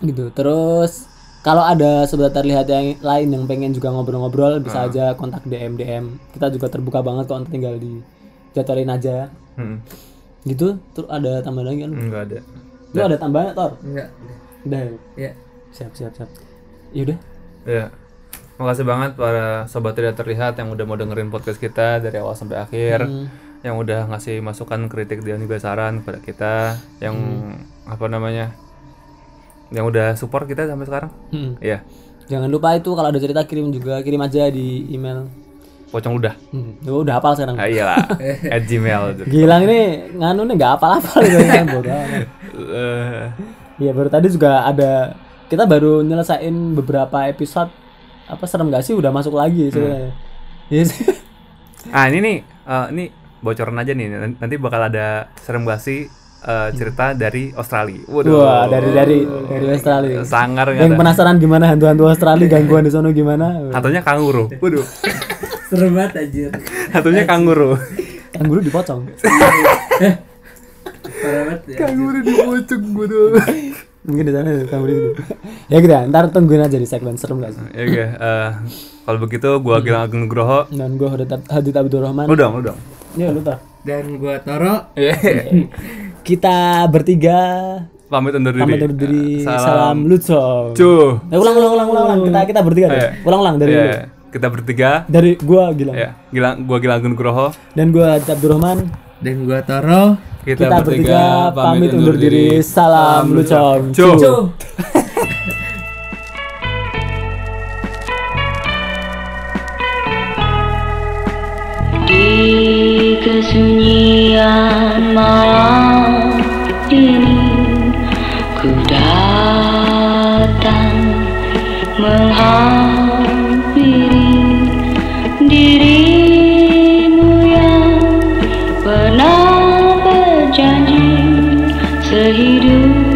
Speaker 3: Gitu. Terus kalau ada sobat terlihat yang lain yang pengen juga ngobrol-ngobrol bisa aja kontak DM DM. Kita juga terbuka banget kok tinggal di jadwalin aja.
Speaker 2: Hmm,
Speaker 3: Gitu. Terus ada tambahan lagi kan?
Speaker 2: enggak ada.
Speaker 3: Lu ada tambahan Tor?
Speaker 1: Enggak. udah.
Speaker 3: Udah. ya?
Speaker 1: Ya.
Speaker 3: Siap, siap, siap. Yaudah.
Speaker 2: Ya. Makasih banget para sobat tidak terlihat yang udah mau dengerin podcast kita dari awal sampai akhir. Yang udah ngasih masukan, kritik dan juga saran kepada kita yang apa namanya? Yang udah support kita sampai sekarang.
Speaker 3: Hmm.
Speaker 2: Iya.
Speaker 3: Jangan lupa itu kalau ada cerita kirim juga, kirim aja di email.
Speaker 2: Pocong udah.
Speaker 3: Hmm. Gua udah hafal sekarang.
Speaker 2: Ah, iyalah. At Gmail.
Speaker 3: Gilang ini nganu nih nggak hafal-hafal gitu kan bodoh. amat.
Speaker 2: Eh,
Speaker 3: Iya baru tadi juga ada kita baru nyelesain beberapa episode apa serem gak sih udah masuk
Speaker 2: Hmm.
Speaker 3: lagi sebenarnya. Yes.
Speaker 2: Ah ini nih, eh, ini bocoran aja nih. Nan- Nanti bakal ada serem gak sih, eh, cerita dari Australia.
Speaker 3: Wah dari dari dari Australia.
Speaker 2: sangar nggak
Speaker 3: Yang
Speaker 2: ada.
Speaker 3: penasaran gimana hantu-hantu Australia gangguan di sono gimana?
Speaker 2: Hantunya kanguru. Waduh,
Speaker 1: Serem banget anjir.
Speaker 2: hantunya kanguru.
Speaker 3: Kangguru dipocong.
Speaker 1: Parah banget ya.
Speaker 2: kanguru dibocok bodoh.
Speaker 3: Mungkin di sana ada kangguru itu. ya kita ntar tungguin aja di segmen serem gak sih?
Speaker 2: Ya oke, eh, kalau begitu gua Gilang Agung Nugroho.
Speaker 3: Dan gue Hadid Hadid Abdurrahman.
Speaker 2: Lu dong, lu dong.
Speaker 3: Ya lu tar.
Speaker 1: Dan gua Toro.
Speaker 3: Kita bertiga
Speaker 2: Pamit undur diri.
Speaker 3: pamit undur diri.
Speaker 2: Eh,
Speaker 3: Salam, Lutso.
Speaker 2: Cuh.
Speaker 3: Eh, ulang ulang ulang ulang. ulang. Kita kita bertiga deh. Ulang ulang dari lu.
Speaker 2: Ya, kita bertiga.
Speaker 3: dari gua Gilang
Speaker 2: Ya, Gilang, gua Gilang Agung Nugroho.
Speaker 3: dan gua Hadid Abdurrahman.
Speaker 1: Dan gua Toro.
Speaker 3: Kita, bertiga pamit undur diri. Salam Lucong.
Speaker 2: Cuh.
Speaker 5: Di kesunyian malam ini Ku datang menghampiri Dirimu yang pernah berjanji Sehidup